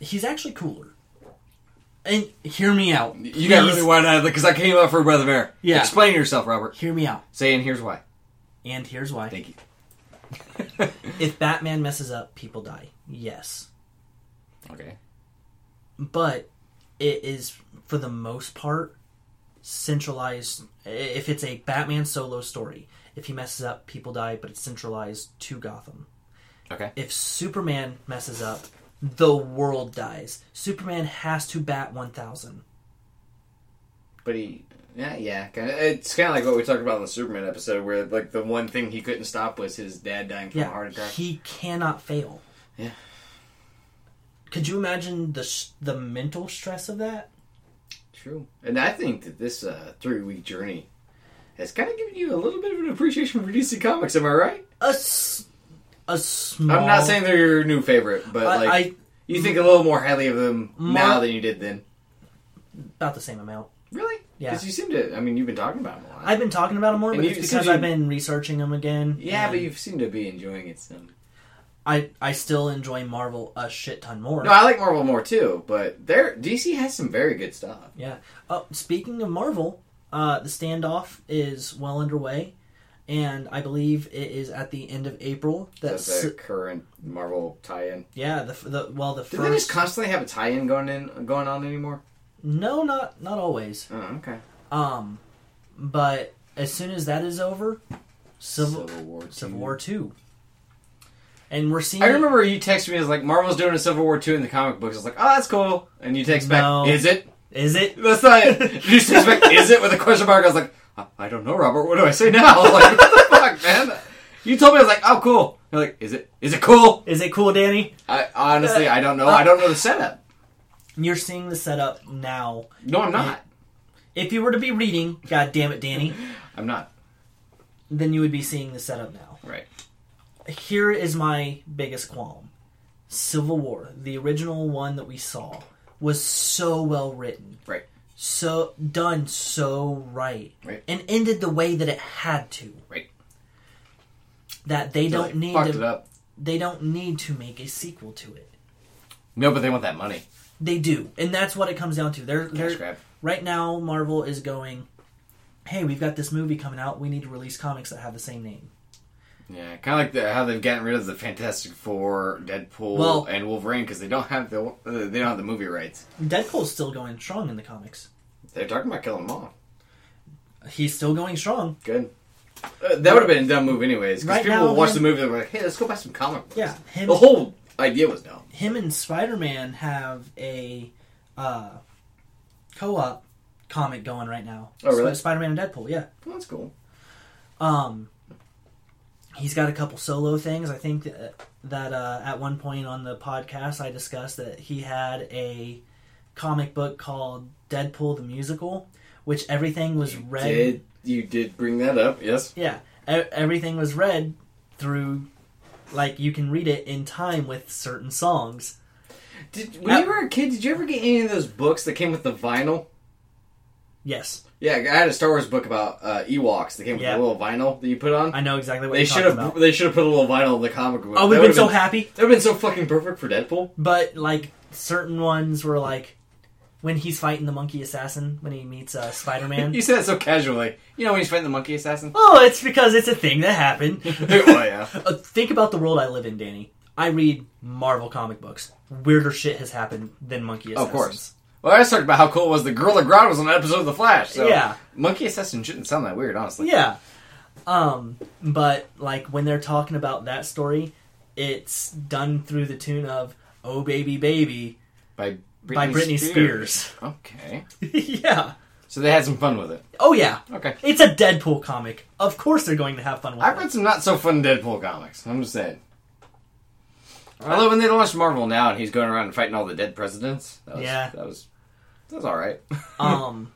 Speaker 1: He's actually cooler. And hear me out.
Speaker 2: You got
Speaker 1: please.
Speaker 2: really wide eyed because I came up for Brother Bear.
Speaker 1: Yeah.
Speaker 2: Explain yourself, Robert.
Speaker 1: Hear me out.
Speaker 2: Saying here's why.
Speaker 1: And here's why.
Speaker 2: Thank you.
Speaker 1: If Batman messes up, people die. Yes.
Speaker 2: Okay.
Speaker 1: But it is, for the most part, centralized. i- If it's a Batman solo story, if he messes up, people die, but it's centralized to Gotham.
Speaker 2: Okay.
Speaker 1: if Superman messes up, the world dies. Superman has to bat 1,000.
Speaker 2: But he. Yeah, yeah. Kinda, it's kind of like what we talked about in the Superman episode, where like the one thing he couldn't stop was his dad dying from a heart
Speaker 1: Yeah,
Speaker 2: attack.
Speaker 1: he cannot fail.
Speaker 2: Yeah.
Speaker 1: Could you imagine the s- the mental stress of that?
Speaker 2: True. And I think that this uh, three week journey has kind of given you a little bit of an appreciation for DC Comics. Am I right?
Speaker 1: A, s- a small.
Speaker 2: I'm not saying they're your new favorite, but
Speaker 1: I,
Speaker 2: like
Speaker 1: I-
Speaker 2: you think a little more highly of them
Speaker 1: Mar-
Speaker 2: now than you did then.
Speaker 1: about the same amount.
Speaker 2: Really?
Speaker 1: Yeah.
Speaker 2: Because you seem to. I mean, you've been talking about them a lot.
Speaker 1: I've been talking about him more,
Speaker 2: And
Speaker 1: but
Speaker 2: you-
Speaker 1: it's
Speaker 2: since
Speaker 1: because
Speaker 2: you-
Speaker 1: I've been researching him again.
Speaker 2: yeah,
Speaker 1: and
Speaker 2: but you seem to be enjoying it some.
Speaker 1: I I still enjoy Marvel a shit ton more.
Speaker 2: No, I like Marvel more too, but there DC has some very good stuff.
Speaker 1: Yeah. Oh, speaking of Marvel, uh, the standoff is well underway, and I believe it is at the end of April.
Speaker 2: That's
Speaker 1: That's
Speaker 2: the current Marvel tie-in.
Speaker 1: yeah. The f- the well the
Speaker 2: Do
Speaker 1: first.
Speaker 2: they just constantly have a tie-in going in going on anymore?
Speaker 1: No, not not always.
Speaker 2: Oh, okay.
Speaker 1: Um, but as soon as that is over, Civil Civil,
Speaker 2: War.
Speaker 1: War Two, and we're seeing.
Speaker 2: I remember you texted me it was like Marvel's doing a Civil War two in the comic books. I was like, oh, that's cool. And you text
Speaker 1: No.
Speaker 2: back, is it?
Speaker 1: Is it?
Speaker 2: That's not it. You text back, is it? With a question mark. I was like, I, I don't know, Robert. What do I say now? I was like, what the fuck, man? You told me I was like, oh, cool. You're like, is it? Is it cool?
Speaker 1: Is it cool, Danny?
Speaker 2: I honestly, I don't know. I don't know the setup.
Speaker 1: You're seeing the setup now.
Speaker 2: No, I'm not.
Speaker 1: If you were to be reading, God damn it, Danny,
Speaker 2: I'm not.
Speaker 1: then you would be seeing the setup now.
Speaker 2: Right.
Speaker 1: Here is my biggest qualm: Civil War, the original one that we saw, was so well written,
Speaker 2: Right.
Speaker 1: so done so right,
Speaker 2: Right.
Speaker 1: and ended the way that it had to.
Speaker 2: Right.
Speaker 1: That they
Speaker 2: They
Speaker 1: don't need
Speaker 2: fucked
Speaker 1: to,
Speaker 2: it up.
Speaker 1: they don't need to make a sequel to it.
Speaker 2: No, but they want that money.
Speaker 1: They do, and that's what it comes down to. They're,
Speaker 2: Cash
Speaker 1: they're
Speaker 2: grab.
Speaker 1: right now. Marvel is going, "Hey, we've got this movie coming out. We need to release comics that have the same name."
Speaker 2: Yeah, kind of like the, how they've gotten rid of the Fantastic Four, Deadpool,
Speaker 1: Well-
Speaker 2: and Wolverine because they don't have the uh, they don't have the movie rights.
Speaker 1: Deadpool's still going strong in the comics.
Speaker 2: They're talking about killing them all.
Speaker 1: He's still going strong.
Speaker 2: Good. Uh, that would have been a dumb move anyways because
Speaker 1: Right
Speaker 2: people
Speaker 1: now,
Speaker 2: will watch
Speaker 1: man-
Speaker 2: the movie and they're like, hey, let's go buy some comic books.
Speaker 1: Yeah, him,
Speaker 2: The whole idea was dumb.
Speaker 1: him and Spider Man have a uh, co-op comic going right now.
Speaker 2: Oh, really?
Speaker 1: Spider Man and Deadpool. Yeah.
Speaker 2: Well, that's cool.
Speaker 1: Um, he's got a couple solo things. I think that, that uh, at one point on the podcast, I discussed that he had a comic book called Deadpool the Musical, which everything was read.
Speaker 2: Did you did bring that up? Yes.
Speaker 1: Yeah, e- everything was read through. Like you can read it in time with certain songs.
Speaker 2: Did, when you were a kid, did you ever get any of those books that came with the vinyl?
Speaker 1: Yes,
Speaker 2: Yeah, I had a Star Wars book about uh, Ewoks that came with
Speaker 1: Yeah.
Speaker 2: a little vinyl that you put on.
Speaker 1: I know exactly what
Speaker 2: They
Speaker 1: you're
Speaker 2: should
Speaker 1: talking
Speaker 2: have.
Speaker 1: about.
Speaker 2: They should have put a little vinyl in the comic book.
Speaker 1: I
Speaker 2: That
Speaker 1: would have been
Speaker 2: would've
Speaker 1: so happy,
Speaker 2: That would have been Oh, so fucking perfect for Deadpool.
Speaker 1: but like certain ones were like when he's fighting the monkey assassin when he meets uh, Spider Man.
Speaker 2: You said it so casually. You know when he's fighting the monkey assassin?
Speaker 1: Oh, it's because it's a thing that happened.
Speaker 2: oh, yeah.
Speaker 1: Uh, think about the world I live in, Danny. I read Marvel comic books. Weirder shit has happened than Monkey Assassins.
Speaker 2: Of course. Well, I just talked about how cool it was the Gorilla Grodd was on an episode of The Flash. So
Speaker 1: Yeah.
Speaker 2: Monkey Assassin shouldn't sound that weird, honestly.
Speaker 1: Yeah. Um, but like when they're talking about that story, it's done through the tune of "Oh Baby Baby"
Speaker 2: By Britney,
Speaker 1: by Britney Spears.
Speaker 2: Okay.
Speaker 1: yeah.
Speaker 2: So they had some fun with it.
Speaker 1: Oh yeah.
Speaker 2: Okay.
Speaker 1: It's a Deadpool comic. Of course they're going to have fun with
Speaker 2: I've
Speaker 1: it.
Speaker 2: read some not so fun Deadpool comics. I'm just saying. Although when they launched Marvel now and he's going around and fighting all the dead presidents, that was,
Speaker 1: Yeah.
Speaker 2: that was that was all right.
Speaker 1: um.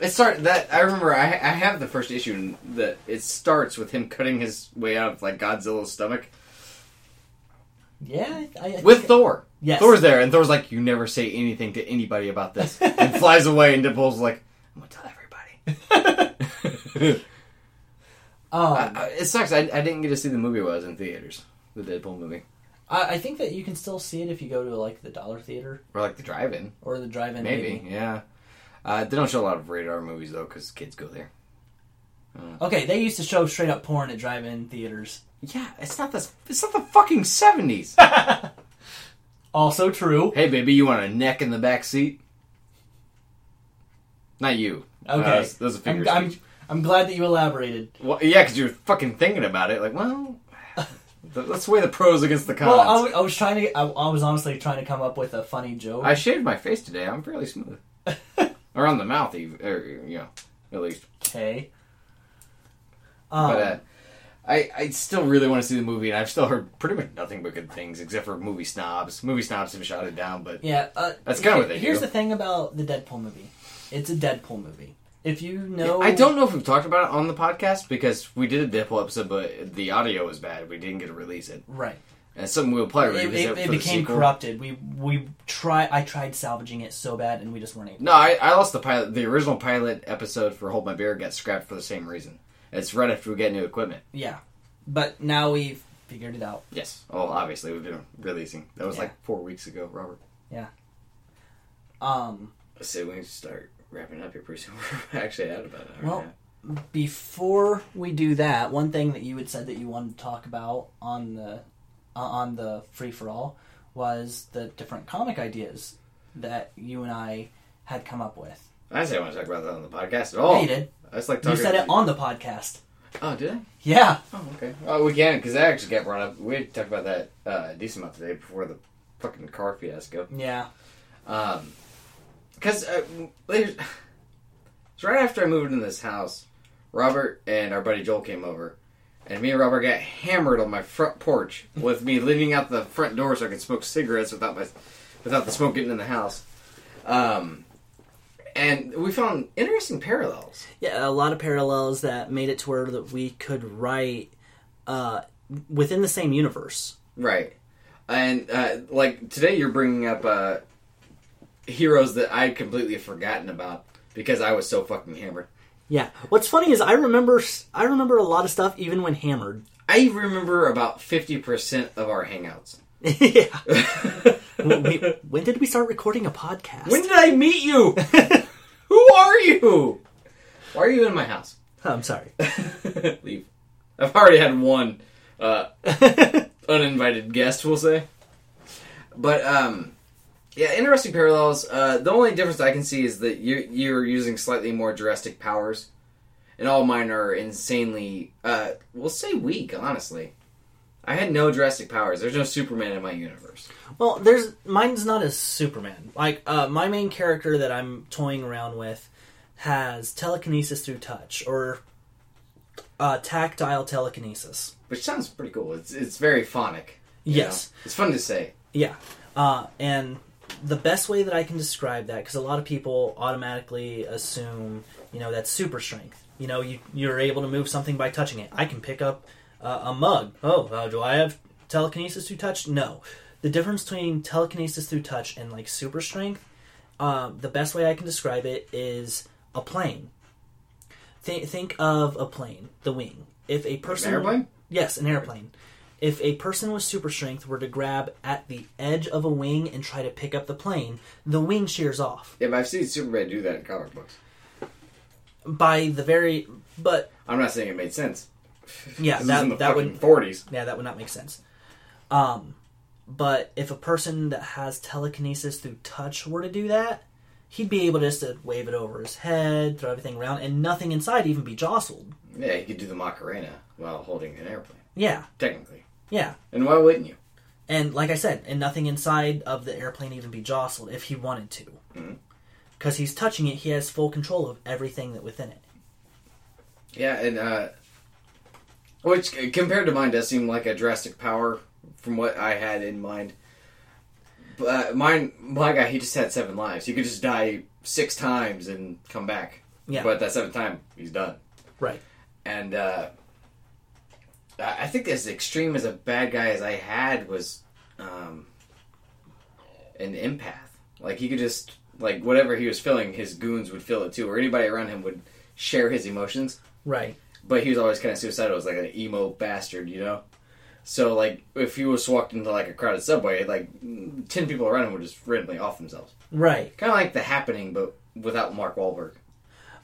Speaker 2: It start that I remember. I, I have the first issue and that it starts with him cutting his way out of like Godzilla's stomach
Speaker 1: Yeah. I, I think-
Speaker 2: with Thor.
Speaker 1: Yes.
Speaker 2: Thor's there, and Thor's like, "You never say anything to anybody about this," and flies away. And Deadpool's like, "I'm gonna tell everybody."
Speaker 1: um,
Speaker 2: I- I- it sucks. I, I didn't get to see the movie while I was in theaters. The Deadpool movie,
Speaker 1: I, I think that you can still see it if you go to like the dollar theater
Speaker 2: or like the drive-in,
Speaker 1: or the drive-in.
Speaker 2: maybe. Yeah, uh, they don't show a lot of radar movies though, because kids go there.
Speaker 1: Okay, they used to show straight up porn at drive-in theaters.
Speaker 2: Yeah, it's not the it's not the fucking seventies.
Speaker 1: Also true.
Speaker 2: Hey, baby, you want a neck in the back seat? Not you. Uh,
Speaker 1: Okay,
Speaker 2: those- those are figures.
Speaker 1: I'm, I'm, I'm glad that you elaborated.
Speaker 2: Well, yeah, because you're fucking thinking about it. Like, well, th- let's weigh the pros against the cons.
Speaker 1: Well, I wa- I was trying to. I, I was honestly trying to come up with a funny joke.
Speaker 2: I shaved my face today. I'm fairly smooth. Around the mouth, even, or, you know, at least.
Speaker 1: okay. Um,
Speaker 2: but uh, I, I still really want to see the movie, and I've still heard pretty much nothing but good things, except for movie snobs. Movie snobs have shot it down, but
Speaker 1: yeah, uh,
Speaker 2: that's kinda what they
Speaker 1: Here's
Speaker 2: do.
Speaker 1: the thing about the Deadpool movie. It's a Deadpool movie. If you know,
Speaker 2: I don't know if we've talked about it on the podcast because we did a Deadpool episode, but the audio was bad. We didn't get to release it,
Speaker 1: Right.
Speaker 2: and something we'll probably
Speaker 1: It,
Speaker 2: revisit
Speaker 1: it- it
Speaker 2: for the
Speaker 1: became
Speaker 2: sequel.
Speaker 1: corrupted. We we try. I tried salvaging it so bad, and we just weren't able.
Speaker 2: No, I, I lost the pilot. The original pilot episode for Hold My Beer got scrapped for the same reason. It's right after we get new equipment.
Speaker 1: Yeah, but now we've
Speaker 6: figured it out.
Speaker 2: Yes. Oh, obviously we've been releasing. That was
Speaker 6: Yeah.
Speaker 2: like four weeks ago, Robert.
Speaker 6: Um,
Speaker 2: So we need to start wrapping up here pretty soon. We're actually out about it.
Speaker 6: Well- before we do that, one thing that you had said that you wanted to talk about on the uh, on the free for all was the different comic ideas that you and I had come up with.
Speaker 2: I didn't say I want to talk about that on the podcast
Speaker 1: Oh,
Speaker 2: at all.
Speaker 6: Yeah, you did.
Speaker 2: I just like
Speaker 6: You
Speaker 2: talking.
Speaker 6: said it on the podcast.
Speaker 2: Oh, did I?
Speaker 6: Yeah.
Speaker 2: Oh, okay. Oh, we can because that actually got brought up. We had talked about that uh, a decent amount today before the fucking car fiasco.
Speaker 6: Yeah.
Speaker 2: Um, because uh, later, so right after I moved into this house, Robert and our buddy Joel came over, and me and Robert got hammered on my front porch with me leaning out the front door so I could smoke cigarettes without my without the smoke getting in the house. Um, and we found interesting parallels.
Speaker 1: yeah, a lot of parallels that made it to where that we could write uh, within the same universe.
Speaker 2: Right. And uh, like today, you're bringing up uh, heroes that I'd completely forgotten about because I was so fucking hammered.
Speaker 1: Yeah. What's funny is I remember I remember a lot of stuff even when hammered.
Speaker 2: I remember about fifty percent of our hangouts.
Speaker 1: yeah. Wait, when did we start recording a podcast?
Speaker 2: When did I meet you? Who are you? Why are you in my house?
Speaker 1: I'm sorry.
Speaker 2: Leave. I've already had one uh, uninvited guest, we'll say. But um, yeah, interesting parallels. Uh, the only difference I can see is that you you're using slightly more drastic powers, and all mine are insanely, uh, we'll say weak. Honestly, I had no drastic powers. There's no Superman in my universe.
Speaker 1: Well, there's mine's not as Superman. Like uh, my main character that I'm toying around with has telekinesis through touch or uh, tactile telekinesis.
Speaker 2: which sounds pretty cool. It's it's very phonic. you
Speaker 1: Yes.
Speaker 2: know? it's fun to say.
Speaker 1: Yeah. Uh, and the best way that I can describe that, because a lot of people automatically assume, you know, that's super strength. You know, you, you're able to move something by touching it. I can pick up uh, a mug. Oh, uh, do I have telekinesis through touch? No. The difference between telekinesis through touch and like super strength, uh, the best way I can describe it is a plane. Th- think of a plane, the wing. If a person
Speaker 2: airplane?
Speaker 1: Yes, an airplane. If a person with super strength were to grab at the edge of a wing and try to pick up the plane, the wing shears off.
Speaker 2: Yeah, but I've seen Superman do that in comic books.
Speaker 1: By the very, but
Speaker 2: I'm not saying it made sense.
Speaker 1: yeah,
Speaker 2: This is in the
Speaker 1: that that
Speaker 2: fucking
Speaker 1: would
Speaker 2: 40s.
Speaker 1: yeah that would not make sense. Um, but if a person that has telekinesis through touch were to do that, he'd be able just to wave it over his head, throw everything around, and nothing inside even be jostled.
Speaker 2: Yeah, he could do the Macarena while holding an airplane,
Speaker 1: Yeah,
Speaker 2: technically.
Speaker 1: yeah.
Speaker 2: And why wouldn't you?
Speaker 1: and like I said, and nothing inside of the airplane even be jostled if he wanted to, because he's touching it. He has full control of everything that within it.
Speaker 2: Yeah, and uh, which c- compared to mine does seem like a drastic power from what I had in mind. But uh, mine, my guy, he just had seven lives. He could just die six times and come back.
Speaker 1: Yeah.
Speaker 2: But that seventh time, he's done.
Speaker 1: Right.
Speaker 2: and uh, I I think as extreme as a bad guy as I had was um, an empath. Like he could just like whatever he was feeling, his goons would feel it too, or anybody around him would share his emotions.
Speaker 1: Right.
Speaker 2: But he was always kind of suicidal. He was like an emo bastard, you know. So like if he was walked into like a crowded subway, like ten people around him would just randomly off themselves.
Speaker 1: Right.
Speaker 2: Kind of like The Happening, but without Mark Wahlberg.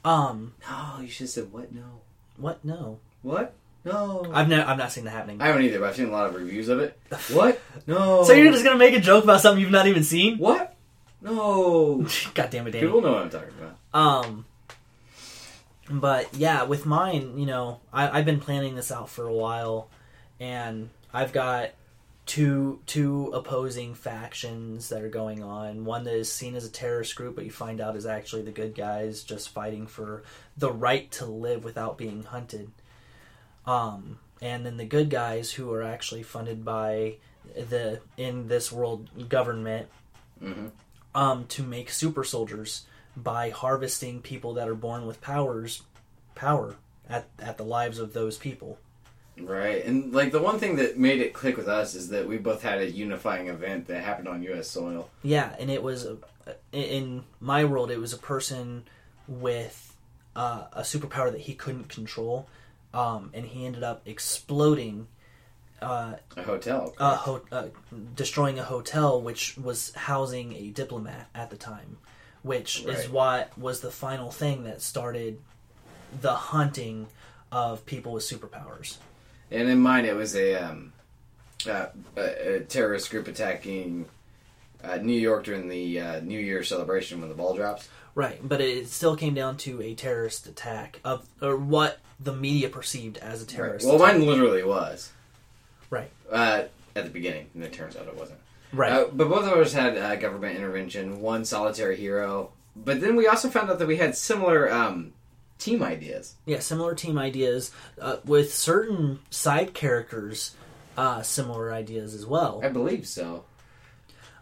Speaker 1: Um.
Speaker 2: No, you should have said what? No,
Speaker 1: What? No.
Speaker 2: what? No.
Speaker 1: I've no. I'm not seeing that happening.
Speaker 2: I haven't either, but I've seen a lot of reviews of it. What? No.
Speaker 1: so you're just gonna make a joke about something you've not even seen?
Speaker 2: What? No.
Speaker 1: God damn it, Danny.
Speaker 2: People know what I'm talking about.
Speaker 1: Um, but yeah, with mine, you know, I, I've been planning this out for a while, and I've got two two opposing factions that are going on. One that is seen as a terrorist group, but you find out is actually the good guys just fighting for the right to live without being hunted. Um, and then the good guys who are actually funded by the in this world government um, to make super soldiers by harvesting people that are born with powers, power at, at the lives of those people.
Speaker 2: Right, and like the one thing that made it click with us is that we both had a unifying event that happened on U.S. soil.
Speaker 1: Yeah, and it was a, in my world, it was a person with uh, a superpower that he couldn't control, um, and he ended up exploding uh,
Speaker 2: A hotel.
Speaker 1: a ho- uh, destroying a hotel which was housing a diplomat at the time, which is
Speaker 2: Right.
Speaker 1: what was the final thing that started the hunting of people with superpowers.
Speaker 2: And in mine, it was a, um, uh, a, a terrorist group attacking uh, New York during the uh, New Year celebration when the ball drops.
Speaker 1: Right, but it still came down to a terrorist attack of or what the media perceived as a terrorist.
Speaker 2: Well,
Speaker 1: attack.
Speaker 2: mine literally was.
Speaker 1: Right.
Speaker 2: Uh, at the beginning, and it turns out it wasn't.
Speaker 1: right,
Speaker 2: Uh, but both of us had uh, government intervention, one solitary hero. But then we also found out that we had similar um, team ideas.
Speaker 1: yeah, similar team ideas uh, with certain side characters, uh, similar ideas as well.
Speaker 2: I believe so.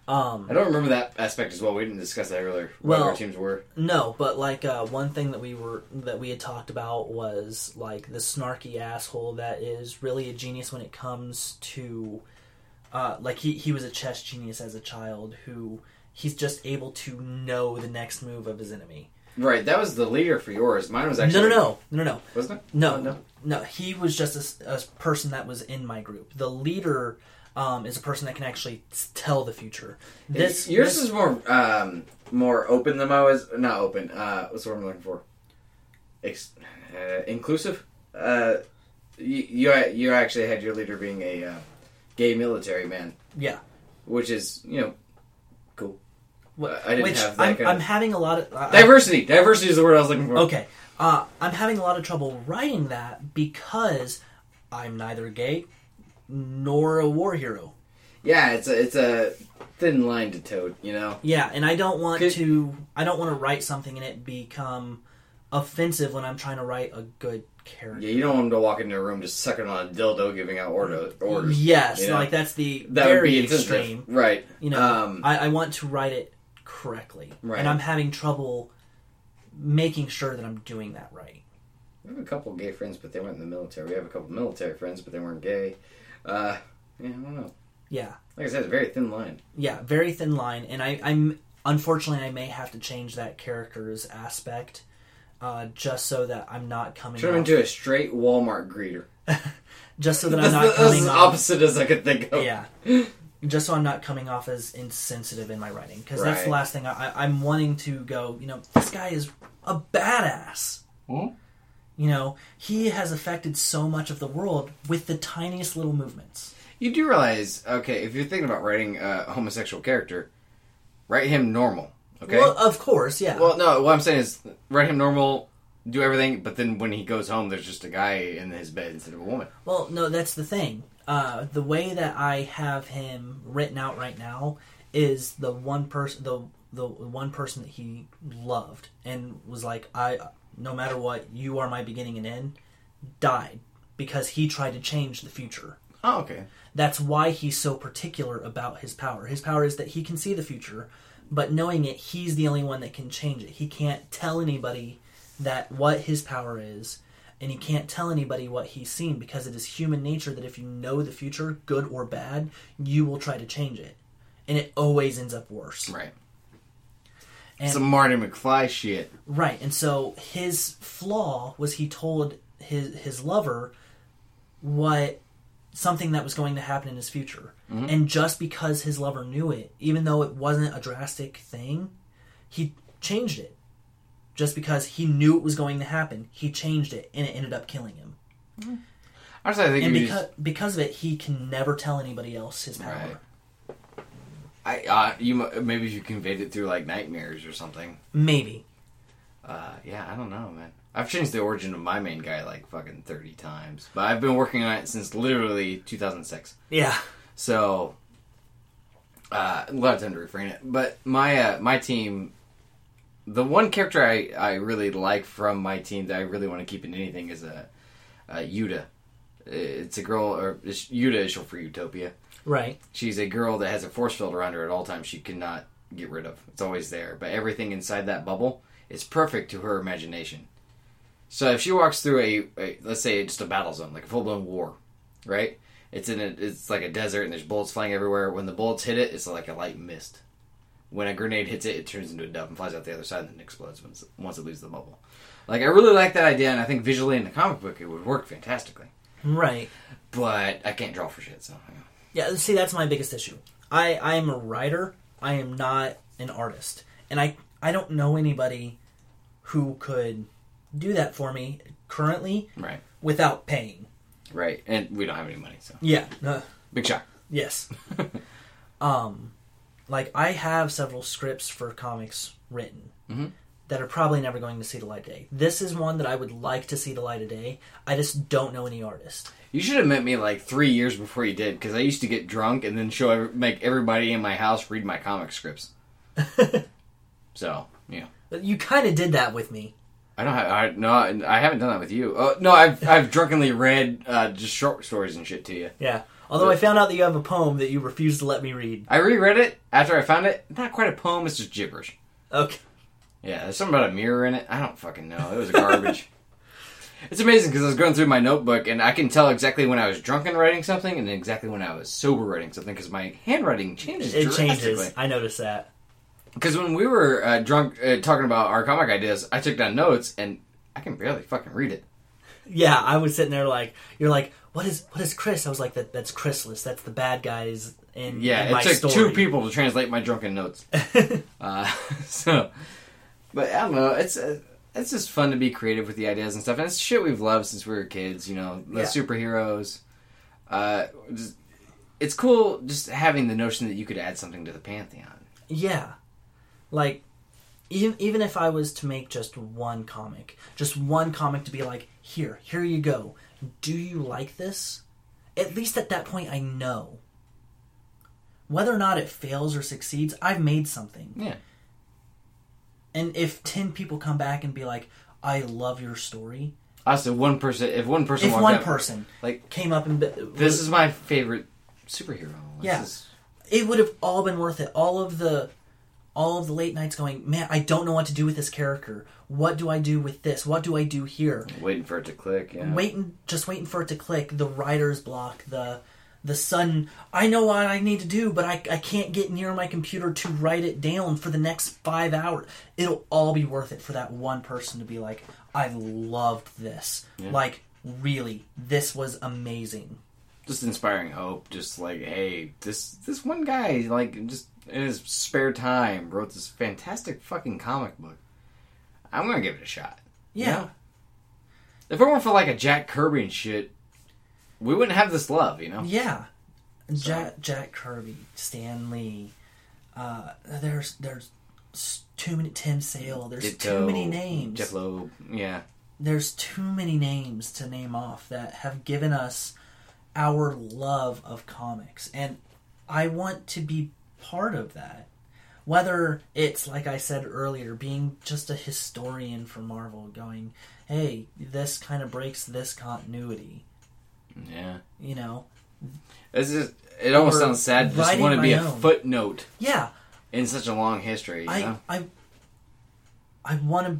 Speaker 1: Um,
Speaker 2: I don't remember that aspect as well. We didn't discuss that earlier. What
Speaker 1: Well-
Speaker 2: our teams were.
Speaker 1: No, but like uh, one thing that we were that we had talked about was like the snarky asshole that is really a genius when it comes to uh, like he he was a chess genius as a child who he's just able to know the next move of his enemy.
Speaker 2: Right, that was the leader for yours. Mine was actually
Speaker 1: No, no, no, no, no.
Speaker 2: wasn't it?
Speaker 1: No,
Speaker 2: Oh,
Speaker 1: no, no. He was just a s- a, s- person that was in my group. The leader um, is a person that can actually s- tell the future. This
Speaker 2: yours
Speaker 1: this-
Speaker 2: is more um, more open than mine was. Not open. Uh, what's the word I'm looking for? Ex- uh, inclusive. Uh, you, you you actually had your leader being a uh, gay military man,
Speaker 1: yeah.
Speaker 2: which is you know cool.
Speaker 1: Wh-
Speaker 2: I didn't
Speaker 1: Which
Speaker 2: have that
Speaker 1: I'm,
Speaker 2: kind
Speaker 1: I'm
Speaker 2: of-
Speaker 1: having a lot of I- I-
Speaker 2: Diversity. Diversity is the word I was looking for.
Speaker 1: Okay. Uh, I'm having a lot of trouble writing that because I'm neither gay nor a war hero.
Speaker 2: Yeah, it's a it's a thin line to tote. You know.
Speaker 1: Yeah, and I don't want
Speaker 2: Could-
Speaker 1: to. I don't want to write something and it become offensive when I'm trying to write a good character.
Speaker 2: Yeah, you don't want him to walk into a room just sucking on a dildo, giving out order, orders.
Speaker 1: yes,
Speaker 2: you know?
Speaker 1: like that's the
Speaker 2: that would
Speaker 1: very
Speaker 2: be insensitive.
Speaker 1: extreme.
Speaker 2: right?
Speaker 1: You know,
Speaker 2: Um,
Speaker 1: I, I want to write it correctly,
Speaker 2: Right.
Speaker 1: and I'm having trouble making sure that I'm doing that right.
Speaker 2: We have a couple gay friends, but they weren't in the military. We have a couple military friends, but they weren't gay. Uh, yeah, I don't know.
Speaker 1: Yeah.
Speaker 2: Like I said, it's a very thin line.
Speaker 1: yeah very thin line and I, i'm unfortunately i may have to change that character's aspect uh, just so that i'm not coming
Speaker 2: Turn him
Speaker 1: off,
Speaker 2: into a straight Walmart greeter.
Speaker 1: just so that i'm
Speaker 2: That's,
Speaker 1: not
Speaker 2: the, that's
Speaker 1: coming
Speaker 2: as
Speaker 1: off
Speaker 2: opposite as I could think of.
Speaker 1: yeah just so i'm not coming off as insensitive in my writing because that's the
Speaker 2: Right.
Speaker 1: last thing I, I, i'm wanting to go you know this guy is a badass
Speaker 2: Hmm?
Speaker 1: you know he has affected so much of the world with the tiniest little movements
Speaker 2: You do realize, okay, if you're thinking about writing a homosexual character, write him normal. Okay.
Speaker 1: well
Speaker 2: Well,
Speaker 1: of course yeah
Speaker 2: no. What I'm saying is, write him normal. Do everything, but then when he goes home, there's just a guy in his bed instead of a woman.
Speaker 1: Well, no, that's the thing. Uh, the way that I have him written out right now is the one person, the the one person that he loved and was like, I, no matter what, you are my beginning and end. Died because he tried to change the future.
Speaker 2: Oh, okay.
Speaker 1: That's why he's so particular about his power. His power is that he can see the future, but knowing it, he's the only one that can change it. He can't tell anybody that what his power is, and he can't tell anybody what he's seen because it is human nature that if you know the future, good or bad, you will try to change it. And it always ends up worse.
Speaker 2: Right.
Speaker 1: And-
Speaker 2: Some Marty McFly shit.
Speaker 1: Right, and so his flaw was he told his his lover what something that was going to happen in his future, and just because his lover knew it, even though it wasn't a drastic thing, he changed it. Just because he knew it was going to happen, he changed it, and it ended up killing him.
Speaker 2: Honestly, I think
Speaker 1: And
Speaker 2: if you
Speaker 1: because because of it, he can never tell anybody else his power.
Speaker 2: Right. I uh, you mu- maybe if you conveyed it through like nightmares or something.
Speaker 1: Maybe
Speaker 2: Uh, yeah, I don't know, man. I've changed the origin of my main guy like fucking thirty times, but I've been working on it since literally two thousand six.
Speaker 1: Yeah.
Speaker 2: So uh, a lot of time to refrain it. But my uh, my team, the one character I, I really like from my team that I really want to keep in anything is a, uh Yuta. It's a girl, or it's, Yuta is short for Utopia.
Speaker 1: Right.
Speaker 2: She's a girl that has a force field around her at all times she cannot get rid of. It's always there. But everything inside that bubble is perfect to her imagination. So if she walks through a, a let's say just a battle zone, like a full blown war, right? It's in a, it's like a desert and there's bullets flying everywhere. When the bullets hit it, it's like a light mist. When a grenade hits it, it turns into a dove and flies out the other side and then explodes once, once it leaves the bubble. Like I really like that idea, and I think visually in the comic book it would work fantastically.
Speaker 1: Right.
Speaker 2: but I can't draw for shit. So
Speaker 1: Yeah, see, that's my biggest issue. I I am a writer. I am not an artist, and I I don't know anybody who could do that for me currently
Speaker 2: right,
Speaker 1: without paying.
Speaker 2: right, and we don't have any money. So
Speaker 1: Yeah. uh,
Speaker 2: big shock.
Speaker 1: yes. um, like I have several scripts for comics written.
Speaker 2: Mhm.
Speaker 1: That are probably never going to see the light of day. This is one that I would like to see the light of day. I just don't know any artist.
Speaker 2: You should have met me like three years before you did, because I used to get drunk and then show every- make everybody in my house read my comic scripts. so yeah,
Speaker 1: But You kind of did that with me.
Speaker 2: I don't have I no I haven't done that with you. Oh no, I've I've drunkenly read uh, just short stories and shit to you.
Speaker 1: Yeah. Although I found out that you have a poem that you refused to let me read.
Speaker 2: I reread it after I found it. Not quite a poem. It's just gibberish.
Speaker 1: Okay.
Speaker 2: Yeah, there's something about a mirror in it. I don't fucking know. It was garbage. it's amazing because I was going through my notebook and I can tell exactly when I was drunk and writing something and exactly when I was sober writing something because my handwriting changes.
Speaker 1: It changes. I noticed that.
Speaker 2: Because when we were uh, drunk uh, talking about our comic ideas, I took down notes and I can barely fucking read it.
Speaker 1: Yeah, I was sitting there like, you're like, what is what is Chris? I was like, that that's Chrisless. That's the bad guys in
Speaker 2: Yeah,
Speaker 1: in my
Speaker 2: it took
Speaker 1: story.
Speaker 2: two people to translate my drunken notes. uh, so, but I don't know. It's uh, it's just fun to be creative with the ideas and stuff, and it's shit we've loved since we were kids. You know, the
Speaker 1: Yeah.
Speaker 2: superheroes. Uh, just, it's cool just having the notion that you could add something to the pantheon.
Speaker 1: Yeah, like even even if I was to make just one comic, just one comic to be like, here, here you go. Do you like this? At least at that point, I know. Whether or not it fails or succeeds, I've made something.
Speaker 2: Yeah,
Speaker 1: And if ten people come back and be like, "I love your story,"
Speaker 2: also one person. If one person,
Speaker 1: if
Speaker 2: walked
Speaker 1: one
Speaker 2: up,
Speaker 1: person
Speaker 2: like
Speaker 1: came up and be-
Speaker 2: this is my favorite superhero. This
Speaker 1: Yeah.
Speaker 2: is-
Speaker 1: it would have all been worth it. All of the all of the late nights going, man, I don't know what to do with this character. What do I do with this? What do I do here?
Speaker 2: waiting for it to click. Yeah.
Speaker 1: Waiting just waiting for it to click, the writer's block, the the sudden I know what I need to do, but I I can't get near my computer to write it down for the next five hours. It'll all be worth it for that one person to be like, I loved this. Like, really, this was amazing.
Speaker 2: just inspiring hope. Just like, hey, this this one guy, like, just in his spare time, wrote this fantastic fucking comic book. I'm gonna give it a shot. you
Speaker 1: Yeah.
Speaker 2: know? If it weren't for like a Jack Kirby and shit, we wouldn't have this love, you know.
Speaker 1: Yeah, Jack Jack Kirby, Stan Lee. Uh, there's there's s- too many Tim Sale. There's too
Speaker 2: Ditko,
Speaker 1: many names.
Speaker 2: Jeff Loeb, yeah,
Speaker 1: There's too many names to name off that have given us our love of comics, and I want to be part of that. Whether it's like I said earlier, being just a historian for Marvel, going, "Hey, this kind of breaks this continuity,"
Speaker 2: yeah.
Speaker 1: you know?
Speaker 2: It's just it almost
Speaker 1: Or
Speaker 2: sounds sad. to Just
Speaker 1: writing
Speaker 2: want to be
Speaker 1: my
Speaker 2: a
Speaker 1: own.
Speaker 2: footnote
Speaker 1: Yeah,
Speaker 2: in such a long history. You
Speaker 1: I
Speaker 2: know?
Speaker 1: I I want to.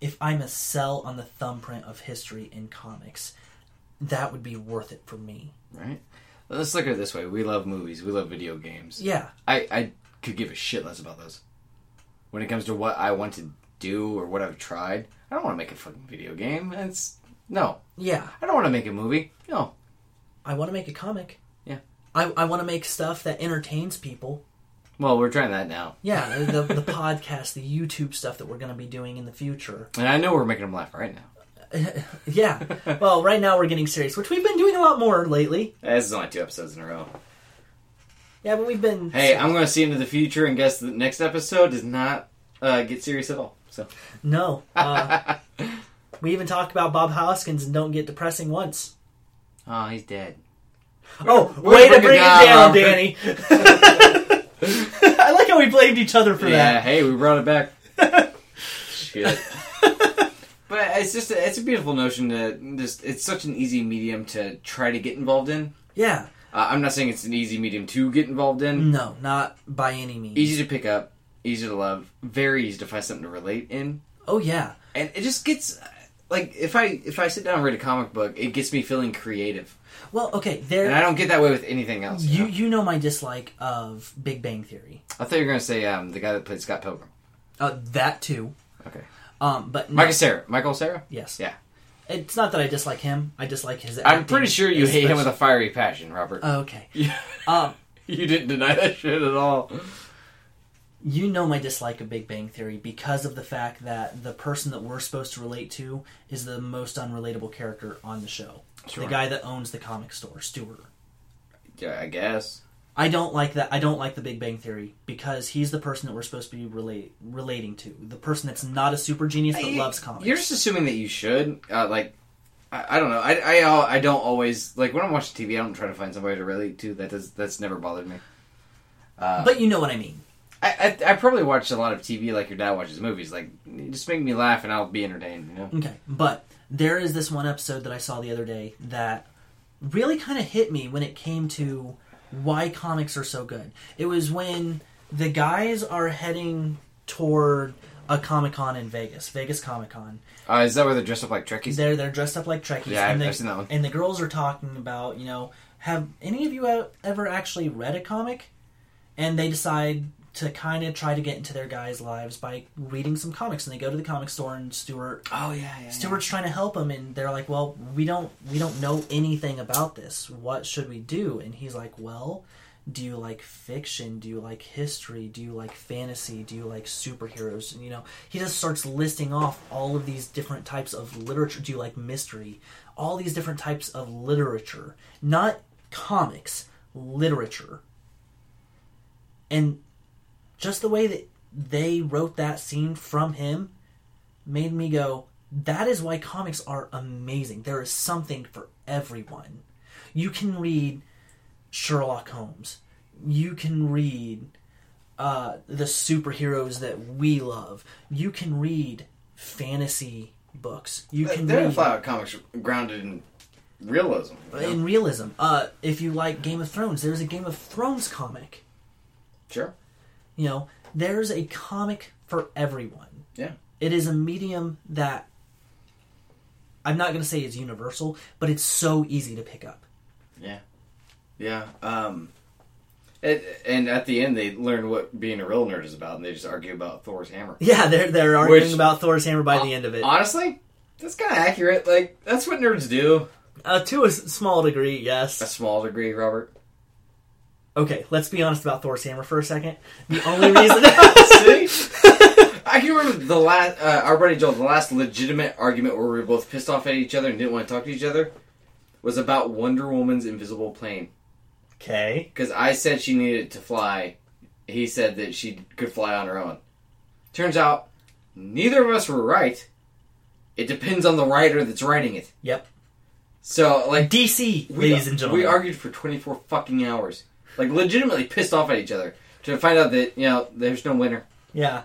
Speaker 1: If I'm a cell on the thumbprint of history in comics, that would be worth it for me.
Speaker 2: right? Let's look at it this way: we love movies, we love video games.
Speaker 1: Yeah,
Speaker 2: I, I could give a shit less about those. When it comes to what I want to do or what I've tried, I don't want to make a fucking video game. It's no,
Speaker 1: yeah.
Speaker 2: I don't want to make a movie. No,
Speaker 1: I want to make a comic.
Speaker 2: Yeah.
Speaker 1: I, I want to make stuff that entertains people.
Speaker 2: well, we're trying that now,
Speaker 1: Yeah, the, the podcast, the YouTube stuff that we're going to be doing in the future.
Speaker 2: and I know we're making them laugh right now.
Speaker 1: Yeah. Well, right now we're getting serious, which we've been doing a lot more lately.
Speaker 2: Eh, This is only two episodes in a row.
Speaker 1: Yeah, but we've been.
Speaker 2: Hey, I'm going to see into the future, and guess the next episode does not uh, get serious at all. So
Speaker 1: No. Uh, we even talk about Bob Hoskins and don't get depressing once.
Speaker 2: oh, he's dead.
Speaker 1: Oh,
Speaker 2: We're
Speaker 1: way to
Speaker 2: bringing
Speaker 1: bring it
Speaker 2: down
Speaker 1: down,
Speaker 2: our-
Speaker 1: Danny. I like how we blamed each other for
Speaker 2: yeah,
Speaker 1: that.
Speaker 2: hey, we brought it back. Shit. but it's just it's a beautiful notion to just it's such an easy medium to try to get involved in.
Speaker 1: Yeah.
Speaker 2: Uh, I'm not saying it's an easy medium to get involved in.
Speaker 1: No, not by any means.
Speaker 2: Easy to pick up, easy to love, very easy to find something to relate in,
Speaker 1: Oh yeah.
Speaker 2: and it just gets uh, like if I if I sit down and read a comic book, it gets me feeling creative,
Speaker 1: Well, okay.
Speaker 2: and I
Speaker 1: There,
Speaker 2: don't get that way with anything else. You
Speaker 1: you
Speaker 2: know?
Speaker 1: you know my dislike of Big Bang Theory.
Speaker 2: I thought you were gonna say um, the guy that played Scott Pilgrim.
Speaker 1: Uh, that too.
Speaker 2: Okay,
Speaker 1: Um, but no-
Speaker 2: Michael Sarah, Michael Sarah.
Speaker 1: yes,
Speaker 2: Yeah.
Speaker 1: It's not that I dislike him. I dislike his.
Speaker 2: I'm
Speaker 1: acting,
Speaker 2: pretty sure you hate him with a
Speaker 1: especially-
Speaker 2: fiery passion, Robert.
Speaker 1: Oh, okay.
Speaker 2: you
Speaker 1: Um,
Speaker 2: didn't deny that shit at all.
Speaker 1: you know my dislike of Big Bang Theory because of the fact that the person that we're supposed to relate to is the most unrelatable character on the show.
Speaker 2: Sure.
Speaker 1: The guy that owns the comic store, Stewart.
Speaker 2: Yeah, I guess.
Speaker 1: I don't like that. I don't like the Big Bang Theory because he's the person that we're supposed to be relate, relating to. The person that's not a super genius but
Speaker 2: You-
Speaker 1: loves comics.
Speaker 2: You're just assuming that you should. Uh, like, I, I don't know. I, I al- I don't always like when I'm watching TV. I don't try to find somebody to relate to. That does that's never bothered me. Uh,
Speaker 1: but you know what I mean.
Speaker 2: I, I I probably watch a lot of TV like your dad watches movies. Like, just make me laugh and I'll be entertained. You know.
Speaker 1: Okay, but there is this one episode that I saw the other day that really kind of hit me when it came to why comics are so good. It was when the guys are heading toward a Comic Con in Vegas, Vegas Comic Con.
Speaker 2: Uh, is that where they're dressed up like Trekkies?
Speaker 1: They're they're dressed up like Trekkies,
Speaker 2: Yeah, I've-
Speaker 1: and the,
Speaker 2: I've seen that one.
Speaker 1: and the girls are talking about you know have any of you e- ever actually read a comic? And they decide to kind of try to get into their guys' lives by reading some comics, and they go to the comic store, and Stuart
Speaker 2: Oh yeah, yeah.
Speaker 1: Stewart's trying to help him, and they're like, "Well, we don't we don't know anything about this. What should we do?" And he's like, "Well, do you like fiction? Do you like history? Do you like fantasy? Do you like superheroes?" And you know, he just starts listing off all of these different types of literature. Do you like mystery? All these different types of literature, not comics, literature, and just the way that they wrote that scene from him made me go, that is why comics are amazing. There is something for everyone. You can read Sherlock Holmes. You can read uh, the superheroes that we love. You can read fantasy books. You can
Speaker 2: They're
Speaker 1: read
Speaker 2: flat out comics grounded in realism. you know?
Speaker 1: in realism. Uh, if you like Game of Thrones, there's a Game of Thrones comic.
Speaker 2: Sure.
Speaker 1: You know, there's a comic for everyone.
Speaker 2: Yeah.
Speaker 1: It is a medium that I'm not going to say is universal, but it's so easy to pick up.
Speaker 2: Yeah. Um, it, and at the end, they learn what being a real nerd is about, and they just argue about Thor's hammer.
Speaker 1: Yeah, they're they're arguing
Speaker 2: Which-
Speaker 1: about Thor's hammer by the end of it,
Speaker 2: Honestly, that's kind of accurate. Like that's what nerds do.
Speaker 1: uh, to a s- small degree.
Speaker 2: A
Speaker 1: Yes.
Speaker 2: small degree, Robert.
Speaker 1: Okay, let's be honest about Thor's hammer for a second. The only reason,
Speaker 2: See, I can remember the last uh, our buddy Joel. The last legitimate argument where we were both pissed off at each other and didn't want to talk to each other was about Wonder Woman's invisible plane.
Speaker 1: okay,
Speaker 2: Because I said she needed to fly. He said that she could fly on her own. Turns out, neither of us were right. It depends on the writer that's writing it.
Speaker 1: Yep.
Speaker 2: So, like,
Speaker 1: DC,
Speaker 2: we-
Speaker 1: ladies and gentlemen,
Speaker 2: we argued for 24 fucking hours. Like, legitimately pissed off at each other to find out that, you know, there's no winner.
Speaker 1: yeah,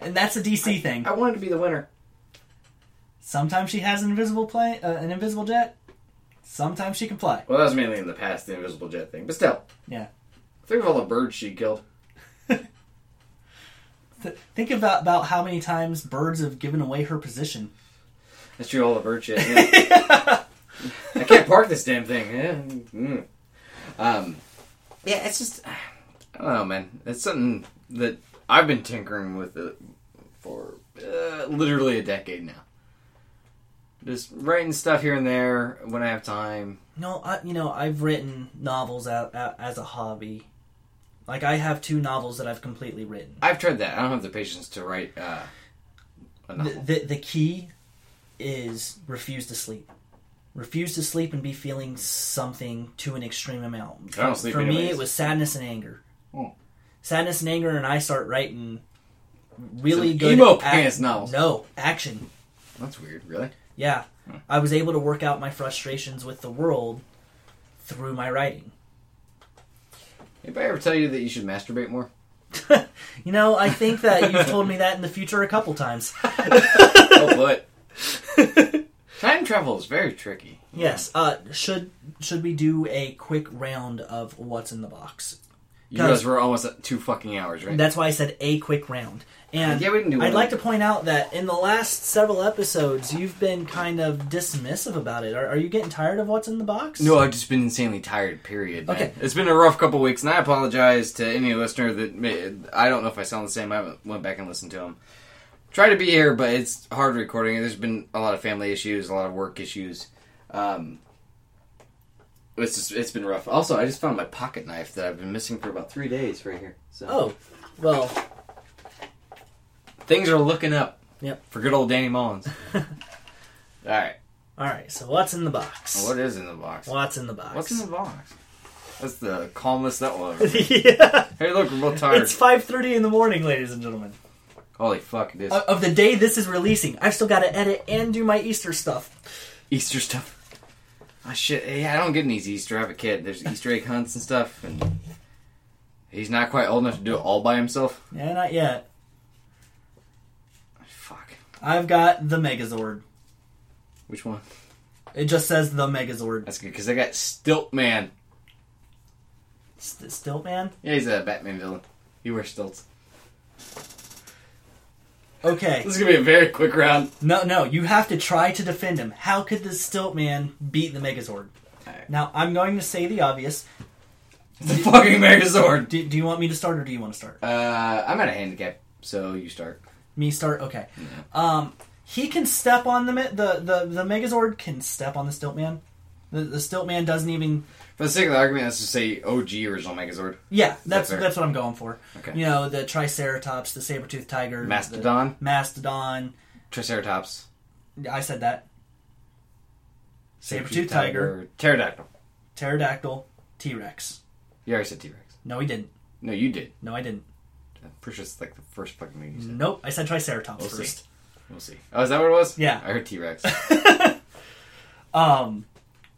Speaker 1: and that's a DC thing.
Speaker 2: I wanted to be the winner.
Speaker 1: Sometimes she has an invisible plane, uh, an invisible jet. Sometimes she can fly.
Speaker 2: Well, that was mainly in the past, the invisible jet thing. But still.
Speaker 1: Yeah.
Speaker 2: Think of all the birds she killed.
Speaker 1: Th- think about about how many times birds have given away her position.
Speaker 2: That's true, all the bird shit. yeah. I can't park this damn thing. Yeah. Mm. Um, yeah, it's just. I don't know, man. It's something that I've been tinkering with it for uh, literally a decade now. Just writing stuff here and there when I have time.
Speaker 1: No, I, you know, I've written novels out, out as a hobby. Like I have two novels that I've completely written.
Speaker 2: I've tried that. I don't have the patience to write uh,
Speaker 1: The,
Speaker 2: a novel.
Speaker 1: the, the key is refuse to sleep. Refuse to sleep and be feeling something to an extreme amount.
Speaker 2: I don't sleep
Speaker 1: For me,
Speaker 2: anyways.
Speaker 1: it was sadness and anger.
Speaker 2: Oh.
Speaker 1: Sadness and anger, and I start writing really
Speaker 2: Some
Speaker 1: good
Speaker 2: emo
Speaker 1: ac-
Speaker 2: pants novels.
Speaker 1: No action.
Speaker 2: That's weird, really.
Speaker 1: Yeah. I was able to work out my frustrations with the world through my writing.
Speaker 2: Anybody ever tell you that you should masturbate more?
Speaker 1: You know, I think that you've told me that in the future a couple times.
Speaker 2: oh, but time travel is very tricky.
Speaker 1: Yes. Uh, should should we do a quick round of what's in the box?
Speaker 2: You
Speaker 1: Guys-
Speaker 2: realize we're almost at two fucking hours, right?
Speaker 1: That's why I said a quick round. And
Speaker 2: Yeah, we can do
Speaker 1: I'd
Speaker 2: one.
Speaker 1: like to point out that in the last several episodes, you've been kind of dismissive about it. Are, are you getting tired of what's in the box?
Speaker 2: no, I've just been insanely tired. Period. man.
Speaker 1: Okay.
Speaker 2: it's been a rough couple weeks, and I apologize to any listener that may, I don't know if I sound the same. I haven't went back and listened to them, Try to be here, but it's hard recording. There's been a lot of family issues, a lot of work issues. Um, it's just, it's been rough. Also, I just found my pocket knife that I've been missing for about three days right here. So
Speaker 3: Oh, well,
Speaker 2: things are looking up.
Speaker 3: Yep.
Speaker 2: For good old Danny Mullins. All right.
Speaker 1: All right. So what's in the box?
Speaker 2: Oh, What is in the box?
Speaker 1: What's in the box?
Speaker 2: What's in the box? That's the calmest that was.
Speaker 1: yeah.
Speaker 2: hey, look, we're both tired.
Speaker 1: It's five thirty in the morning, ladies and gentlemen.
Speaker 2: Holy fuck, it is
Speaker 1: O- Of the day this is releasing, I've still got to edit and do my Easter stuff.
Speaker 2: Easter stuff. I shit. Yeah, I don't get any Easter. I have a kid. There's Easter egg hunts and stuff, and he's not quite old enough to do it all by himself.
Speaker 1: Yeah, not yet.
Speaker 2: Fuck.
Speaker 1: I've got the Megazord.
Speaker 2: Which one?
Speaker 1: It just says the Megazord.
Speaker 2: That's good because I got Stilt Man.
Speaker 1: St- Stilt man.
Speaker 2: Yeah, he's a Batman villain. He wears stilts.
Speaker 1: Okay.
Speaker 2: This is gonna be a very quick round.
Speaker 1: No, no, you have to try to defend him. How could the Stilt Man beat the Megazord?
Speaker 2: Alright.
Speaker 1: Now, I'm going to say the obvious.
Speaker 2: It's a fucking Megazord.
Speaker 1: Do, do you want me to start or do you want to start?
Speaker 2: Uh, I'm at a handicap, so you start.
Speaker 1: Me start? Okay. Um, he can step on the, me- the, the, the Megazord can step on the Stilt Man. The, the Stilt Man doesn't even.
Speaker 2: For the sake of the argument, let's just say OG original Megazord.
Speaker 1: Yeah, that's
Speaker 2: fair?
Speaker 1: that's what I'm going for.
Speaker 2: Okay.
Speaker 1: You know, the Triceratops, the Saber-Tooth Tiger, the
Speaker 2: Mastodon,
Speaker 1: Mastodon.
Speaker 2: Triceratops,
Speaker 1: I said that. Saber-Tooth Tiger,
Speaker 2: Pterodactyl.
Speaker 1: Pterodactyl, T-Rex.
Speaker 2: You already said T Rex.
Speaker 1: No, he didn't.
Speaker 2: No, you did.
Speaker 1: No, I didn't.
Speaker 2: I'm pretty sure it's like the first fucking thing you said.
Speaker 1: Nope, I said Triceratops
Speaker 2: We'll see.
Speaker 1: first.
Speaker 2: We'll see. Oh, is that what it was?
Speaker 1: Yeah.
Speaker 2: I heard T Rex.
Speaker 1: Um,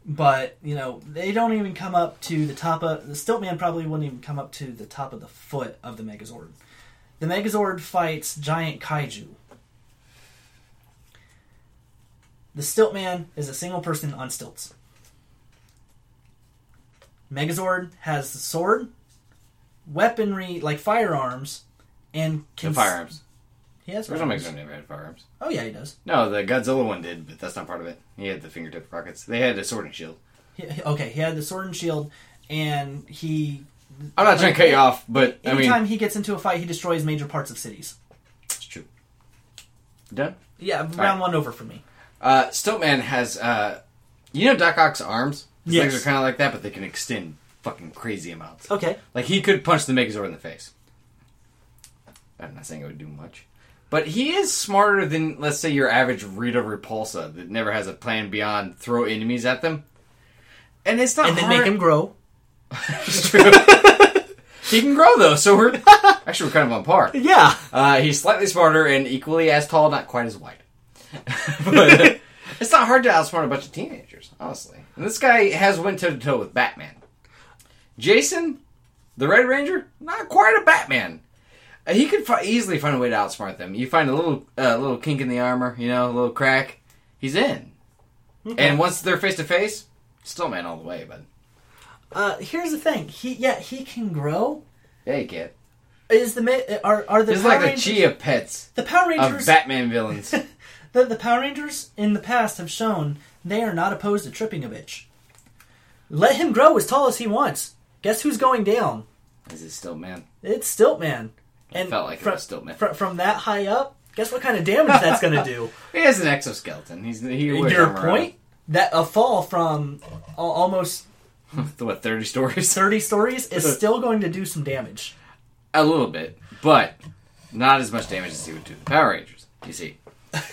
Speaker 1: but you know they don't even come up to the top of the Stiltman. Probably wouldn't even come up to the top of the foot of the Megazord. The Megazord fights giant kaiju. The Stiltman is a single person on stilts. Megazord has the sword, weaponry like firearms, and
Speaker 2: the
Speaker 1: s-
Speaker 2: firearms.
Speaker 1: He has
Speaker 2: Original
Speaker 1: firearms.
Speaker 2: Megazord never had firearms.
Speaker 1: Oh yeah, he does.
Speaker 2: No, the Godzilla one did, but that's not part of it. He had the fingertip rockets. They had a sword and shield.
Speaker 1: He- he- okay, he had the sword and shield, and he
Speaker 2: I'm not trying to cut you off, but I
Speaker 1: Anytime
Speaker 2: mean,
Speaker 1: he gets into a fight, he destroys major parts of cities.
Speaker 2: it's true. Done.
Speaker 1: Yeah, round
Speaker 2: Alright.
Speaker 1: one over for me.
Speaker 2: Uh, Stiltman has, uh, you know, Doc Ock's arms. His
Speaker 1: Yes.
Speaker 2: legs are kind of like that, but they can extend fucking crazy amounts.
Speaker 3: okay.
Speaker 2: Like he could punch the Megazord in the face. I'm not saying it would do much, but he is smarter than let's say your average Rita Repulsa that never has a plan beyond throw enemies at them. And it's not
Speaker 3: And then
Speaker 2: hard.
Speaker 3: make him grow.
Speaker 2: It's true. he can grow though, so we're actually we're kind of on par.
Speaker 3: Yeah.
Speaker 2: Uh, he's slightly smarter and equally as tall, not quite as wide. but uh, it's not hard to outsmart a bunch of teenagers, honestly. And this guy has went toe to toe with Batman. Jason, the Red Ranger, not quite a Batman. Uh, he could fi- easily find a way to outsmart them. You find a little uh, little kink in the armor, you know, a little crack. He's in. And once they're face to face, still man all the way, but
Speaker 1: Uh, here's the thing. He yeah he can grow.
Speaker 2: yeah, you get.
Speaker 1: Is the ma- are are the
Speaker 2: It's
Speaker 1: Power
Speaker 2: like the
Speaker 1: Rangers,
Speaker 2: Chia pets
Speaker 1: the Power
Speaker 2: of
Speaker 1: Rangers
Speaker 2: Batman villains.
Speaker 1: the, the Power Rangers in the past have shown they are not opposed to tripping a bitch. Let him grow as tall as he wants. Guess who's going down?
Speaker 2: Is it still man?
Speaker 1: It's Stiltman. And
Speaker 2: felt like it
Speaker 1: from,
Speaker 2: was Stiltman.
Speaker 1: From, from that high up, guess what kind of damage that's going to do?
Speaker 2: He has an exoskeleton. He's he wears
Speaker 1: Your
Speaker 2: armor
Speaker 1: point that a fall from al- almost
Speaker 2: on. what thirty stories?
Speaker 1: 30 stories is still going to do some damage.
Speaker 2: A little bit, but not as much damage as he would do to the Power Rangers. You see,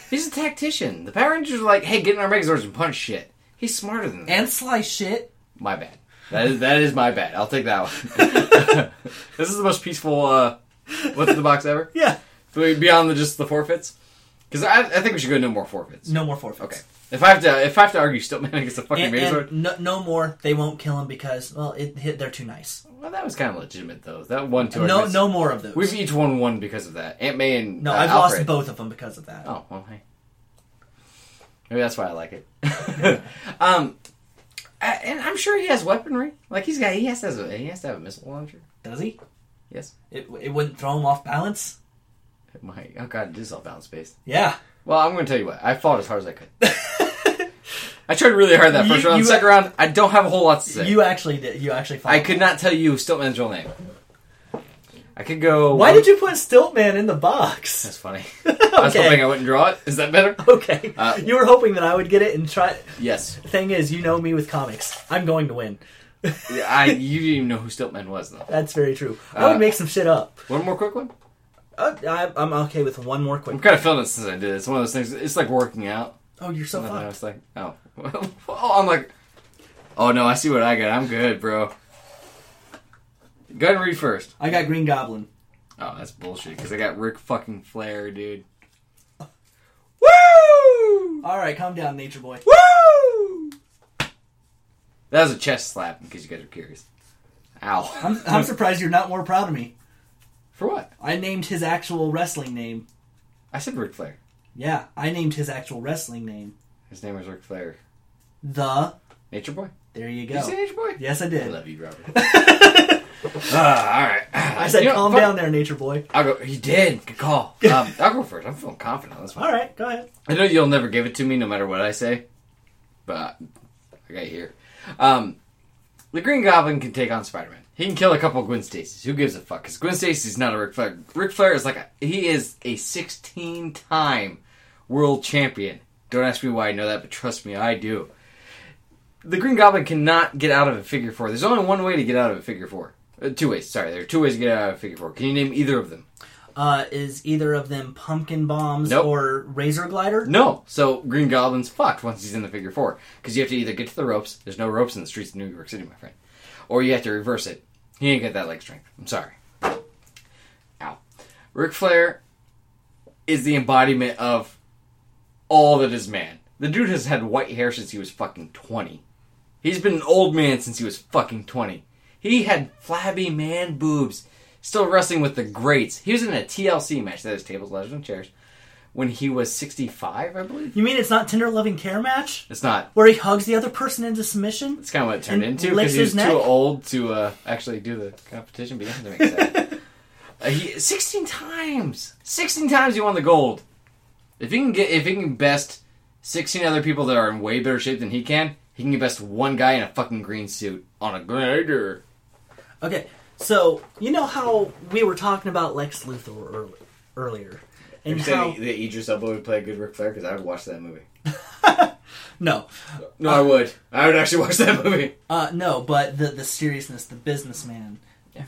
Speaker 2: he's a tactician. The Power Rangers are like, hey, get in our Megazords and punch shit. He's smarter than that.
Speaker 1: And slice shit.
Speaker 2: my bad. That is that is my bad. I'll take that one. this is the most peaceful. uh What's in the box ever?
Speaker 1: Yeah.
Speaker 2: Beyond the, just the forfeits, because I, I think we should go no more forfeits.
Speaker 1: No more forfeits.
Speaker 2: Okay. If I have to, if I have to argue, still man against the fucking
Speaker 1: And,
Speaker 2: Megazord.
Speaker 1: and no, no more. They won't kill him because well, it hit. They're too nice.
Speaker 2: Well, that was kind of legitimate though. That one two.
Speaker 1: No,
Speaker 2: arguments-
Speaker 1: no more of those.
Speaker 2: We've each won one because of that. Aunt May and
Speaker 1: no,
Speaker 2: uh,
Speaker 1: I've
Speaker 2: Alfred.
Speaker 1: lost both of them because of that.
Speaker 2: Oh well, hey. Maybe that's why I like it. um, I- and I'm sure he has weaponry. Like he's got, he has to have a, he has to have a missile launcher.
Speaker 1: Does he?
Speaker 2: Yes,
Speaker 1: It, it wouldn't throw him off balance.
Speaker 2: it might. Oh god, it is all balance based.
Speaker 1: Yeah.
Speaker 2: Well, I'm going to tell you what. I fought as hard as I could. I tried really hard that first
Speaker 1: You-
Speaker 2: round.
Speaker 1: you-
Speaker 2: Second round, I don't have a whole lot to say.
Speaker 1: You actually did. You actually. Fought.
Speaker 2: I could not tell you Stiltman's real name. I could go.
Speaker 1: Why did you put Stiltman in the box?
Speaker 2: That's funny. I was
Speaker 1: Okay.
Speaker 2: hoping I wouldn't draw it. Is that better?
Speaker 1: Okay,
Speaker 2: Uh,
Speaker 1: you were hoping that I would get it and try.
Speaker 2: Yes.
Speaker 1: Thing is, you know me with comics. I'm going to win.
Speaker 2: Yeah, I you didn't even know who Stiltman was though.
Speaker 1: That's very true. I would
Speaker 2: Uh,
Speaker 1: make some shit up.
Speaker 2: One more quick one.
Speaker 1: Uh, I, I'm okay with one more
Speaker 2: I'm
Speaker 1: quick.
Speaker 2: kind of feeling it since I did. it. It's one of those things. It's like working out.
Speaker 1: Oh, you're so
Speaker 2: And I
Speaker 1: fucked.
Speaker 2: was like, oh, well, I'm like, oh no, I see what I got. I'm good, bro. Go ahead and read first.
Speaker 1: I got Green Goblin.
Speaker 2: Oh, that's bullshit. Because I got Rick fucking Flair, dude.
Speaker 1: Woo! All right, calm down, Nature Boy.
Speaker 2: Woo! That was a chest slap, in case you guys are curious. Ow.
Speaker 1: I'm, I'm surprised you're not more proud of me.
Speaker 2: For what?
Speaker 1: I named his actual wrestling name.
Speaker 2: I said Ric Flair.
Speaker 1: Yeah, I named his actual wrestling name.
Speaker 2: His name was Ric Flair.
Speaker 1: The.
Speaker 2: Nature Boy?
Speaker 1: There you
Speaker 2: Did you say
Speaker 1: go.
Speaker 2: Nature Boy?
Speaker 1: Yes, I
Speaker 2: I
Speaker 1: did.
Speaker 2: love you, Robert. Ah, Uh, all right.
Speaker 1: I said, calm down there, Nature Boy.
Speaker 2: I'll go. He did. Good call. Um, I'll go first. I'm feeling confident on this one.
Speaker 1: All right, go ahead.
Speaker 2: I know you'll never give it to me no matter what I say, but I got you here. Um, the Green Goblin can take on Spider Man. He can kill a couple of Gwen Stacy's. Who gives a fuck? Because Gwen Stacy's not a Ric Flair. Ric Flair is like a, he is a 16 time world champion. Don't ask me why I know that, but trust me, I do. The Green Goblin cannot get out of a figure four. There's only one way to get out of a figure four. Uh, two ways. Sorry, there are two ways to get out of a figure four. Can you name either of them?
Speaker 1: Uh, is either of them pumpkin bombs
Speaker 2: Nope.
Speaker 1: or razor glider?
Speaker 2: No. So Green Goblin's fucked once he's in the figure four because you have to either get to the ropes. There's no ropes in the streets of New York City, my friend, or you have to reverse it. He ain't got that leg strength. I'm sorry. Ow. Ric Flair is the embodiment of all that is man. The dude has had white hair since he was fucking twenty. He's been an old man since he was fucking 20. He had flabby man boobs, still wrestling with the greats. He was in a TLC match, that is tables, ladders, and chairs, when he was 65, I believe.
Speaker 1: You mean it's not tender loving care match
Speaker 2: It's not.
Speaker 1: where he hugs the other person into submission?
Speaker 2: It's kind of what it turned
Speaker 1: And
Speaker 2: into because
Speaker 1: licks
Speaker 2: he was
Speaker 1: his neck?
Speaker 2: too old to uh, actually do the competition. But yeah, that makes sense. uh, he, 16 times, 16 times he won the gold. If he can get, if he can best 16 other people that are in way better shape than he can, he can best one guy in a fucking green suit on a glider.
Speaker 1: Okay, so you know how we were talking about Lex Luthor early, earlier, and
Speaker 2: You
Speaker 1: how
Speaker 2: said that Idris Elba would play a good Ric Flair because I would watch that movie.
Speaker 1: no,
Speaker 2: No, I would. I would actually watch that movie.
Speaker 1: uh, no, but the the seriousness, the businessman,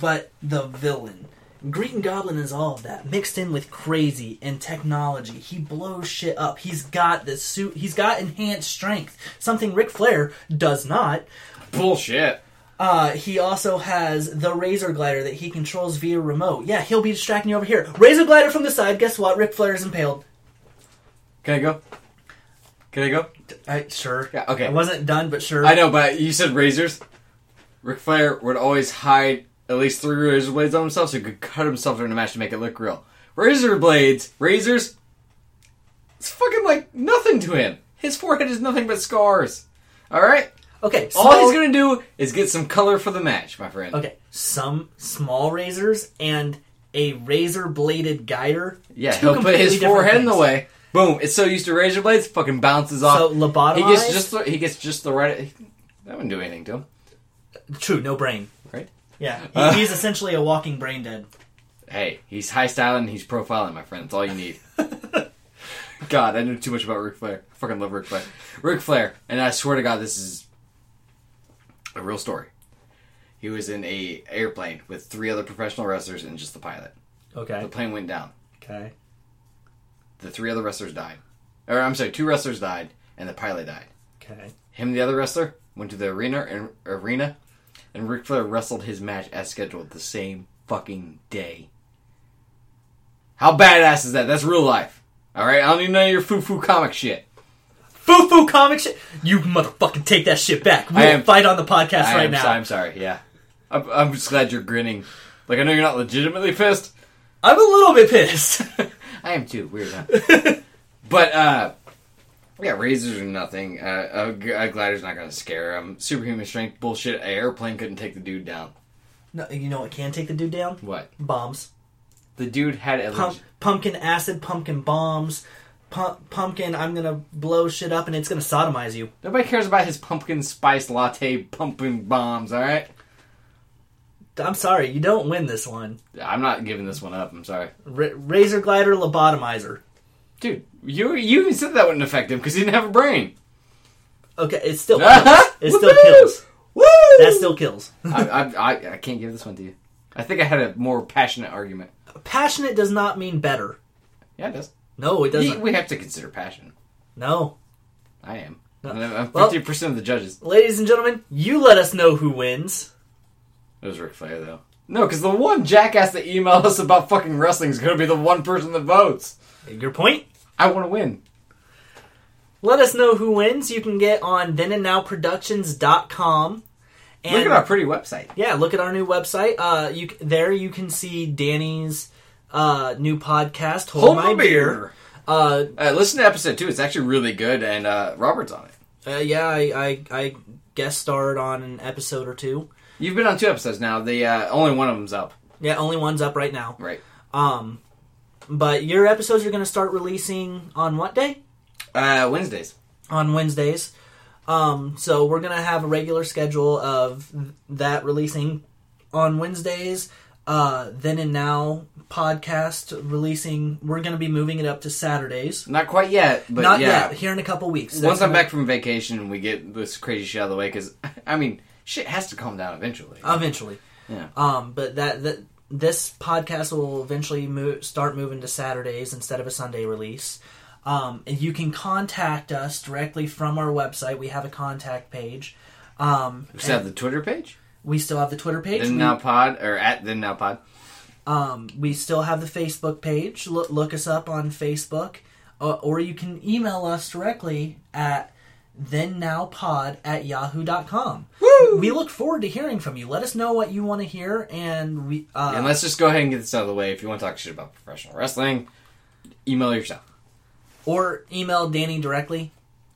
Speaker 1: but the villain. Green Goblin is all of that mixed in with crazy and technology. He blows shit up. He's got this suit. He's got enhanced strength, something Ric Flair does not.
Speaker 2: Bullshit.
Speaker 1: Uh, he also has the razor glider that he controls via remote. Yeah, he'll be distracting you over here. Razor glider from the side. Guess what? Ric Flair is impaled.
Speaker 2: Can I go? Can I go?
Speaker 1: I, sure.
Speaker 2: Yeah, okay.
Speaker 1: I wasn't done, but sure.
Speaker 2: I know, but you said razors. Ric Flair would always hide at least three razor blades on himself so he could cut himself during the match to make it look real. Razor blades, razors, it's fucking like nothing to him. His forehead is nothing but scars. Alright?
Speaker 1: Okay, so,
Speaker 2: All he's gonna do is get some color for the match, my friend.
Speaker 1: okay, some small razors and a razor bladed guider.
Speaker 2: Yeah,
Speaker 1: Two
Speaker 2: he'll put
Speaker 1: completely
Speaker 2: his
Speaker 1: different
Speaker 2: forehead in the
Speaker 1: things.
Speaker 2: way. Boom! It's so used to razor blades, fucking bounces off.
Speaker 1: So lobotomized.
Speaker 2: he gets just the, he gets just the right. He, that wouldn't do anything to him,
Speaker 1: true, no brain.
Speaker 2: right?
Speaker 1: Yeah, he,
Speaker 2: Uh.
Speaker 1: he's essentially a walking brain dead.
Speaker 2: Hey, he's high styling, he's profiling, my friend. That's all you need. God, I know too much about Ric Flair. I fucking love Ric Flair. Ric Flair, and I swear to God, this is a real story. He was in a airplane with three other professional wrestlers and just the pilot. The
Speaker 1: Okay,
Speaker 2: plane went down.
Speaker 1: okay,
Speaker 2: The three other wrestlers died. Or I'm sorry, two wrestlers died and the pilot died.
Speaker 1: okay.
Speaker 2: Him and the other wrestler went to the arena and arena, and Ric Flair wrestled his match as scheduled the same fucking day. How badass is that? That's real life. All right, I don't need none of your foo foo comic shit.
Speaker 1: Foo foo comic shit. You motherfucking take that shit back. We'll
Speaker 2: am-
Speaker 1: fight on the podcast
Speaker 2: I
Speaker 1: right
Speaker 2: am,
Speaker 1: now.
Speaker 2: I'm sorry. Yeah, I'm, I'm just glad you're grinning. Like I know you're not legitimately pissed.
Speaker 1: I'm a little bit pissed.
Speaker 2: I am too. Weird. Huh? but uh, yeah, razors are nothing. Uh, a, a glider's not gonna scare him. Superhuman strength bullshit. An airplane couldn't take the dude down.
Speaker 1: no, you know what can take the dude down?
Speaker 2: What?
Speaker 1: Bombs.
Speaker 2: The dude had a
Speaker 1: Pump, pumpkin acid, pumpkin bombs, pu- pumpkin. I'm gonna blow shit up and it's gonna sodomize you.
Speaker 2: Nobody cares about his pumpkin spice latte pumpkin bombs, alright?
Speaker 1: I'm sorry, you don't win this one.
Speaker 2: I'm not giving this one up. I'm sorry,
Speaker 1: Ra- razor glider lobotomizer.
Speaker 2: dude. You you even said that wouldn't affect him because he didn't have a brain.
Speaker 1: Okay, it still kills. it still kills.
Speaker 2: Woo!
Speaker 1: That still kills.
Speaker 2: I, I, I, I can't give this one to you. I think I had a more passionate argument.
Speaker 1: Passionate does not mean better.
Speaker 2: Yeah, it does.
Speaker 1: No, it
Speaker 2: Ye-
Speaker 1: doesn't.
Speaker 2: We have to consider passion.
Speaker 1: No.
Speaker 2: I am.
Speaker 1: No.
Speaker 2: And I'm
Speaker 1: Well-
Speaker 2: fifty percent of the judges.
Speaker 1: Ladies and gentlemen, you let us know who wins.
Speaker 2: It was Ric Flair though. No, because the one jackass that emailed us about fucking wrestling is going to be the one person that votes.
Speaker 1: Your point?
Speaker 2: I want to win.
Speaker 1: Let us know who wins. You can get on thenandnowproductions.com. And
Speaker 2: Look at our pretty website.
Speaker 1: yeah, look at our new website. Uh, you c- there you can see Danny's uh, new podcast. Hold, my beer. Uh,
Speaker 2: Uh, listen to episode two. It's actually really good, and uh, Robert's on it.
Speaker 3: Uh,
Speaker 1: yeah, I, I I guest starred on an episode or two.
Speaker 2: You've been on two episodes now. The uh, only one of them's up.
Speaker 1: Yeah, only one's up right now.
Speaker 2: Right.
Speaker 1: Um, but your episodes are going to start releasing on what day?
Speaker 2: Uh, Wednesdays.
Speaker 1: on Wednesdays. Um, so we're gonna have a regular schedule of th- that releasing on Wednesdays. Uh, then and now podcast releasing. We're gonna be moving it up to Saturdays.
Speaker 2: Not quite yet, but
Speaker 1: Not
Speaker 2: yeah.
Speaker 1: yet. Here in a couple weeks.
Speaker 2: Once
Speaker 1: That's
Speaker 2: I'm back from vacation and we get this crazy shit out of the way, because I mean, shit has to calm down eventually.
Speaker 1: gonna- eventually.
Speaker 2: Yeah.
Speaker 1: Um, but that that this podcast will eventually mo- start moving to Saturdays instead of a Sunday release. Um, and you can contact us directly from our website. We have a contact page. Um,
Speaker 2: we still have the Twitter page.
Speaker 1: we still have the Twitter page.
Speaker 2: Then
Speaker 1: We-
Speaker 2: now pod or at then now pod.
Speaker 1: Um, we still have the Facebook page. Look, look us up on Facebook, uh, or you can email us directly at thennowpod at yahoo.com. Woo! We look forward to hearing from you. Let us know what you want to hear, and we. Uh,
Speaker 2: And let's just go ahead and get this out of the way. If you want to talk shit about professional wrestling, email yourself.
Speaker 1: or email Danny directly.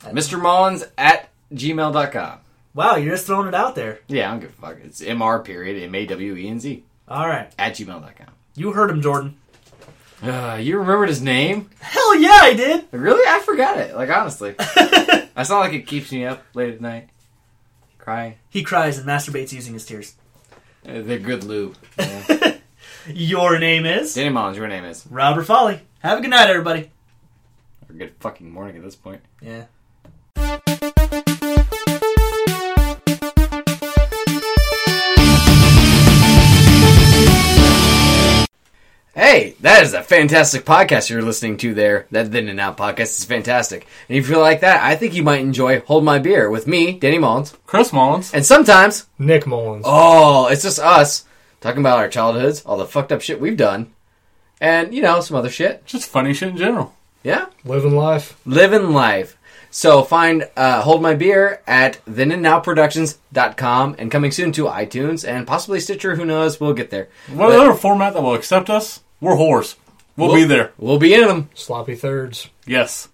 Speaker 2: Mr. Mullins at gmail.com.
Speaker 1: Wow, you're just throwing it out there.
Speaker 2: Yeah, I don't give a fuck. It's MR period, M A W E N Z
Speaker 1: All right.
Speaker 2: at gmail.com.
Speaker 1: You heard him, Jordan.
Speaker 2: Uh, you remembered his name?
Speaker 1: Hell yeah, I did.
Speaker 2: Really? I forgot it. Like, honestly. That's not like it keeps me up late at night crying.
Speaker 1: He cries and masturbates using his tears.
Speaker 2: Uh, they're good lube. Yeah.
Speaker 1: Your name is
Speaker 2: Danny Mullins, your name is.
Speaker 1: Robert Folly. Have a good night, everybody.
Speaker 2: Or good fucking morning at this point.
Speaker 1: Yeah.
Speaker 2: Hey, that is a fantastic podcast you're listening to there. That Then and Now podcast is fantastic. And if you like that, I think you might enjoy Hold My Beer with me, Danny Mullins.
Speaker 7: Chris Mullins.
Speaker 2: And sometimes,
Speaker 7: Nick Mullins.
Speaker 2: oh, it's just us talking about our childhoods, all the fucked up shit we've done, and, you know, some other shit.
Speaker 7: Just funny shit in general.
Speaker 2: Yeah?
Speaker 7: Living life.
Speaker 2: Living life. So find uh, Hold My Beer at thenandnowproductions.com and coming soon to iTunes and possibly Stitcher. Who knows? We'll get there.
Speaker 7: Whatever format that will accept us, we're whores. We'll, be there.
Speaker 2: We'll be in them.
Speaker 8: Sloppy thirds.
Speaker 7: Yes.